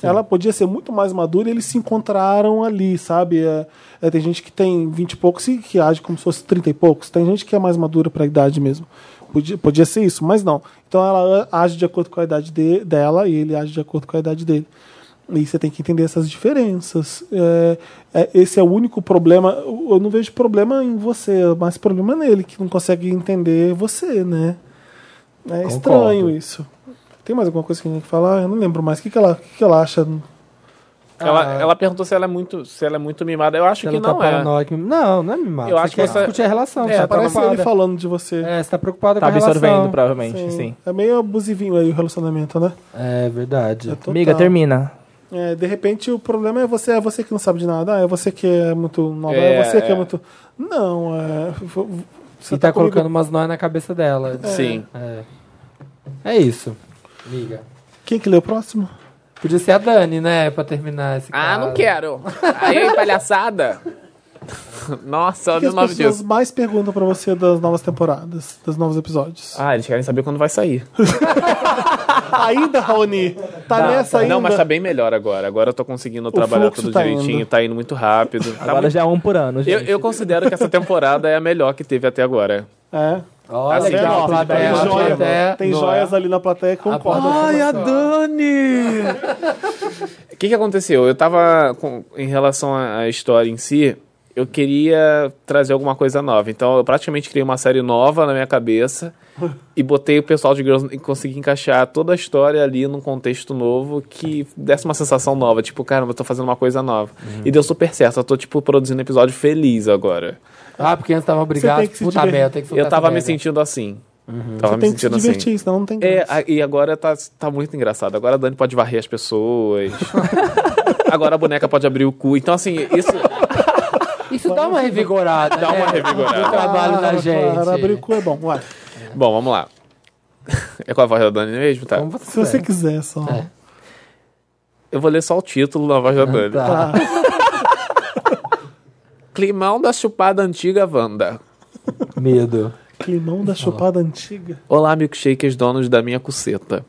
Ela podia ser muito mais madura e eles se encontraram ali, sabe? É, é, tem gente que tem 20 e poucos e que age como se fosse 30 e poucos. Tem gente que é mais madura para a idade mesmo. Podia, podia ser isso, mas não. Então ela a- age de acordo com a idade de- dela e ele age de acordo com a idade dele. E você tem que entender essas diferenças. É, é, esse é o único problema. Eu eu não vejo problema em você, mas problema nele, que não consegue entender você, né? É estranho isso. Tem mais alguma coisa que a gente tem que falar? Eu não lembro mais. O que, que, ela, o que, que ela acha?
Ela, ela perguntou se ela é muito, se ela é muito mimada. Eu acho
Ah, Ela
que
tá
não é.
paranoica. Não, não é mimado.
Eu
Você
acho que
quer
essa-
discutir a relação.
É,
você tá
parece
preocupada.
ele falando de você.
É, você tá preocupada
Tá
com a relação.
absorvendo, provavelmente, sim.
É meio abusivinho aí o relacionamento, né?
É verdade.
É total.
Amiga, termina.
É, de repente o problema é você, é você que não sabe de nada, ah, é você que é muito nova, é,
É,
você que é
é.
muito. Não, é. vo- vo- Você
e tá,
comigo-
colocando umas nós na cabeça dela.
Sim.
É. É isso. Amiga.
Quem que lê o próximo?
Podia ser a Dani, né? Pra terminar esse
Ah, não
caso.
quero. Aí, palhaçada. Nossa,
O que
olha o
as
nome
pessoas
disso.
mais perguntam pra você das novas temporadas, dos novos episódios?
Ah, eles querem saber quando vai sair.
Ainda, Raoni? Tá nessa ainda?
Não, mas tá bem melhor agora. Agora eu tô conseguindo trabalhar
fluxo
tudo
tá
direitinho,
indo.
tá indo muito rápido. Tá
Agora
muito-
já é um por ano, gente.
eu, eu considero que essa temporada é a melhor que teve até agora.
É.
Olha,
Assim,
já,
ó,
a plateia,
Tem,
a
joia-
plateia-
tem
não,
joias ali na plateia que concordam. com você.
Dani! O que, que aconteceu? Eu tava. com- em relação à à história em si, eu queria trazer alguma coisa nova. Então eu praticamente criei uma série nova na minha cabeça e botei o pessoal de Girls e consegui encaixar toda a história ali num contexto novo que desse uma sensação nova. Tipo, caramba, eu tô fazendo uma coisa nova. E deu super certo. Eu tô, tipo, produzindo episódio feliz agora.
Ah, porque antes tava
Você
brigado.
tem que se
Puta
divertir.
merda, tem que soltar
eu tava
essa
me
tá merda.
sentindo assim. Tava me
Uhum. Tem que se
sentindo
divertir,
assim.
senão não tem
É,
graça.
a- e agora tá, tá muito engraçado. Agora a Dani pode varrer as pessoas. agora a boneca pode abrir o cu. Então, assim, isso.
Isso dá uma revigorada.
Dá uma
né?
revigorada.
No trabalho da
Claro,
gente.
claro, abrir o cu é bom. Vai.
Bom, vamos lá. É com a voz da Dani mesmo, tá?
Como você
Se você quiser só.
É.
Eu vou ler só o título na voz da Dani.
Tá.
Climão da chupada antiga Wanda.
Medo.
Climão
Tá
da chupada antiga.
Olá, milkshakers donos da minha cuceta.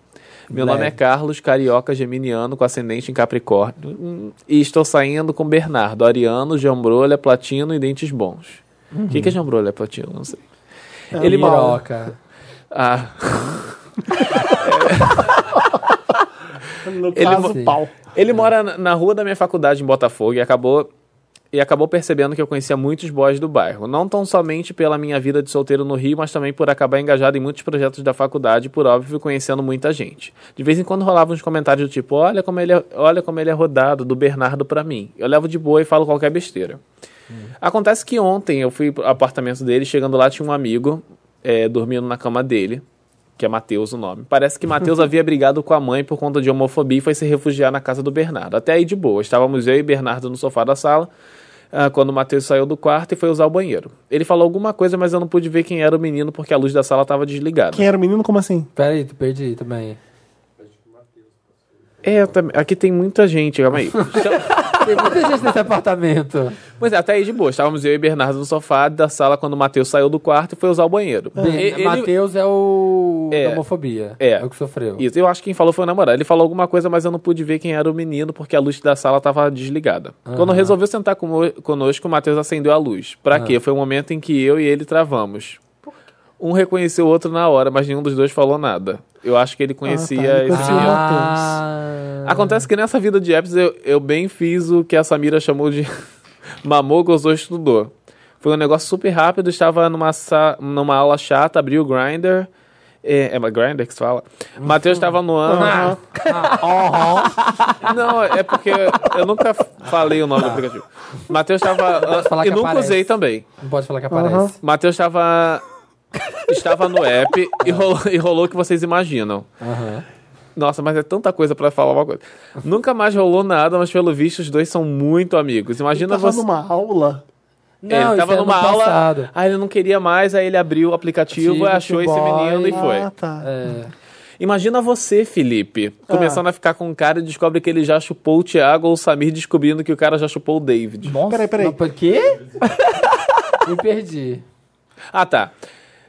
Meu nome é Carlos, carioca geminiano com ascendente em Capricórnio. Hum, E estou saindo com Bernardo, ariano, jambrolha, platino e dentes bons. O que, que é jambrolha, platino? Não sei.
É,
Ele mora.
Piroca.
Ah.
No
Ele
caso,
mo-
pau.
Ele mora na- na rua da minha faculdade em Botafogo e acabou e acabou percebendo que eu conhecia muitos boys do bairro, não tão somente pela minha vida de solteiro no Rio, mas também por acabar engajado em muitos projetos da faculdade, e, por óbvio, conhecendo muita gente. De vez em quando rolava uns comentários do tipo: "Olha como ele é, olha como ele é rodado do Bernardo pra mim". Eu levo de boa e falo qualquer besteira. Acontece que ontem eu fui pro apartamento dele, chegando lá tinha um amigo eh, dormindo na é, cama dele. que é Mateus o nome. Parece que Mateus havia brigado com a mãe por conta de homofobia e foi se refugiar na casa do Bernardo. Até aí de boa. Estávamos eu e Bernardo no sofá da sala ah, quando o Mateus saiu do quarto e foi usar o banheiro. Ele falou alguma coisa, mas eu não pude ver quem era o menino porque a luz da sala estava desligada.
Quem era o menino? Como assim?
Peraí, tu perdi também.
É, eu também- aqui tem muita gente, calma aí.
Tem muita gente nesse apartamento.
Pois é, até aí de boa. Estávamos eu e Bernardo no sofá da sala quando o Matheus saiu do quarto e foi usar o banheiro. E-
Bem,
ele-
Matheus é o
É.
da homofobia.
É.
o que sofreu.
Isso, eu acho que quem falou foi o namorado. Ele falou alguma coisa, mas eu não pude ver quem era o menino porque a luz da sala estava desligada. Quando resolveu sentar como- conosco, o Matheus acendeu a luz. Pra quê? Foi o momento em que eu e ele travamos. Um reconheceu o outro na hora, mas nenhum dos dois falou nada. Eu acho que ele conhecia
ele
esse
conhecia.
menino.
Ah,
Acontece que nessa vida de apps eu, eu bem fiz o que a Samira chamou de mamou, gozou, estudou. Foi um negócio super rápido, estava numa, sa- numa aula chata, abri o Grindr. É, é uma Grindr que se fala? Matheus estava no ano.
Ah,
Não, é porque eu nunca f- falei o nome do aplicativo. Matheus estava.
falar
E
que
nunca
aparece.
usei também.
não pode falar que aparece.
Matheus estava. Estava no app e rolou, e rolou o que vocês imaginam. Nossa, mas é tanta coisa pra falar uma coisa. Nunca mais rolou nada, mas pelo visto os dois são muito amigos. Imagina
Tava
você.
numa Tá aula.
É,
Não,
ele tava
isso é no
numa aula,
passado.
aí ele não queria mais, aí ele abriu o aplicativo,
Tive
achou
esse
esse
boy.
menino e foi.
Ah, tá.
É.
Imagina você, Felipe,
Ah.
começando a ficar com um cara e descobre que ele já chupou o Thiago ou o Samir descobrindo que o cara já chupou o David.
Peraí,
Não,
peraí.
por quê? Me perdi.
Ah, tá.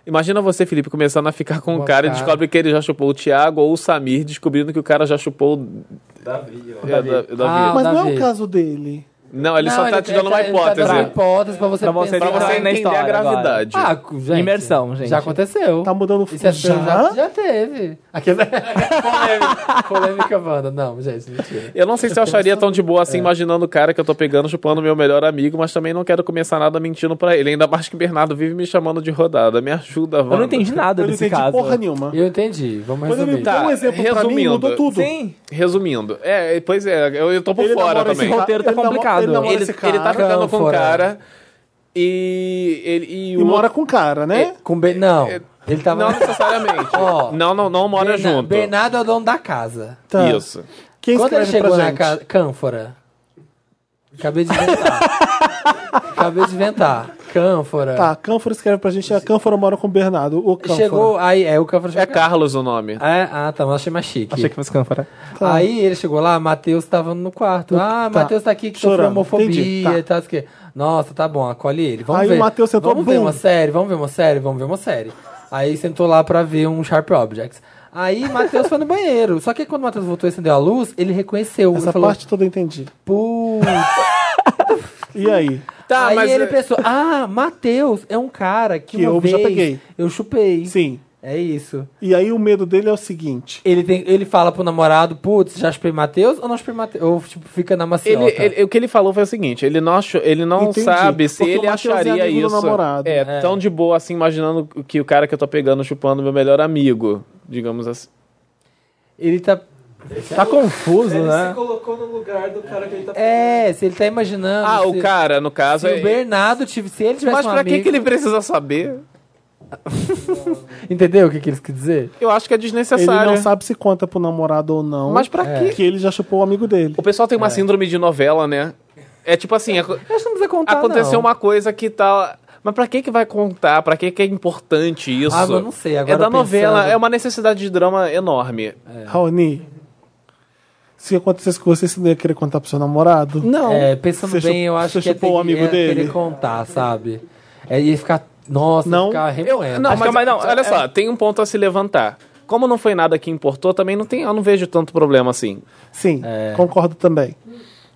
Imagina você, Felipe, começando a ficar com um cara e
cara.
descobre que ele já chupou o Thiago ou o Samir, descobrindo que o cara já chupou o. Davi, é, da, Davi.
Ah,
Mas não é
Davi.
o caso dele.
Não, ele só tá te dando uma
ele tá- ele
hipótese.
Tá dando uma hipótese pra você
Pra
Pra
você
pensar.
você
Tá na
entender a
história agora.
gravidade.
Ah, gente,
Imersão, gente.
Já aconteceu.
Tá mudando o
Isso é
já?
já? já teve. Aquele... polêmica, polêmica, Wanda. Não, gente, é mentira.
Eu não sei se eu acharia tão de boa assim, imaginando o cara que eu tô pegando, chupando meu melhor amigo, mas também não quero começar nada mentindo pra ele. Ainda mais que Bernardo vive me chamando de rodada. Me ajuda, Wanda.
Eu não entendi nada
Eu não
desse
entendi
caso.
porra nenhuma.
Eu entendi. Vamos
Quando ele
resumir.
me dá um exemplo pra mim,
Tá, resumindo.
mudou tudo.
Sim,
Resumindo. É, pois é, eu, eu tô por
Ele
fora
namora esse
também.
o roteiro tá
Ele namora-
complicado.
ele namora
Ele,
esse
ele tá
cara
ficando com um
fora.
cara e. Ele, e,
E
o
mora com o cara, né?
Com Ben... Não. Ele tava...
Não necessariamente.
Ó,
não, não, não mora
Berna-
junto.
Bernardo é o dono da casa.
Tá.
Isso.
Quem
Quando ele
escreve
chegou
pra
na
gente?
casa... Cânfora. Acabei de inventar. Acabei de inventar. Cânfora.
Tá, a Cânfora escreve pra gente. A Cânfora mora com o Bernardo. O Cânfora.
Chegou... Aí, é, o Cânfora
É
chegou...
Carlos o nome.
É, ah, tá, mas achei mais chique.
achei que fosse cânfora.
Aí ele chegou lá, Matheus tava no quarto. Ah, Matheus tá aqui que sofreu
Chorando.
homofobia
Entendi, tá.
e tal. isso aqui. Nossa, tá bom, acolhe ele. Vamos
Aí o
ver.
Matheus sentou,
Vamos ver
bum.
uma série, vamos ver uma série, vamos ver uma série. Aí sentou lá pra ver um Sharp Objects. Aí Matheus foi no banheiro. Só que quando o Matheus voltou e acendeu a luz, ele reconheceu.
Essa
ele falou,
parte toda eu entendi.
putz.
E aí?
Tá,
Aí
mas.
ele pensou, ah, Matheus é um cara que,
é Que
uma
eu
vez
já peguei.
eu chupei.
Sim.
É isso.
E aí o medo dele é o seguinte.
Ele, tem, ele fala pro namorado, putz, já chupei Matheus ou não chupei Matheus? Ou tipo, fica na maciota.
Ele, ele- o que ele falou foi o seguinte: ele não, achou, ele não
Entendi,
sabe se
porque o
ele
Matheus é
acharia
amigo do
isso.
namorado.
É, tão de boa assim, imaginando que o cara que eu tô pegando chupando meu melhor amigo, digamos assim.
Ele tá.
Tá confuso,
é Ele se
né?
colocou no lugar do cara que ele tá
É, se ele tá imaginando.
Ah,
se-
o cara, no caso.
Se o
É,
Bernardo tivesse. Se ele tivesse
mas
um
pra que,
amigo,
que ele precisa saber?
Entendeu o que, que eles quis dizer?
Eu acho que é
Ele
desnecessário.
não sabe se conta pro namorado ou não.
Mas pra
É.
quê?
Que ele já chupou o amigo dele.
O pessoal tem uma síndrome de novela, né? É tipo assim, aco-
Eu acho que não precisa contar.
aconteceu
não.
uma coisa que tá. Mas pra que que vai contar? Pra que que é importante isso?
Ah, mas eu não sei, agora
é da
pensando- É.
novela, é uma necessidade de drama enorme.
Raoni, se acontecesse com você, você não ia querer contar pro seu namorado?
Não.
É, pensando
Você
bem, eu
chup-
acho
você
que ia ter
chupou o
que-
amigo
ia
dele?
querer contar, sabe? É, ia ficar. Nossa,
Não.
ficar
Eu,
remoendo.
não,
Acho
mas,
que-
mas é não, olha só, tem um ponto a se levantar. Como não foi nada que importou, também não tem, eu não vejo tanto problema assim.
Sim,
É.
concordo também.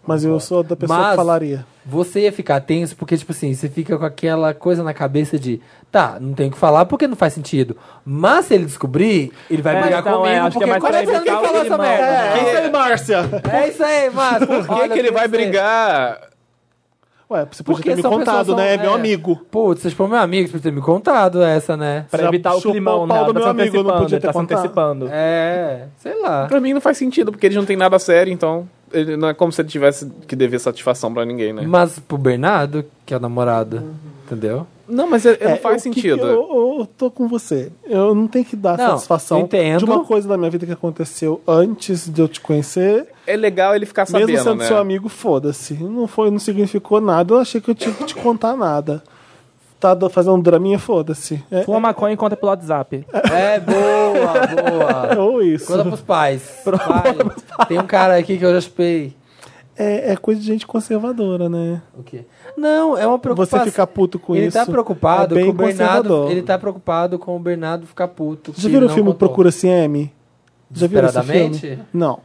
Mas eu sou da pessoa
Mas-
que falaria.
Você ia ficar tenso porque, tipo assim, você fica com aquela coisa na cabeça de tá, não tenho o que falar porque não faz sentido. Mas se ele descobrir, ele vai
É,
brigar
então,
comigo
é, acho que é
porque
mais
quando
pra
é que
evitar o
falou essa
climão,
merda? né?
É, isso aí, Márcia.
É isso aí, mas por
Por que, que ele vai brigar?
Ué, você podia
Porque
ter me
são
contado,
pessoas
né? É
são-
meu amigo.
Putz, vocês foram meu amigo, vocês podiam ter me contado essa, né?
Pra
Já
evitar o
chupou
climão,
o
né?
pau do
Ela tá
meu
se
amigo, não
antecipando,
podia
ele tá
ter
se
contado.
antecipando.
É, sei lá.
Pra mim não faz sentido, porque eles não têm nada sério, então ele- não é como se ele tivesse que dever satisfação pra ninguém, né?
Mas pro Bernardo, que é o namorado, Entendeu?
Não, mas é-
É,
não faz
o que que
sentido.
eu, eu- eu tô com você. Eu não tenho que dar
Não,
satisfação
eu entendo.
de uma coisa da minha vida que aconteceu antes de eu te conhecer.
É legal ele ficar sabendo,
mesmo sendo
né?
seu amigo, foda-se. Não foi, não significou nada. Eu achei que eu tinha que te contar nada. Tá do- fazendo um draminha, foda-se. É,
Fuma maconha e conta pelo WhatsApp.
Uhum.
É, boa, boa.
é ou isso.
Conta pros pais. Pai, Tem um cara aqui que eu já chupei.
É, é coisa de gente conservadora, né?
O quê? Não, é uma preocupação.
Você ficar puto com
ele
isso.
tá preocupado
é bem
com o Bernardo.
conservador.
Ele tá preocupado com o Bernardo ficar puto.
Já viram o filme Procura CM? Já viram esse filme?
Desesperadamente?
Não.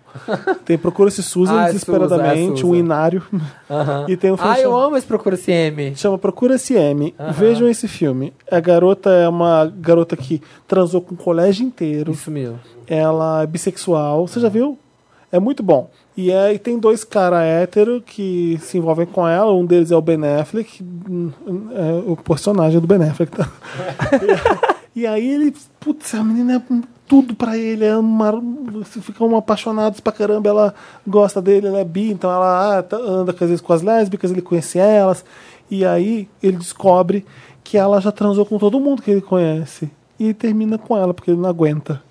Tem Procura-se Susan
Ah, é
desesperadamente,
Susan, é
um
Susan.
inário. E tem um filme
Ah, eu
chamado-
amo esse Procura CM.
Chama Procura-se M. Vejam esse filme. A garota é uma garota que transou com o colégio inteiro.
Isso mesmo.
Ela é bissexual. Você já viu? É muito bom. E, é, e tem dois caras hétero que se envolvem com ela. Um deles é o Ben Affleck. hum, hum, é o personagem do Ben Affleck. Tá? e aí ele... Putz, a menina é tudo pra ele. É uma, ficam apaixonados pra caramba. Ela gosta dele, ela é bi. Então ela ah, tá- anda às vezes com as lésbicas. Ele conhece elas. E aí ele descobre que ela já transou com todo mundo que ele conhece. E termina com ela, porque ele não aguenta.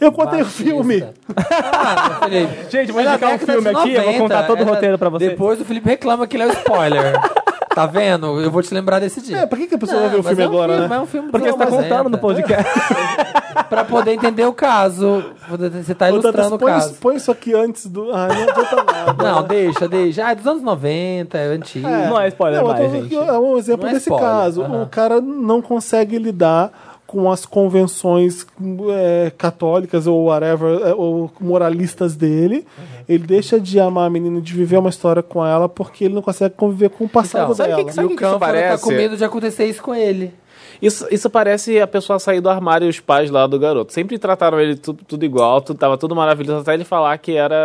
Eu contei o filme.
Ah, meu Felipe.
Gente, vou
Era
indicar um
década
filme
de
aqui, eu vou
90,
contar
é.
todo o
era-
roteiro pra vocês.
Depois o Felipe reclama que ele é um spoiler. tá vendo? Eu vou te lembrar desse dia.
É, pra que, que a pessoa vai ver o
mas
filme
é um
agora,
filme,
né?
É um filme
Porque você tá contando no
ponto.
podcast.
tá. Pra poder entender o caso. Você tá
Ô, Dantas,
ilustrando o
põe,
caso.
isso- põe isso aqui antes do. Ah, não adianta nada.
Não, deixa, deixa. Ah, é dos anos 90, é antigo.
Não é spoiler
Não, eu tô-
mais, gente.
É um exemplo
Não é
desse
spoiler,
caso.
aham.
O cara não consegue lidar com as convenções é, católicas ou whatever, é, ou moralistas dele. Ele deixa de amar a menina, de viver uma história com ela, porque ele não consegue conviver com o passado
Então, sabe
dela.
que que Sabe
e
o
o Cânfora
parece?
tá com medo de acontecer isso com ele.
Isso, isso parece a pessoa sair do armário e os pais lá do garoto. Sempre trataram ele tu- tudo igual, tu, tava tudo maravilhoso, até ele falar que era,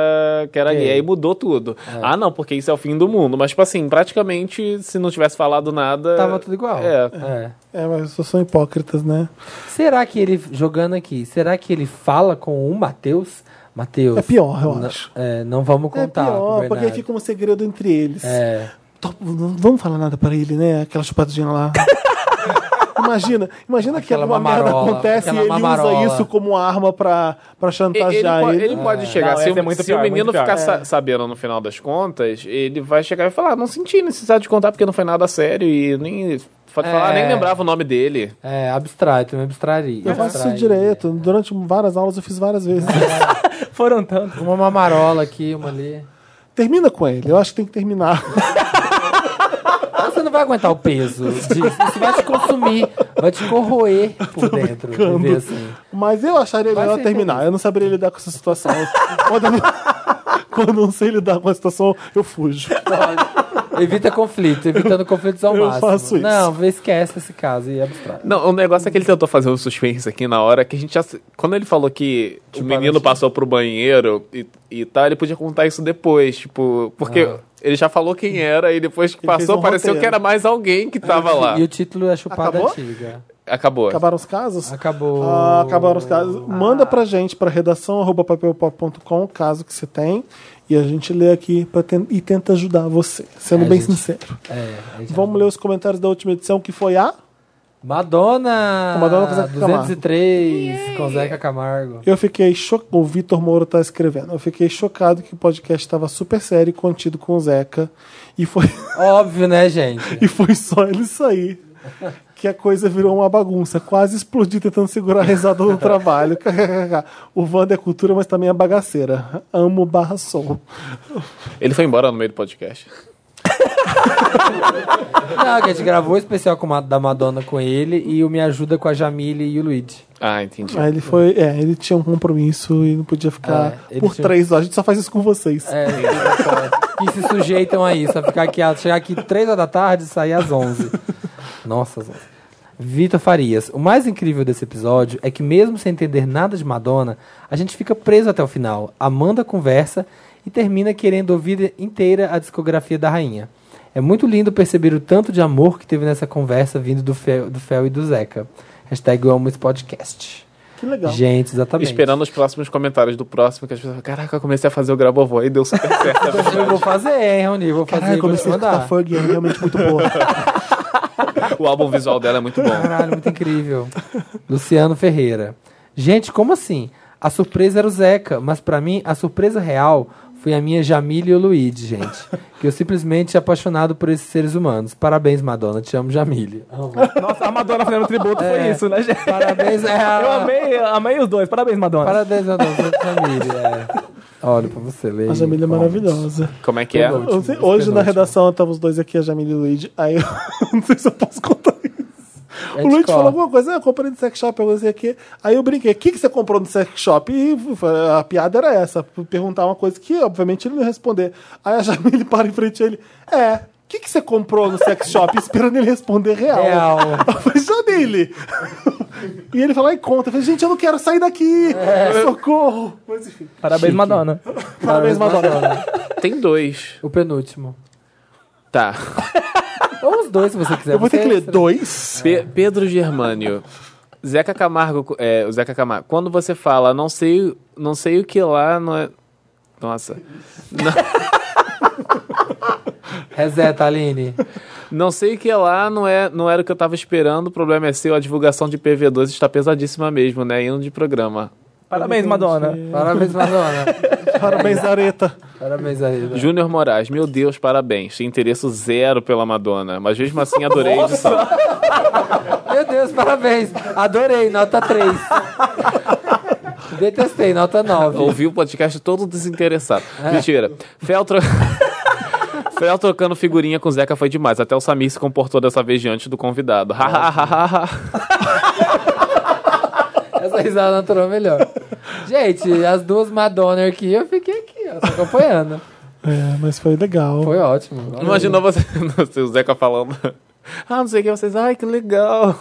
que era
Que-
gay e mudou tudo. Ah, não, porque isso é o fim do mundo. Mas, tipo assim, praticamente, se não tivesse falado nada.
Tava tudo igual.
É.
É.
É, mas vocês são hipócritas, né?
Será que ele, jogando aqui, será que ele fala com o Matheus? Matheus.
É pior, eu
não-
acho.
é, não vamos
É
contar.
pior,
pro
porque aí
Bernardo.
fica um segredo entre eles.
É.
Tô- Não vamos falar nada pra ele, né? Aquela chupadinha lá. Imagina, imagina que
Aquela
alguma merda
mamarola,
acontece e
aquela
ele
mamarola.
usa isso como arma pra, pra
E- Ele,
chantagear
po-
ele.
ele pode chegar,
Não,
se,
essa
o-
é muito
se o
pior,
menino
muito pior. É.
ficar sa- sabendo no final das contas, ele vai chegar e falar: "Ah, não senti necessidade de contar porque não foi nada sério e nem. Pode falar,
É.
nem lembrava o nome dele.
É, abstrai, também abstrairia.
Eu faço isso
abstrairia.
direto. Durante várias aulas eu fiz várias vezes.
Foram tantos.
Uma mamarola aqui, uma ali.
Termina com ele, eu acho que tem que terminar.
Ah, Você não vai aguentar o peso disso. Isso vai te consumir, vai te corroer por dentro. Viver assim.
Mas eu acharia
Vai
melhor
ser
terminar. Eu não saberia lidar com essa situação. quando, eu não, quando eu não sei lidar com a situação, eu fujo.
Evita conflito, evitando conflitos ao
Eu
máximo.
faço isso.
Não, vê- esquece esse caso e abstrai.
Não, o negócio é que ele tentou fazer um suspense aqui na hora que a gente já. se- Quando ele falou que o menino passou pro banheiro e, e tal, ele podia contar isso depois, tipo. Porque ele já falou quem era e depois que
fez
passou,
um
pareceu
roteiro.
que era mais alguém que tava lá.
E o título é Chupada
Acabou?
Antiga.
Acabou.
Acabaram os casos?
Acabou.
Ah, acabaram os casos. Manda pra gente, pra redação arroba papelpop.com, o caso que você tem. E a gente lê aqui pra ten- e tenta ajudar você, sendo
É,
bem
gente.
sincero.
É, aí já-
Vamos ler os comentários da última edição, que foi a.
Madonna!
A Madonna com Zeca Camargo.
203, com Zeca Camargo.
Eu fiquei chocado. O Vitor Moro tá escrevendo. Eu fiquei chocado que o podcast estava super sério e contido com o Zeca. E foi,
Óbvio, né, gente?
e foi só ele sair. Que a coisa virou uma bagunça. Quase explodi tentando segurar a risada no trabalho. o Wanda é cultura, mas também é bagaceira. Amo barra som.
Ele foi embora no meio do podcast.
Não, que a gente gravou o especial com a, da Madonna com ele e o Me Ajuda com a Jamile e o Luigi.
Ah, entendi.
Aí ele foi. É, ele tinha um compromisso e não podia
É,
ficar
ele
por
tinha-
três horas. A gente só faz isso com vocês.
É, que se sujeitam a isso, a ficar aqui, a chegar aqui 3 horas da tarde e sair às 11. Nossa, às 11. Vitor Farias, o mais incrível desse episódio é que, mesmo sem entender nada de Madonna, a gente fica preso até o final. Amanda conversa e termina querendo ouvir inteira a discografia da rainha. É muito lindo perceber o tanto de amor que teve nessa conversa vindo do Fel, do Fel e do Zeca. Hashtag eu amo esse podcast.
Que legal.
Gente, exatamente.
Esperando os próximos comentários do próximo, que as pessoas falam, caraca, eu comecei a fazer o Grabovoi e deu super certo.
Eu vou fazer, hein, Raoni? Vou fazer
Caralho,
e vou te
comecei a escutar
mandar.
Fergie, é realmente muito boa.
O álbum visual dela é muito bom.
Caralho, muito incrível. Luciano Ferreira. Gente, como assim? A surpresa era o Zeca, mas pra mim a surpresa real foi a minha Jamile e o Luigi, gente. Que eu simplesmente apaixonado por esses seres humanos. Parabéns, Madonna. Te amo, Jamile.
Nossa, a Madonna fazendo tributo foi
É.
isso, né, gente?
Parabéns, é a-
Eu amei, amei os dois. Parabéns, Madonna.
Parabéns, Madonna. por essa Jamile. É. Olha pra você ler.
A Jamile é maravilhosa.
Como é que é?
Tudo.
Ontem-
Penúltimo,
hoje na
penúltimo.
redação estavam os dois aqui, a Jamile e o Luigi. Aí eu não sei se eu posso contar isso.
É
o
de
Luigi
qual?
falou alguma coisa, ah, eu comprei no sex shop, eu gostei aqui. Aí eu brinquei, o que, que você comprou no sex shop? E a piada era essa, perguntar uma coisa que, obviamente, ele não ia responder. Aí a Jamile para em frente a ele, é, o que, que você comprou no sex shop? Esperando ele responder real.
Real.
Eu falei, Jamile! e ele falou, e conta. Eu falei, gente, eu não quero sair daqui! Socorro! Mas enfim,
Parabéns, Madonna.
parabéns, Madonna.
Tem dois.
O penúltimo.
Tá.
Ou os dois, se você quiser.
Eu vou ter que
Você-
ler dois.
Pe- Pedro Germânio. Zeca Camargo. É, o Zeca Camargo. Quando você fala, não sei, não sei o que lá, não é. Nossa.
Reseta, Aline.
Não sei o que lá, não, é, não era o que eu tava esperando. O problema é seu, a divulgação de PV2 está pesadíssima mesmo, né? Indo de programa.
Parabéns, Madonna.
É.
Parabéns, Madonna.
Parabéns, Areta.
Parabéns aí. né?
Júnior Moraes, meu Deus, parabéns. Tinha interesse zero pela Madonna, mas mesmo assim adorei a edição.
Meu Deus, parabéns. Adorei, nota 3. Detestei, nota 9.
Ouvi o podcast todo desinteressado. Mentira. Fel, tro... Fel trocando figurinha com o Zeca foi demais. Até o Samir se comportou dessa vez diante do convidado.
Essa risada natural é melhor. Gente, as duas Madonna aqui, eu fiquei aqui, ó, só acompanhando.
É, mas foi legal.
Foi ótimo.
Imagina você, o Zeca falando. Ah, não sei o que, vocês. Ai, que legal.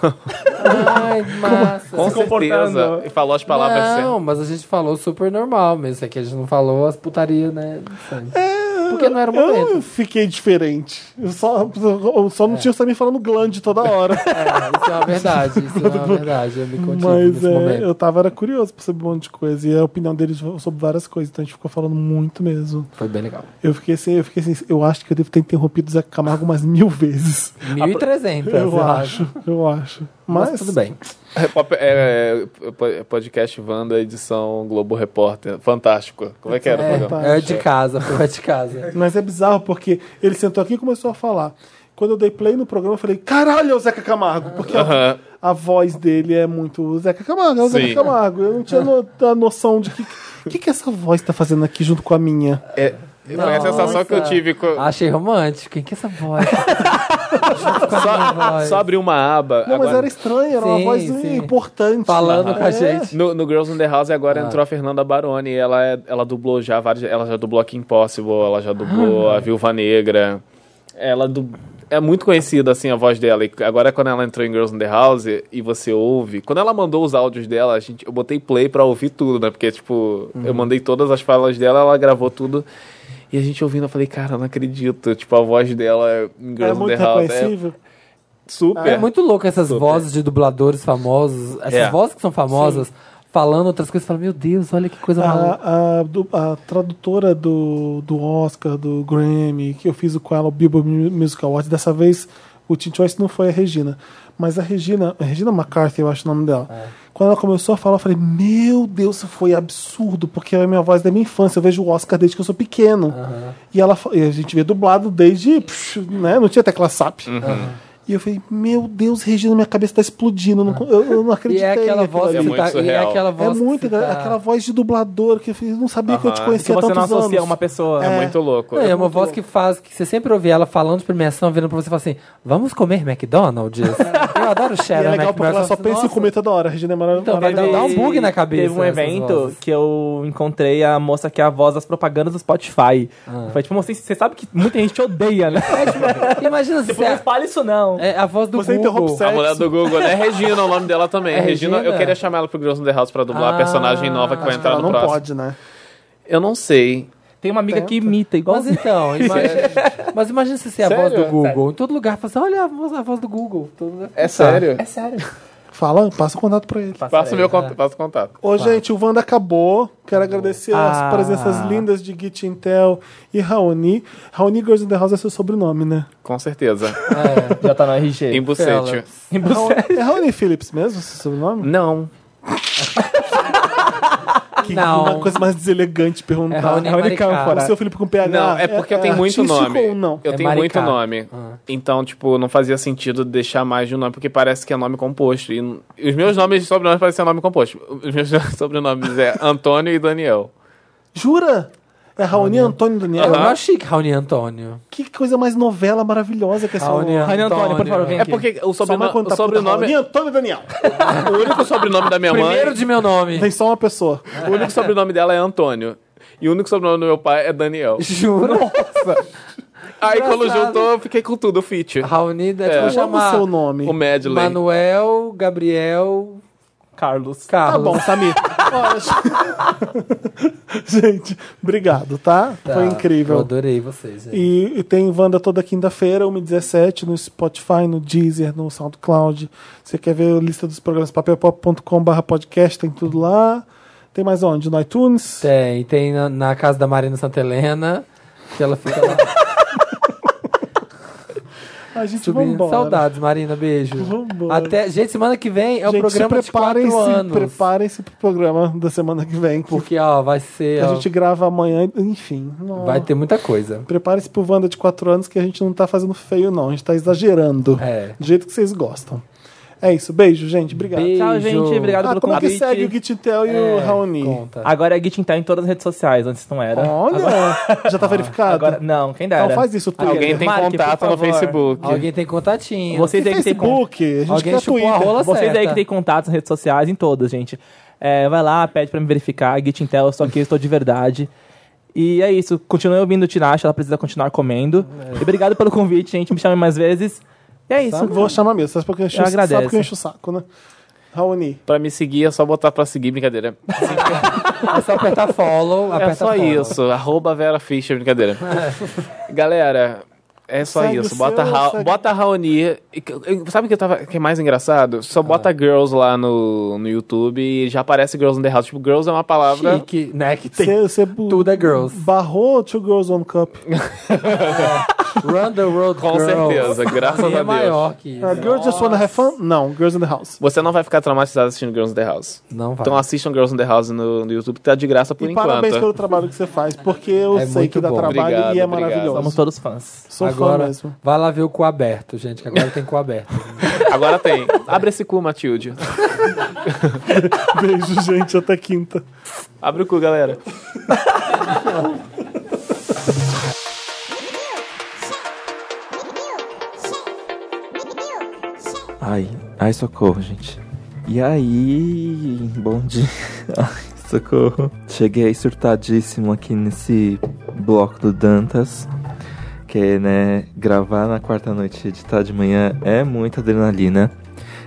Ai,
assim?
massa.
Com certeza.
comportando.
E falou as palavras
Não,
certas.
mas a gente falou super normal mesmo. É que a gente não falou as putarias, né? de sempre. Porque não era o momento.
É, Eu fiquei diferente. Eu só, eu só não tinha o Samir falando glande toda hora.
É, isso é uma verdade. Isso é uma verdade. Eu me contive
Mas
nesse
é,
momento.
eu tava era curioso pra saber um monte de coisa. E a opinião deles sobre várias coisas. Então a gente ficou falando muito mesmo.
Foi bem legal.
Eu fiquei assim, eu fiquei assim, eu acho que eu devo ter interrompido o Zé Camargo umas mil vezes.
1.300,
eu
eu
acho, eu acho.
Tá Mas,
Mas,
tudo bem.
É, pop- é, é, po- é, podcast Wanda, edição Globo Repórter. Fantástico. Como é que era o programa?
É, é de casa, foi de casa.
Mas é bizarro, porque ele sentou aqui e começou a falar. Quando eu dei play no programa, eu falei, caralho, é o Zeca Camargo. Porque a-
Aham.
a voz dele é muito o Zeca Camargo, é o
Sim.
Zeca Camargo. Eu não tinha no- a noção de que, que que essa voz tá fazendo aqui junto com a minha.
É, foi a sensação que eu tive. co-
Achei romântico. Quem que é essa voz? Junto com a minha voz.
Só abri uma aba.
Não, mas
agora-
era estranha, era uma
Sim,
voz
sim.
importante.
Falando com a
É.
gente.
No, no Girls in the House agora entrou a Fernanda Baroni. Ela, é- ela dublou já várias. Ela já dublou a Kim Possible, ela já dublou a Viúva Negra. Ela du- é muito conhecida assim a voz dela. E agora quando ela entrou em Girls in the House e você ouve, quando ela mandou os áudios dela, a gente, eu botei play pra ouvir tudo, né? Porque tipo, eu mandei todas as falas dela, ela gravou tudo. E a gente ouvindo, eu falei, cara, não acredito. Tipo, a voz dela em
É
Girls in
muito
the House é
reconhecível.
super.
É muito louco essas vozes de dubladores famosos, essas
É.
vozes que são famosas, falando outras coisas. Fala, meu Deus, olha que
Ah,
coisa maluca.
A, a du- a tradutora do, do Oscar, do Grammy, que eu fiz com ela o Bilbo Music Awards, dessa vez o Teen Choice não foi a Regina, mas a Regina, a Regina McCarthy, eu acho o nome dela.
É.
Quando ela começou a falar, eu falei, meu Deus, isso foi absurdo, porque é a minha voz da minha infância, eu vejo o Oscar desde que eu sou pequeno. E, ela, fa- e a gente vê dublado desde, psh, né, não tinha tecla SAP. E eu falei, meu Deus, Regina, minha cabeça tá explodindo, eu não, eu, eu não
E
acreditei.
é aquela
naquilo
voz
É
que
muito
tá, e é
surreal.
aquela
é
voz que
muito,
tá-
engra- aquela voz de dublador que eu fiz, não sabia que eu te
Aham.
conhecia
Que
há
você não
tantos
associa
anos.
uma pessoa.
É muito louco.
Não, é uma voz que faz, que você sempre ouve ela falando de premiação, virando pra você e fala assim: vamos comer McDonald's? Eu adoro
E é
cheddar
legal porque ela
McMurphy.
só pensa em
né, Nossa,
comer toda hora, a Regina é mara-
Então, vai
maravilhosa.
dar- dá um bug na cabeça
Teve um
essas
evento
vozes.
que eu encontrei a moça que é a voz das propagandas do Spotify.
Ah.
Foi tipo, moça, você sabe que muita gente te odeia, né?
Imagina se
Tipo, não
é,
fale isso não.
é a voz do
Você
Google.
interrompe
A
sexo.
mulher do Google, né? Regina, o nome dela também.
É
Regina,
Regina?
eu queria chamar ela pro Girls in the House pra dublar
Ah,
a personagem nova que vai entrar
Ela
no
não
próximo.
pode, né?
Eu não sei.
Tem uma amiga que imita,
Mas
igualzinho.
então, imagina, mas imagina se você é a voz do
Sério?
Google. Em todo lugar, fala assim, olha a voz, a voz do Google. Todo lugar.
É sério?
sério.
Fala, passa o contato pra ele.
Passa o meu contato. Passa o contato.
Ô, gente, o Wanda acabou. Quero agradecer
Ah.
as presenças lindas de Git Intel e Raoni. Raoni Girls in the House é seu sobrenome, né?
Com certeza.
Já tá no RG.
Em bucete.
Fellas.
Em buce-
É Raoni Phillips mesmo, seu sobrenome?
Não.
Que
Não.
uma coisa mais deselegante perguntar.
É Raoni Maricá.
O seu Felipe com PH.
Não, é porque eu tenho muito
artístico
nome.
Ou não?
Eu
É
tenho muito
Maricá.
nome. Então, tipo, não fazia sentido deixar mais de um nome, porque parece que é nome composto. E n- e os meus nomes e sobrenomes parecem ser nome composto. Os meus sobrenomes é Antônio e Daniel.
Jura? É Raoni Antônio Daniel?
Eu acho é chique, Raoni Antônio.
Que coisa mais novela maravilhosa que é essa
Raoni
Raoni
Raoni Antônio, por favor, vem
É
aqui.
porque o,
Só
sobreno
vai
o
contar pro Raoni
sobrenome. é-
Antônio Daniel.
O único sobrenome da minha mãe.
Primeiro de meu nome.
Tem só uma pessoa.
O único sobrenome dela é Antônio. E o único sobrenome do meu pai é Daniel.
Juro.
Aí quando
Engraçado.
juntou, eu fiquei com tudo, fit.
Raoni é
É.
tipo
Chama o
chamar
seu nome.
O Medley.
Manuel, Gabriel,
Carlos.
Tá
Carlos.
bom, Samir. Olha, gente, obrigado, tá?
Tá,
Foi
Eu
incrível.
adorei vocês, gente.
E, e tem Wanda toda quinta-feira, 1h17, no Spotify, no Deezer, no SoundCloud. Você quer ver a lista dos programas papelpop.com.br podcast, tem tudo lá. Tem mais onde? No iTunes?
Tem, tem na, na casa da Marina Santa Helena, que ela fica lá.
A gente vai
subindo.
embora.
Saudades, Marina, beijo.
Vambora.
Até, gente, semana que vem é o
gente,
programa
se
de quatro
preparem-se,
anos.
preparem-se pro programa da semana que vem. Porque
Porque, ó, vai ser.
a
ó,
gente grava amanhã, enfim. não.
Vai ter muita coisa.
Prepare-se pro Wanda de 4 anos que a gente não tá fazendo feio, não. A gente tá exagerando.
É.
Do jeito que vocês gostam. É isso. Beijo, gente. Obrigado.
Beijo.
Tchau, gente. Obrigado
Ah,
pelo
como que
convite.
segue o Gittel e
É,
o Raoni?
Conta.
Agora é Gitintal em todas as redes sociais, antes não era.
Olha, já tá verificado?
Agora, não, quem dera.
então faz isso, Twitter.
Alguém tem
Marque, por
contato no
favor.
Facebook.
Alguém tem contatinho.
Vocês aí que tem contato.
Facebook, a gente
Alguém
quer
chupou
Twitter.
a rola
Vocês
certa.
aí que têm contatos nas redes sociais, em todas, gente. É, vai lá, pede pra me verificar, Git Intel, eu sou aqui, eu estou de verdade. E é isso, continue ouvindo o Tinashe, ela precisa continuar comendo. E obrigado pelo convite, gente, me chamem mais vezes. E é isso.
Sabe? Vou chamar mesmo, sabe porque eu encho,
Eu agradeço.
sabe porque eu encho o saco, né? Raoni.
Pra me seguir é só botar pra seguir, brincadeira.
É só apertar follow.
tá- É
aperta
só
follow.
isso. Arroba Vera Fischer, brincadeira. Galera, é só
Segue
isso.
o
Bota,
seu,
Ra
segue-
bota Raoni. E que- eu- Sabe o que, eu tava, que é mais engraçado?
Ah.
Só bota Girls lá no, no YouTube e já aparece Girls in the House. Tipo, Girls é uma palavra.
Chique, né? Que tem
Você
tudo é girls.
barrou Two Girls One Cup.
Run the world
Com
girls.
certeza, graças
Sim,
a
É
Deus.
maior que isso.
Uh, girls Just Wanna Have Fun? Não, Girls in the House.
Você não vai ficar traumatizado assistindo Girls in the House.
Não vai.
Então assistam Girls in the House no, no YouTube, tá de graça por
e
enquanto.
parabéns pelo trabalho que você faz, porque eu
É
sei
muito
que dá
bom.
trabalho
Obrigado,
e é
obrigado.
maravilhoso.
Somos todos fãs.
Sou fã
agora,
mesmo.
vai lá ver o cu aberto, gente, que agora tem cu aberto.
Agora tem. Abre esse cu, Matilde.
Beijo, gente. Até quinta.
Abre o cu, galera.
Ai, ai, socorro, gente. E aí, bom dia. Ai, socorro. Cheguei surtadíssimo aqui nesse bloco do Dantas. Que, né, gravar na quarta noite e editar de manhã é muita adrenalina.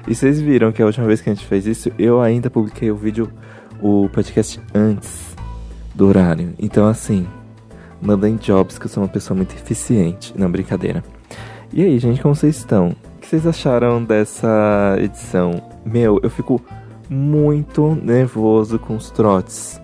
E vocês viram que a última vez que a gente fez isso, eu ainda publiquei o vídeo, o podcast antes do horário. Então, assim, mandem jobs que eu sou uma pessoa muito eficiente. Não, brincadeira. E aí, gente, como vocês estão? O que vocês acharam dessa edição? Meu, eu fico muito nervoso com os trotes.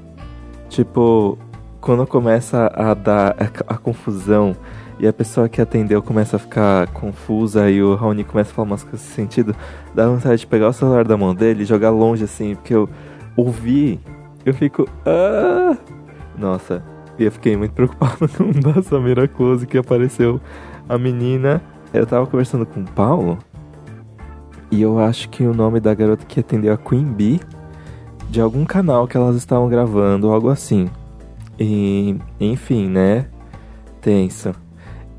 Tipo, quando começa a dar a, a confusão e a pessoa que atendeu começa a ficar confusa e o Raoni começa a falar umas coisas sem sentido, dá vontade de pegar o celular da mão dele e jogar longe assim, porque eu ouvi, eu fico. "Ah!" Nossa, e eu fiquei muito preocupado com o da Samira Close que apareceu a menina. Eu tava conversando com o Paulo. E eu acho que o nome da garota que atendeu a Queen Bee de algum canal que elas estavam gravando, algo assim. E, enfim, né? Tenso.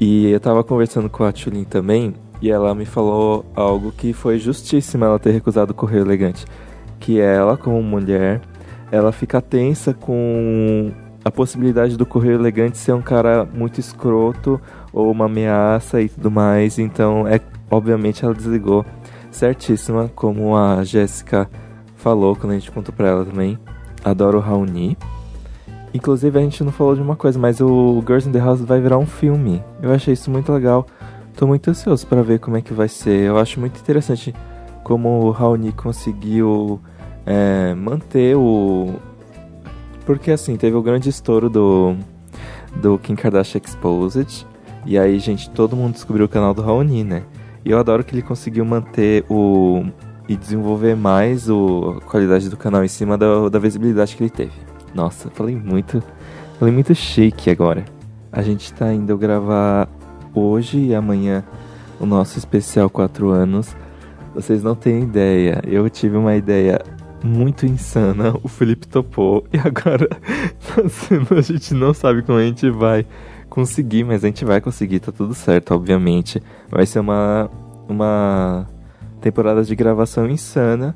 E eu tava conversando com a Tulin também, e ela me falou algo que foi justíssimo ela ter recusado o Correio Elegante. Que é ela, como mulher, ela fica tensa com a possibilidade do Correio Elegante ser um cara muito escroto ou uma ameaça e tudo mais. Então, é obviamente ela desligou certíssima, como a Jéssica falou quando a gente contou pra ela também. Adoro o Raoni. Inclusive, a gente não falou de uma coisa, mas o Girls in the House vai virar um filme. Eu achei isso muito legal. Tô muito ansioso pra ver como é que vai ser. Eu acho muito interessante como o Raoni conseguiu é, manter o. Porque assim, teve o grande estouro do, do Kim Kardashian Exposed. E aí, gente, todo mundo descobriu o canal do Raoni, né? E eu adoro que ele conseguiu manter o. e desenvolver mais o, a qualidade do canal em cima da, da visibilidade que ele teve. Nossa, falei muito. Falei muito chique agora. A gente tá indo gravar hoje e amanhã o nosso especial 4 anos. Vocês não têm ideia. Eu tive uma ideia muito insana. O Felipe topou. E agora tá sendo- a gente não sabe como a gente vai conseguir, mas a gente vai conseguir, tá tudo certo, obviamente. Vai ser uma, uma temporada de gravação insana.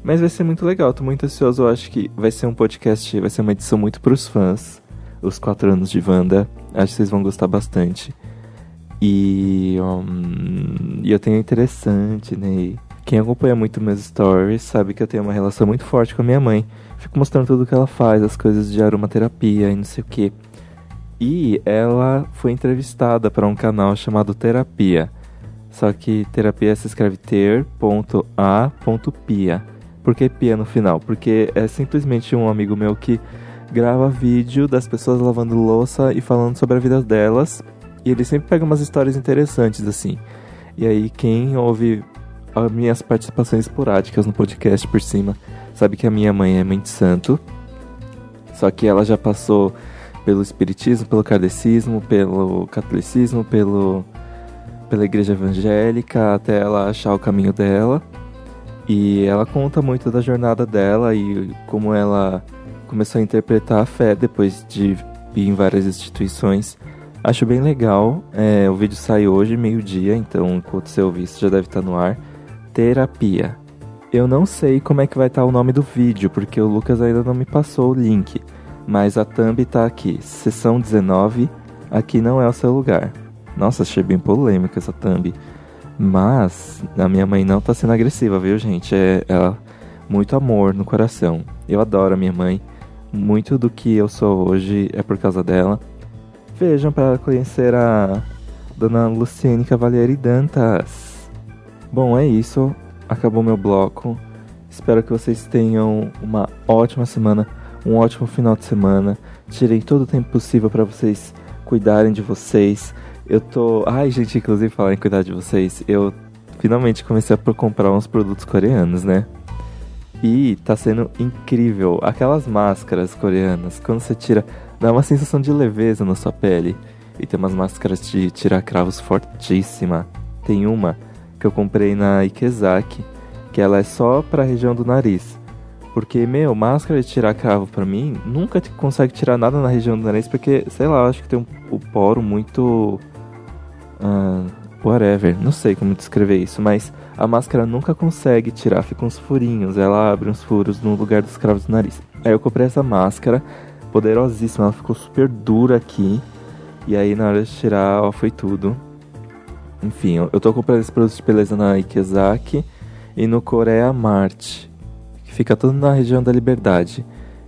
Mas vai ser muito legal, tô muito ansioso. Eu acho que vai ser um podcast, vai ser uma edição muito pros fãs. Os 4 anos de Wanda. Acho que vocês vão gostar bastante. E, hum, e eu tenho interessante, né? E quem acompanha muito meus stories sabe que eu tenho uma relação muito forte com a minha mãe. Fico mostrando tudo que ela faz, as coisas de aromaterapia e não sei o que. E ela foi entrevistada para um canal chamado Terapia. Só que terapia se escreve ter.a.pia. Por que pia no final? Porque é simplesmente um amigo meu que grava vídeo das pessoas lavando louça e falando sobre a vida delas. E ele sempre pega umas histórias interessantes, assim. E aí, quem ouve as minhas participações esporádicas no podcast por cima, sabe que a minha mãe é mãe de santo. Só que ela já passou pelo espiritismo, pelo kardecismo, pelo catolicismo, pelo pela igreja evangélica, até ela achar o caminho dela. E ela conta muito da jornada dela e como ela começou a interpretar a fé depois de ir em várias instituições. Acho bem legal. É, o vídeo sai hoje, meio-dia, então enquanto você ouvir isso já deve estar no ar. Terapia. Eu não sei como é que vai estar o nome do vídeo, porque o Lucas ainda não me passou o link. Mas a thumb tá aqui, sessão 19, aqui não é o seu lugar. Nossa, achei bem polêmica essa thumb. Mas a minha mãe não tá sendo agressiva, viu, gente? É, ela muito amor no coração. Eu adoro a minha mãe. Muito do que eu sou hoje é por causa dela. Vejam para conhecer a Dona Luciene Cavalieri Dantas. Bom, é isso. Acabou meu bloco. Espero que vocês tenham uma ótima semana, um ótimo final de semana. Tirem todo o tempo possível para vocês cuidarem de vocês. Eu tô. Ai, gente, inclusive falar em cuidar de vocês. Eu finalmente comecei a pro- comprar uns produtos coreanos, né? E tá sendo incrível. Aquelas máscaras coreanas, quando você tira, dá uma sensação de leveza na sua pele. E tem umas máscaras de tirar cravos fortíssima. Tem uma que eu comprei na Ikezaki, que ela é só pra região do nariz. Porque, meu, máscara de tirar cravo pra mim, nunca te- consegue tirar nada na região do nariz, porque, sei lá, eu acho que tem um, o poro muito. ah, whatever, não sei como descrever isso, mas a máscara nunca consegue tirar, fica uns furinhos, ela abre uns furos no lugar dos cravos do nariz. Aí eu comprei essa máscara, poderosíssima, ela ficou super dura aqui, e aí na hora de tirar, ó, foi tudo. Enfim, eu, eu tô comprando esse produto de beleza na Ikezaki e no Coreia Mart, que fica tudo na região da Liberdade.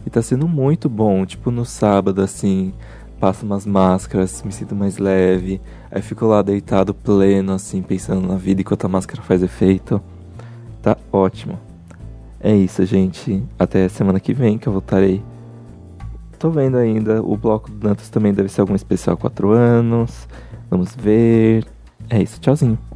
E tá sendo muito bom, tipo no sábado assim, passo umas máscaras, me sinto mais leve, aí fico lá deitado pleno assim, pensando na vida enquanto a máscara faz efeito. Tá ótimo. É isso, gente. Até semana que vem que eu voltarei Tô vendo ainda, o bloco do Dantas também deve ser algum especial 4 anos. Vamos ver. É isso, tchauzinho.